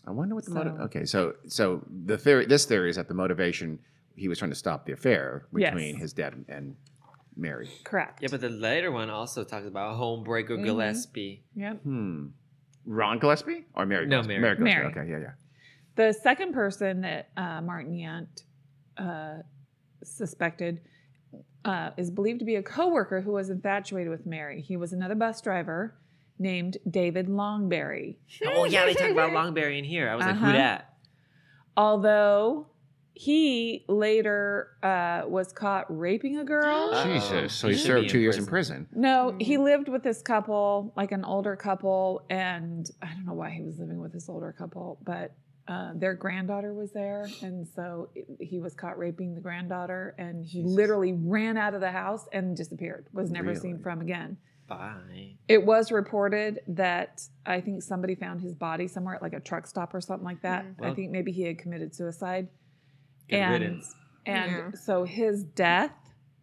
Speaker 2: I wonder what the motive.
Speaker 1: So-
Speaker 2: Okay, so so the theory, this theory is that the motivation he was trying to stop the affair
Speaker 1: Yes.
Speaker 2: between his dad and, and Mary.
Speaker 1: Correct.
Speaker 3: Yeah, but the later one also talks about homebreaker
Speaker 1: Mhm.
Speaker 3: Gillespie.
Speaker 1: Yep.
Speaker 2: Hmm. Ron Gillespie or Mary?
Speaker 3: No,
Speaker 2: Gillespie?
Speaker 3: Mary.
Speaker 2: Gillespie.
Speaker 1: Mary.
Speaker 2: Okay, yeah, yeah.
Speaker 1: The second person that uh, Martin Yant uh, suspected uh, is believed to be a coworker who was infatuated with Mary. He was another bus driver, named David Longberry.
Speaker 3: Oh yeah, they
Speaker 1: <laughs>
Speaker 3: talk about Longberry in here. I was like,
Speaker 1: Uh-huh.
Speaker 3: who that?
Speaker 1: Although he later uh, was caught raping a girl.
Speaker 2: <gasps>
Speaker 3: Uh,
Speaker 2: Jesus. So
Speaker 3: he
Speaker 2: he
Speaker 3: should be
Speaker 2: served
Speaker 3: in
Speaker 2: two years in
Speaker 3: prison.
Speaker 2: prison.
Speaker 1: No, he lived with this couple, like an older couple, and I don't know why he was living with this older couple, but uh, their granddaughter was there, and so it- he was caught raping the granddaughter, and he literally ran out of the house and disappeared, was never seen
Speaker 2: Really?
Speaker 1: from again.
Speaker 3: Bye.
Speaker 1: It was reported that I think somebody found his body somewhere at like a truck stop or something like that.
Speaker 3: Well-
Speaker 1: I think maybe he had committed suicide.
Speaker 3: Good
Speaker 1: and
Speaker 3: riddance.
Speaker 1: and
Speaker 5: Yeah.
Speaker 1: so his death,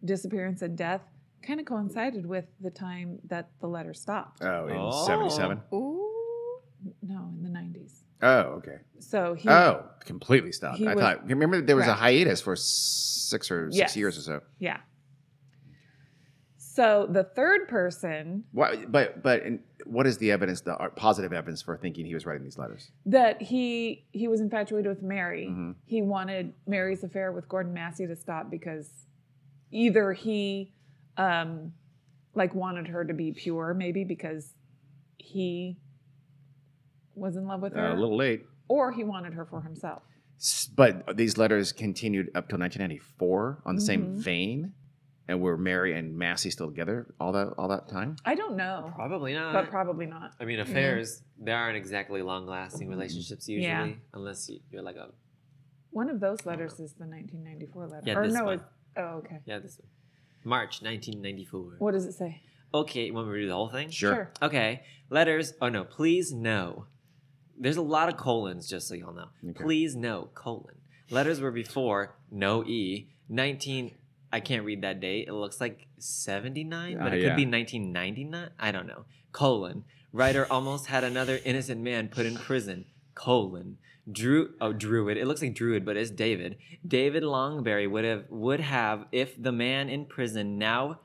Speaker 1: disappearance and death kind of coincided with the time that the letter stopped.
Speaker 2: Oh,
Speaker 3: in Oh.
Speaker 2: 77.
Speaker 3: 77?
Speaker 5: Ooh.
Speaker 1: No, in the 90s.
Speaker 2: Oh, okay.
Speaker 1: So he
Speaker 2: oh, completely stopped.
Speaker 1: he
Speaker 2: I
Speaker 1: was-
Speaker 2: thought, remember there was
Speaker 1: Correct.
Speaker 2: a hiatus for six or six
Speaker 1: Yes.
Speaker 2: years or so.
Speaker 1: yeah. So the third person
Speaker 2: Why, but but in, what is the evidence, the uh, positive evidence for thinking he was writing these letters?
Speaker 1: that he he was infatuated with Mary.
Speaker 2: Mhm.
Speaker 1: He wanted Mary's affair with Gordon Massey to stop because either he um like wanted her to be pure maybe because he was in love with her
Speaker 2: Uh, a little late.
Speaker 1: or he wanted her for himself.
Speaker 2: S- But these letters continued up till 1994 on the same
Speaker 1: Mhm.
Speaker 2: vein, and were Mary and Massey still together all that all that time?
Speaker 1: I don't know,
Speaker 3: Probably not.
Speaker 1: but probably not.
Speaker 3: I mean, affairs they aren't exactly long-lasting relationships usually,
Speaker 1: Yeah.
Speaker 3: unless you- you're like a
Speaker 1: One of those letters is the 1994 letter.
Speaker 3: Yeah,
Speaker 1: or
Speaker 3: this
Speaker 1: no,
Speaker 3: one.
Speaker 1: it- oh okay.
Speaker 3: yeah this one. March 1994.
Speaker 1: What does it say?
Speaker 3: Okay, want me to do the whole thing?
Speaker 1: Sure.
Speaker 3: Okay, letters. Oh no, please no. There's a lot of colons, just so y'all know.
Speaker 2: Okay.
Speaker 3: Please no colon. Letters were before no e. Nineteen. I can't read that date. It looks like seventy nine, but
Speaker 2: Ah,
Speaker 3: it
Speaker 2: yeah.
Speaker 3: could be nineteen ninety nine. I don't know. Colon. Writer almost had another innocent man put in prison. Colon. Drew. Oh, Druid. It looks like Druid, but it's David. David Longberry would have would have if the man in prison now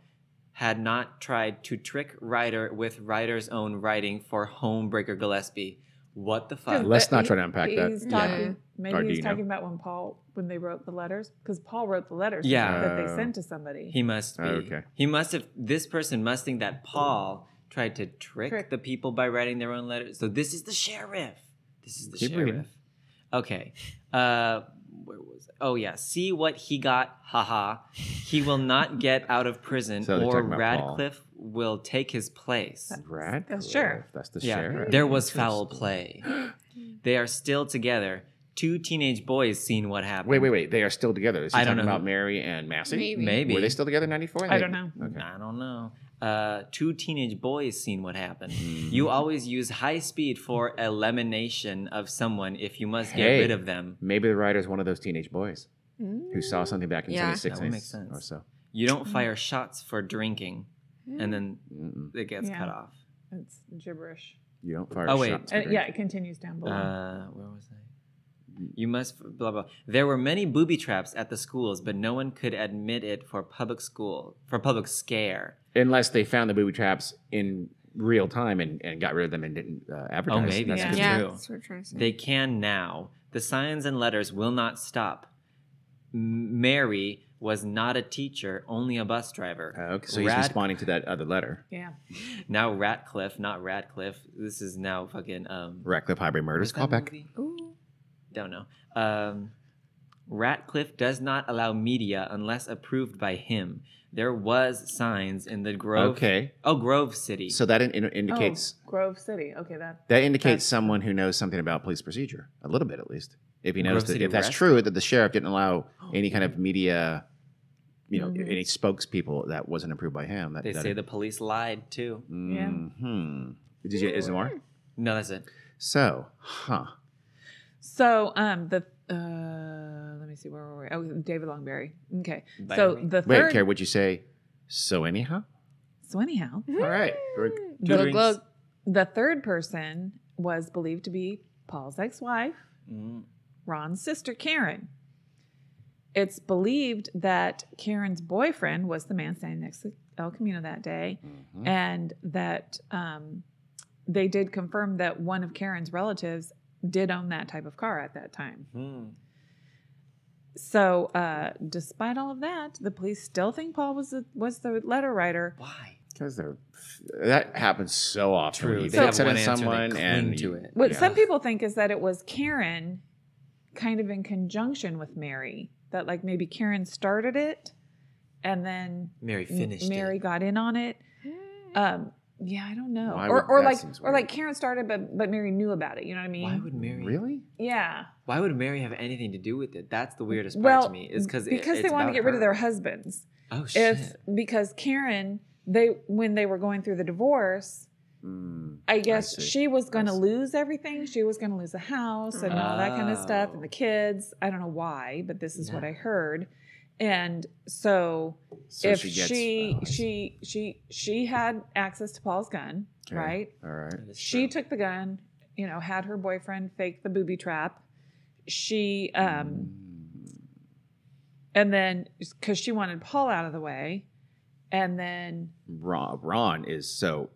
Speaker 3: had not tried to trick Ryder with Ryder's own writing for Homebreaker Gillespie. What the fuck?
Speaker 1: Does
Speaker 2: Let's
Speaker 1: that-
Speaker 2: not try to unpack that.
Speaker 1: He's
Speaker 5: Yeah.
Speaker 1: talking.
Speaker 2: Or do
Speaker 1: Maybe he's
Speaker 2: you know?
Speaker 1: talking about when Paul when they wrote the letters because Paul wrote the letters.
Speaker 3: Yeah.
Speaker 1: that they
Speaker 2: Oh.
Speaker 1: sent to somebody.
Speaker 3: He must be.
Speaker 2: Oh, okay.
Speaker 3: He must have. This person must think that Paul tried to trick,
Speaker 1: Trick.
Speaker 3: the people by writing their own letters. So this is the sheriff. This is the
Speaker 2: Keep
Speaker 3: sheriff.
Speaker 2: reading.
Speaker 3: Okay. Uh, where was? I? Oh yeah. See what he got. Haha. He will not get out of prison,
Speaker 2: So they're
Speaker 3: or
Speaker 2: talking about Paul.
Speaker 3: Radcliffe will take his place.
Speaker 2: Rad.
Speaker 1: Oh, sure.
Speaker 2: That's the
Speaker 3: Yeah,
Speaker 2: sheriff.
Speaker 3: there was foul play. They are still together. Two teenage boys seen what happened.
Speaker 2: Wait, wait, wait. They are still together. Is he
Speaker 3: I don't
Speaker 2: talking
Speaker 3: know.
Speaker 2: about Mary and Massey?
Speaker 5: Maybe.
Speaker 3: Maybe.
Speaker 2: Were they still together in 94?
Speaker 1: I don't know.
Speaker 2: Okay.
Speaker 3: I don't know. Uh, two teenage boys seen what happened.
Speaker 1: Mm.
Speaker 3: You always use high speed for elimination of someone if you must
Speaker 2: Hey.
Speaker 3: get rid of them.
Speaker 2: Maybe the writer's one of those teenage boys who saw something back in
Speaker 5: Yeah.
Speaker 2: 76
Speaker 3: That would make sense.
Speaker 2: or so.
Speaker 3: You don't fire shots for drinking, and then
Speaker 2: Mm-mm.
Speaker 3: it gets
Speaker 1: Yeah.
Speaker 3: cut off.
Speaker 1: Mm, It's gibberish.
Speaker 2: You don't fire
Speaker 3: Oh, wait.
Speaker 2: shots.
Speaker 1: Uh,
Speaker 2: for
Speaker 1: yeah,
Speaker 2: drink.
Speaker 1: it continues down below.
Speaker 3: Uh, where was I? You must blah blah. There were many booby traps at the schools, but no one could admit it for public school for public scare.
Speaker 2: Unless they found the booby traps in real time and, and got rid of them and didn't uh, advertise.
Speaker 3: Oh, maybe.
Speaker 2: That's
Speaker 1: Yeah.
Speaker 2: good.
Speaker 5: Yeah,
Speaker 3: true.
Speaker 5: that's what we're trying to say.
Speaker 3: They can now. The signs and letters will not stop. M- Mary was not a teacher, only a bus driver.
Speaker 2: Uh, okay. So he's
Speaker 3: Rad-
Speaker 2: responding to that other letter.
Speaker 1: yeah.
Speaker 3: Now Ratcliffe, not Radcliffe. This is now fucking um.
Speaker 2: Ratcliffe Highbury Murders.
Speaker 3: what's
Speaker 2: Call
Speaker 3: that
Speaker 2: back.
Speaker 3: movie? Don't know. Um, Ratcliffe does not allow media unless approved by him. There was signs in the Grove.
Speaker 2: Okay.
Speaker 3: Oh, Grove City.
Speaker 2: So that in, in- indicates
Speaker 1: oh, Grove City. Okay, that.
Speaker 2: that indicates someone who knows something about police procedure, a little bit at least. If he knows
Speaker 3: Grove
Speaker 2: that,
Speaker 3: City
Speaker 2: if that's
Speaker 3: Arrest?
Speaker 2: true, that the sheriff didn't
Speaker 3: <gasps>
Speaker 2: allow any kind of media, you know,
Speaker 1: Mhm.
Speaker 2: any spokespeople that wasn't approved by him. That,
Speaker 3: they
Speaker 2: that
Speaker 3: say the police lied too.
Speaker 1: Yeah.
Speaker 2: Hmm. Did you? Is there more?
Speaker 3: No, that's it.
Speaker 2: So, huh?
Speaker 1: So um the uh let me see where were we? Oh, David Longberry. Okay.
Speaker 3: By
Speaker 1: so
Speaker 3: me.
Speaker 1: the
Speaker 2: Wait,
Speaker 1: third.
Speaker 2: Carrie, would you say so anyhow?
Speaker 1: so anyhow,
Speaker 2: All right. Very-
Speaker 3: Two
Speaker 1: the,
Speaker 3: drinks.
Speaker 1: the third person was believed to be Paul's ex-wife.
Speaker 3: Mm.
Speaker 1: Ron's sister, Karen. It's believed that Karen's boyfriend was the man standing next to El Camino that day,
Speaker 2: Mhm.
Speaker 1: and that um, they did confirm that one of Karen's relatives did own that type of car at that time.
Speaker 3: Mm.
Speaker 1: So, uh, despite all of that, the police still think Paul was the, was the letter writer
Speaker 3: Why?
Speaker 2: Because they're that happens so often.
Speaker 3: True.
Speaker 2: You
Speaker 3: They
Speaker 2: get
Speaker 3: have
Speaker 2: upset
Speaker 3: one
Speaker 2: at
Speaker 3: answer.
Speaker 2: someone
Speaker 3: they cling
Speaker 2: and
Speaker 3: to
Speaker 2: you-
Speaker 3: it.
Speaker 1: What
Speaker 2: Yeah.
Speaker 1: some people think is that it was Karen kind of in conjunction with Mary, that like maybe Karen started it and then
Speaker 3: Mary
Speaker 1: M-
Speaker 3: finished
Speaker 1: Mary
Speaker 3: it.
Speaker 1: got in on it. Um, yeah, I don't know.
Speaker 2: Why
Speaker 1: or
Speaker 2: would-
Speaker 1: or
Speaker 2: that
Speaker 1: like
Speaker 2: seems
Speaker 1: or like
Speaker 2: weird.
Speaker 1: Karen started but but Mary knew about it, you know what I mean?
Speaker 3: Why would Mary?
Speaker 2: really?
Speaker 1: yeah.
Speaker 3: Why would Mary have anything to do with it? That's the weirdest part
Speaker 1: Well,
Speaker 3: to me. Is because
Speaker 1: because they wanted to get rid of their husbands.
Speaker 3: Oh shit!
Speaker 1: If because Karen they when they were going through the divorce,
Speaker 2: Mm.
Speaker 1: I guess
Speaker 2: see.
Speaker 1: she was going to
Speaker 2: see.
Speaker 1: lose everything. She was going to lose the house and all that kind of stuff and
Speaker 3: Oh.
Speaker 1: the kids. I don't know why, but this is what
Speaker 3: Yeah.
Speaker 1: I heard. And so,
Speaker 2: So
Speaker 1: if
Speaker 2: she gets
Speaker 1: she
Speaker 2: oh, I see.
Speaker 1: she she she had access to Paul's gun,
Speaker 2: Okay.
Speaker 1: right?
Speaker 2: all right.
Speaker 3: That is
Speaker 1: She
Speaker 3: true.
Speaker 1: took the gun, you know, had her boyfriend fake the booby trap. She
Speaker 2: Mm.
Speaker 1: um and then cuz she wanted Paul out of the way and then
Speaker 2: Ron, Ron is so.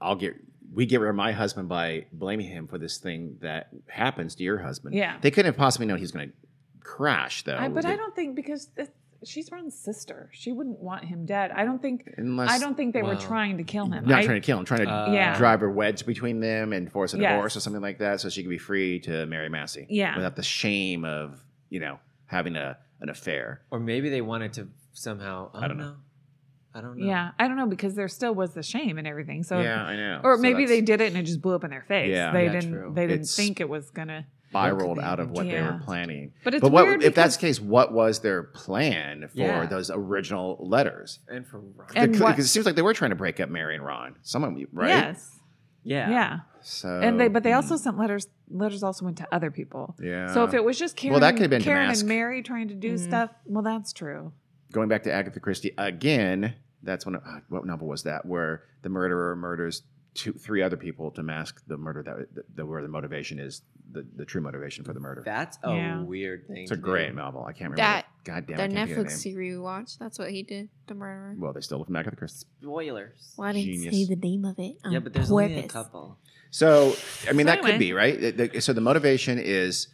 Speaker 2: I'll get we get rid of my husband by blaming him for this thing that happens to your husband.
Speaker 1: Yeah.
Speaker 2: they couldn't have possibly known he's going to crash though.
Speaker 1: I, but I
Speaker 2: They-
Speaker 1: don't think because th- she's Ron's sister. She wouldn't want him dead. I don't think
Speaker 2: Unless
Speaker 1: I don't think they were
Speaker 3: Wow.
Speaker 1: trying to kill him.
Speaker 2: not
Speaker 1: I,
Speaker 2: trying to kill him, trying to
Speaker 3: Uh,
Speaker 1: Yeah.
Speaker 2: drive a wedge between them and force a
Speaker 1: Yes.
Speaker 2: divorce or something like that, so she could be free to marry Massey.
Speaker 1: Yeah.
Speaker 2: without the shame of you know having a an affair.
Speaker 3: Or maybe they wanted to somehow.
Speaker 2: don't
Speaker 3: I, don't
Speaker 2: know.
Speaker 3: know. I don't know.
Speaker 1: yeah, I don't know because there still was the shame and everything. So
Speaker 2: yeah, I know.
Speaker 1: or
Speaker 2: So
Speaker 1: maybe they
Speaker 2: that's
Speaker 1: did it and it just blew up in their face.
Speaker 2: Yeah.
Speaker 1: they
Speaker 3: Yeah,
Speaker 1: didn't
Speaker 3: true.
Speaker 1: they didn't
Speaker 2: It's-
Speaker 1: think it was going to
Speaker 2: spiraled out of what they
Speaker 1: Yeah.
Speaker 2: were planning.
Speaker 1: But it's
Speaker 2: but what,
Speaker 1: weird
Speaker 2: if that's
Speaker 1: because-
Speaker 2: the case, what was their plan for
Speaker 3: Yeah.
Speaker 2: those original letters?
Speaker 3: And for Ron.
Speaker 1: And what-
Speaker 2: Because it seems like they were trying to break up Mary and Ron. Someone, right?
Speaker 1: Yes.
Speaker 3: yeah.
Speaker 1: yeah.
Speaker 2: So hmm.
Speaker 1: and they but they also sent letters letters also went to other people
Speaker 2: yeah.
Speaker 1: so if it was just Karen,
Speaker 2: Well, that could've been
Speaker 1: Karen
Speaker 2: Damask.
Speaker 1: and Mary trying to do
Speaker 7: Mhm.
Speaker 1: stuff, well, that's true.
Speaker 2: going back to Agatha Christie again, that's when uh, what novel was that where the murderer murders two, three other people to mask the murder that, that, where the motivation is the, the true motivation for the murder.
Speaker 3: That's a
Speaker 1: Yeah.
Speaker 3: weird thing.
Speaker 2: it's a
Speaker 3: to do.
Speaker 2: great novel. I can't remember.
Speaker 5: That-
Speaker 2: God damn
Speaker 5: That
Speaker 2: it.
Speaker 5: Netflix series we watched, that's what he did, the murderer.
Speaker 2: Well, they stole it from Agatha Christie.
Speaker 3: Spoilers.
Speaker 4: Why didn't
Speaker 2: Genius.
Speaker 4: say the name of it?
Speaker 3: Yeah,
Speaker 4: on
Speaker 3: but there's only a
Speaker 4: purpose?
Speaker 3: couple.
Speaker 2: So, I mean,
Speaker 1: So
Speaker 2: that could
Speaker 1: anyway.
Speaker 2: be right. The- the- So the motivation is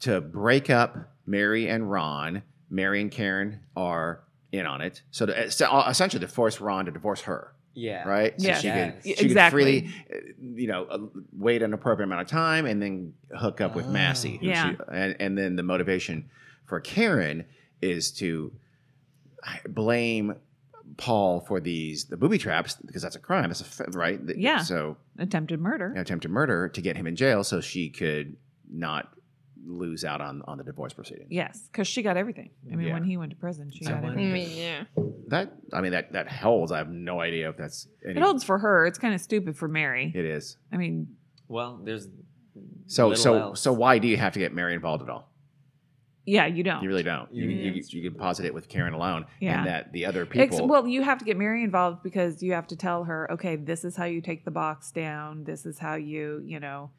Speaker 2: to break up Mary and Ron. Mary and Karen are in on it. So, to, so uh, essentially, to force Ron to divorce her,
Speaker 3: Yeah.
Speaker 2: right? So
Speaker 1: Yes.
Speaker 2: she could,
Speaker 3: Yes.
Speaker 2: she
Speaker 1: Exactly.
Speaker 2: could freely, uh, you know, uh, wait an appropriate amount of time and then hook up with
Speaker 3: Oh.
Speaker 2: Massey. who
Speaker 1: Yeah.
Speaker 2: she- and, and then the motivation for Karen is to blame Paul for these the booby traps because that's a crime. That's a f- right. The-
Speaker 1: Yeah.
Speaker 2: So
Speaker 1: Attempted murder.
Speaker 2: attempted murder to get him in jail so she could not lose out on, on the divorce proceeding.
Speaker 1: Yes, because she got everything. I mean,
Speaker 2: Yeah.
Speaker 1: when he went to prison, she
Speaker 3: I
Speaker 1: got
Speaker 3: wonder-
Speaker 1: everything.
Speaker 5: yeah.
Speaker 2: That I mean that that holds. I have no idea if that's any,
Speaker 1: It holds for her. It's kind of stupid for Mary.
Speaker 2: it is.
Speaker 1: I mean,
Speaker 3: Well, there's.
Speaker 2: So
Speaker 3: little
Speaker 2: so
Speaker 3: else.
Speaker 2: so why do you have to get Mary involved at all?
Speaker 1: yeah, you don't.
Speaker 2: You really don't. You
Speaker 3: Yeah,
Speaker 2: you, you can posit it with Karen alone
Speaker 1: Yeah.
Speaker 2: and that the other people
Speaker 1: Ex- well, you have to get Mary involved because you have to tell her, okay, this is how you take the box down. This is how you, you know,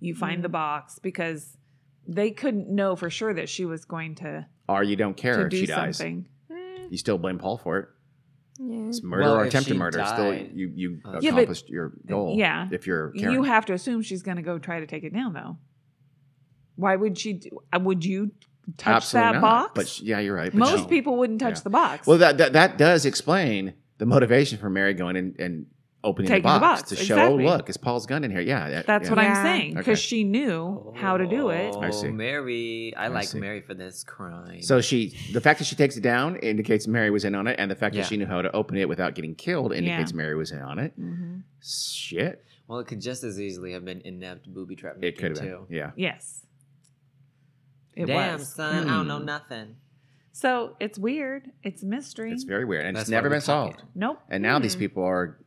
Speaker 1: you find
Speaker 3: Mm-hmm.
Speaker 1: the box because they couldn't know for sure that she was going to,
Speaker 2: or you don't care
Speaker 1: to
Speaker 2: if
Speaker 1: do
Speaker 2: she dies.
Speaker 1: something.
Speaker 2: You still blame Paul for it.
Speaker 5: Yeah.
Speaker 2: It's murder
Speaker 3: Well,
Speaker 2: or
Speaker 3: if
Speaker 2: attempted
Speaker 3: she
Speaker 2: murder. Still
Speaker 3: died-
Speaker 2: you you
Speaker 3: Uh,
Speaker 1: Yeah, but-
Speaker 2: accomplished your goal.
Speaker 1: Yeah.
Speaker 2: If you're Karen.
Speaker 1: You have to assume she's going to go try to take it down, though. Why would she? Do, uh, would you touch
Speaker 2: Absolutely
Speaker 1: that
Speaker 2: not.
Speaker 1: box?
Speaker 2: But sh- yeah, you're right. but
Speaker 1: Most
Speaker 2: she-
Speaker 1: people wouldn't touch
Speaker 2: Yeah.
Speaker 1: the box.
Speaker 2: Well, that, that that does explain the motivation for Mary going and, and opening the
Speaker 1: Taking the
Speaker 2: box,
Speaker 1: box,
Speaker 2: to show,
Speaker 1: exactly.
Speaker 2: oh look, it's Paul's gun in here. Yeah, that-
Speaker 1: that's
Speaker 2: yeah.
Speaker 1: what I'm
Speaker 5: Yeah.
Speaker 1: saying
Speaker 2: Okay.
Speaker 1: because she knew how to do it.
Speaker 3: Oh,
Speaker 2: I see.
Speaker 3: Mary. I,
Speaker 2: I
Speaker 3: like
Speaker 2: see.
Speaker 3: Mary for this crime.
Speaker 2: So she, the fact that she takes it down indicates Mary was in on it, and the fact
Speaker 3: Yeah.
Speaker 2: that she knew how to open it without getting killed indicates Mary was in on it.
Speaker 1: Mhm.
Speaker 2: Shit,
Speaker 3: well, it could just as easily have been inept booby trap.
Speaker 2: it
Speaker 3: making,
Speaker 2: could have been.
Speaker 3: too.
Speaker 2: Yeah,
Speaker 1: Yes, it
Speaker 3: Damn,
Speaker 1: was.
Speaker 3: son, I don't know
Speaker 2: Hmm.
Speaker 3: nothing.
Speaker 1: So it's weird. It's a mystery.
Speaker 2: it's very weird, and
Speaker 3: That's
Speaker 2: it's
Speaker 3: why
Speaker 2: never
Speaker 3: we
Speaker 2: been
Speaker 3: talk
Speaker 2: solved.
Speaker 3: it.
Speaker 1: nope.
Speaker 2: And now these people are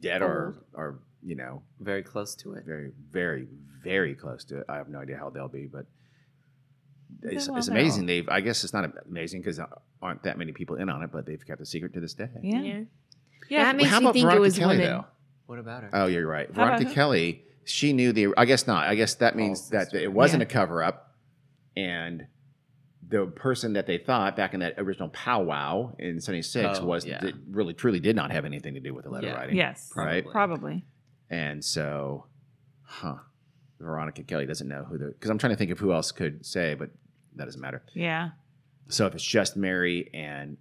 Speaker 2: dead or are you know
Speaker 3: Very close to it.
Speaker 2: very very very close to it. I have no idea how they'll be, but it's,
Speaker 1: well,
Speaker 2: it's
Speaker 1: they're
Speaker 2: amazing.
Speaker 1: all-
Speaker 2: They've I guess it's not amazing because aren't that many people in on it, but they've kept a secret to this day.
Speaker 1: Yeah.
Speaker 5: Yeah.
Speaker 1: Yeah.
Speaker 5: That makes you think it was women.
Speaker 3: What about Oh, her?
Speaker 2: Oh, you're right.
Speaker 1: How about
Speaker 2: Veronica
Speaker 1: who?
Speaker 2: Kelly. She knew the. I guess not. I guess that means
Speaker 3: Paul's
Speaker 2: that
Speaker 3: sister.
Speaker 2: it wasn't a cover up, and the person that they thought back in that original powwow in '76
Speaker 3: Oh,
Speaker 2: was
Speaker 3: yeah.
Speaker 2: that really truly did not have anything to do with the letter
Speaker 3: Yeah.
Speaker 2: writing.
Speaker 1: Yes.
Speaker 2: Pro- right?
Speaker 1: Probably.
Speaker 2: And so, huh? Veronica Kelly doesn't know who the. Because I'm trying to think of who else could say, but that doesn't matter.
Speaker 1: Yeah.
Speaker 2: So if it's just Mary and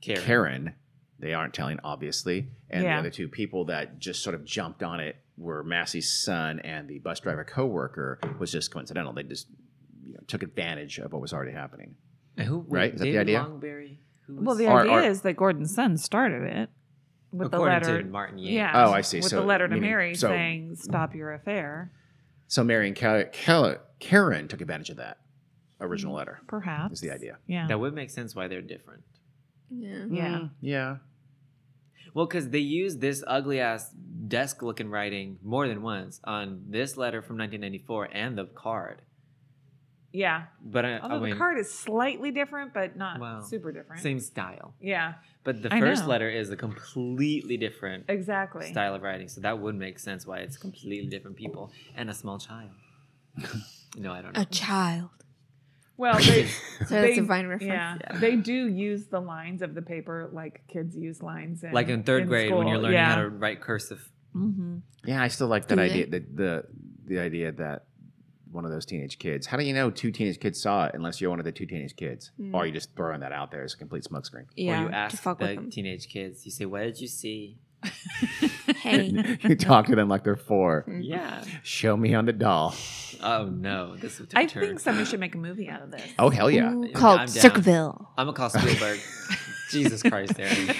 Speaker 3: Karen.
Speaker 2: Karen, they aren't telling, obviously. And
Speaker 1: Yeah.
Speaker 2: the other two people that just sort of jumped on it were Massey's son and the bus driver coworker was just coincidental. They just you know, took advantage of what was already happening.
Speaker 3: Who,
Speaker 2: Right? Is that the
Speaker 3: David
Speaker 2: idea?
Speaker 3: Longberry. Who
Speaker 1: Well,
Speaker 3: was-
Speaker 1: the
Speaker 2: Or-
Speaker 1: idea
Speaker 2: or-
Speaker 1: is that Gordon's son started it with the
Speaker 3: according
Speaker 1: letter.
Speaker 3: to Martin Yang.
Speaker 1: yeah.
Speaker 2: Oh, I see.
Speaker 1: With
Speaker 2: So,
Speaker 1: the letter to
Speaker 2: meaning-
Speaker 1: Mary
Speaker 2: so-
Speaker 1: saying, "Stop your affair."
Speaker 2: So Mary and Cal- Cal- Karen took advantage of that original letter.
Speaker 1: Perhaps
Speaker 2: Is the idea?
Speaker 1: Yeah.
Speaker 3: That Mm. would make sense why they're different.
Speaker 5: Yeah.
Speaker 1: Yeah.
Speaker 2: Yeah.
Speaker 3: Well, because they used this ugly ass desk looking writing more than once on this letter from 1994 and the card.
Speaker 1: Yeah.
Speaker 3: But I, I
Speaker 1: Although
Speaker 3: mean,
Speaker 1: the card is slightly different, but not
Speaker 3: Wow.
Speaker 1: super different.
Speaker 3: same style.
Speaker 1: Yeah.
Speaker 3: But the
Speaker 1: I
Speaker 3: first
Speaker 1: know.
Speaker 3: letter is a completely different
Speaker 1: Exactly.
Speaker 3: style of writing, so that would make sense why it's completely different people and a
Speaker 1: <laughs>
Speaker 3: small child. no, I don't know.
Speaker 5: A child.
Speaker 1: Well,
Speaker 3: <laughs>
Speaker 1: they,
Speaker 5: So that's
Speaker 1: They-
Speaker 5: a Vine reference.
Speaker 1: yeah, they do use the lines of the paper like kids use lines. In,
Speaker 3: like in third grade when you're
Speaker 1: school.
Speaker 3: learning
Speaker 1: yeah.
Speaker 3: how to write cursive.
Speaker 1: hmm
Speaker 2: Yeah, I still like that
Speaker 5: Do
Speaker 2: idea. The, the the idea that one of those teenage kids. How do you know two teenage kids saw it unless you're one of the two teenage kids?
Speaker 5: Mm.
Speaker 2: Or you just throwing that out there as a complete smokescreen.
Speaker 3: Or
Speaker 5: Yeah,
Speaker 3: you ask
Speaker 5: to fuck with
Speaker 3: the
Speaker 5: them.
Speaker 3: teenage kids, you say, "What did you see?" <laughs>
Speaker 5: Hey,
Speaker 2: you talk to them like they're four.
Speaker 5: Mm.
Speaker 3: yeah.
Speaker 2: Show me on the doll.
Speaker 3: Oh no, this would take
Speaker 1: I
Speaker 3: a turn.
Speaker 1: think somebody should make a movie out
Speaker 5: <laughs>
Speaker 1: of this.
Speaker 2: Oh hell yeah! <laughs>
Speaker 4: Ooh,
Speaker 3: I'm
Speaker 4: called
Speaker 3: down.
Speaker 4: Circleville.
Speaker 3: I'm gonna call Spielberg. Jesus Christ, Aaron.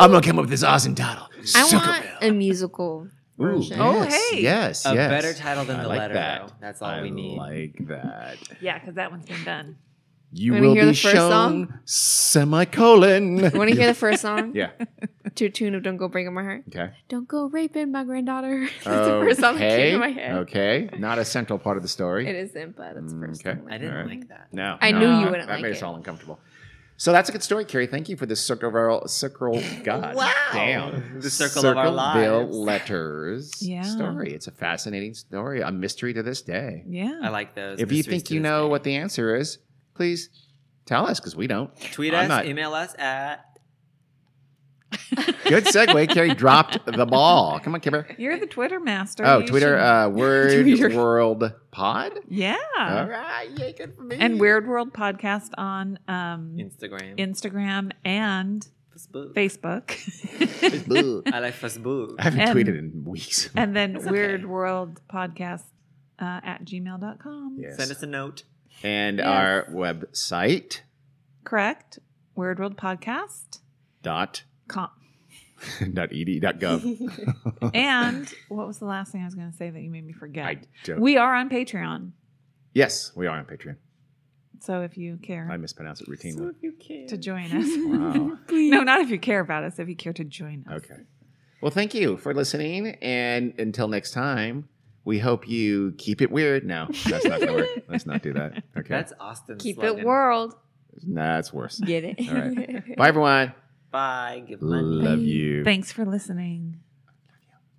Speaker 2: I'm gonna come up with this awesome title.
Speaker 4: I
Speaker 2: Sucker
Speaker 4: want
Speaker 2: Bill.
Speaker 4: a musical version.
Speaker 1: Oh,
Speaker 2: yes,
Speaker 1: hey.
Speaker 2: yes,
Speaker 3: A
Speaker 2: yes.
Speaker 3: better title than
Speaker 2: I
Speaker 3: the
Speaker 2: like
Speaker 3: letter.
Speaker 2: that.
Speaker 3: Though. That's all
Speaker 2: I
Speaker 3: we need.
Speaker 2: like
Speaker 5: <laughs>
Speaker 2: that.
Speaker 1: Yeah, because that one's been done.
Speaker 2: You
Speaker 5: Wanna
Speaker 2: will
Speaker 5: hear
Speaker 2: be
Speaker 5: the first
Speaker 2: shown
Speaker 5: song? <laughs>
Speaker 2: semicolon.
Speaker 5: you want to hear the first
Speaker 2: <laughs>
Speaker 5: song?
Speaker 2: Yeah.
Speaker 5: To a tune of "Don't Go Breaking My Heart." <laughs>
Speaker 2: Okay.
Speaker 5: Don't go raping my granddaughter. <laughs> that's the first song that came to my head.
Speaker 2: Okay. Not a central part of the story.
Speaker 5: It isn't, but that's the first.
Speaker 2: Okay.
Speaker 5: song.
Speaker 3: I didn't
Speaker 2: All right.
Speaker 3: like that.
Speaker 2: No.
Speaker 5: I
Speaker 2: no,
Speaker 5: knew you
Speaker 2: that-
Speaker 5: wouldn't
Speaker 2: That
Speaker 5: like
Speaker 2: made
Speaker 5: it.
Speaker 2: us all uncomfortable. So that's a good story, Carrie. Thank you for the circle, circle, God,
Speaker 4: Wow.
Speaker 2: damn,
Speaker 3: The circle of our
Speaker 2: Circleville
Speaker 3: lives.
Speaker 2: letters
Speaker 1: Yeah.
Speaker 2: story. It's a fascinating story, a mystery to this day.
Speaker 1: Yeah.
Speaker 3: I like those.
Speaker 2: if you
Speaker 3: mysteries
Speaker 2: think
Speaker 3: to
Speaker 2: you
Speaker 3: this
Speaker 2: know
Speaker 3: day.
Speaker 2: what the answer is, please tell us because we don't.
Speaker 3: tweet
Speaker 2: I'm
Speaker 3: us,
Speaker 2: not-
Speaker 3: email us at
Speaker 2: Good segue. <laughs> Carrie dropped the ball. Come on, Kipper.
Speaker 1: You're the Twitter master.
Speaker 2: Oh,
Speaker 1: You
Speaker 2: Twitter,
Speaker 1: should-
Speaker 2: uh, Word <laughs>
Speaker 1: Twitter.
Speaker 2: World Pod.
Speaker 1: yeah.
Speaker 2: All right, yeah, good for me.
Speaker 1: And Weird World podcast on um,
Speaker 3: Instagram,
Speaker 1: Instagram and
Speaker 3: Facebook.
Speaker 1: Facebook, <laughs>
Speaker 2: Ugh.
Speaker 3: I like Facebook.
Speaker 2: <laughs> I haven't
Speaker 1: And-
Speaker 2: tweeted in weeks.
Speaker 1: and then
Speaker 3: It's okay.
Speaker 1: Weird World podcast uh, at gmail.com.
Speaker 2: <laughs> Yes.
Speaker 3: Send us a note.
Speaker 2: and
Speaker 1: Yes.
Speaker 2: our website
Speaker 1: Correct. Weird World podcast.
Speaker 2: dot <laughs>
Speaker 1: Com.
Speaker 2: dot ed dot <laughs> gov.
Speaker 1: And what was the last thing I was going to say that you made me forget?
Speaker 2: I don't.
Speaker 1: we are on Patreon.
Speaker 2: yes, we are on Patreon.
Speaker 1: So if you care
Speaker 2: I mispronounce it routinely.
Speaker 1: to join us,
Speaker 2: Wow.
Speaker 1: <laughs> no, not if you care about us, if you care to join us.
Speaker 2: Okay. Well, thank you for listening, and until next time, we hope you keep it weird. No, that's not gonna work. Let's not do that. Okay,
Speaker 3: That's Austin's
Speaker 5: Keep
Speaker 3: slogan.
Speaker 5: it world.
Speaker 2: nah, that's worse.
Speaker 5: Get it? <laughs>
Speaker 2: All right. Bye, everyone.
Speaker 3: Bye. Give money.
Speaker 2: Love you.
Speaker 1: Thanks for listening.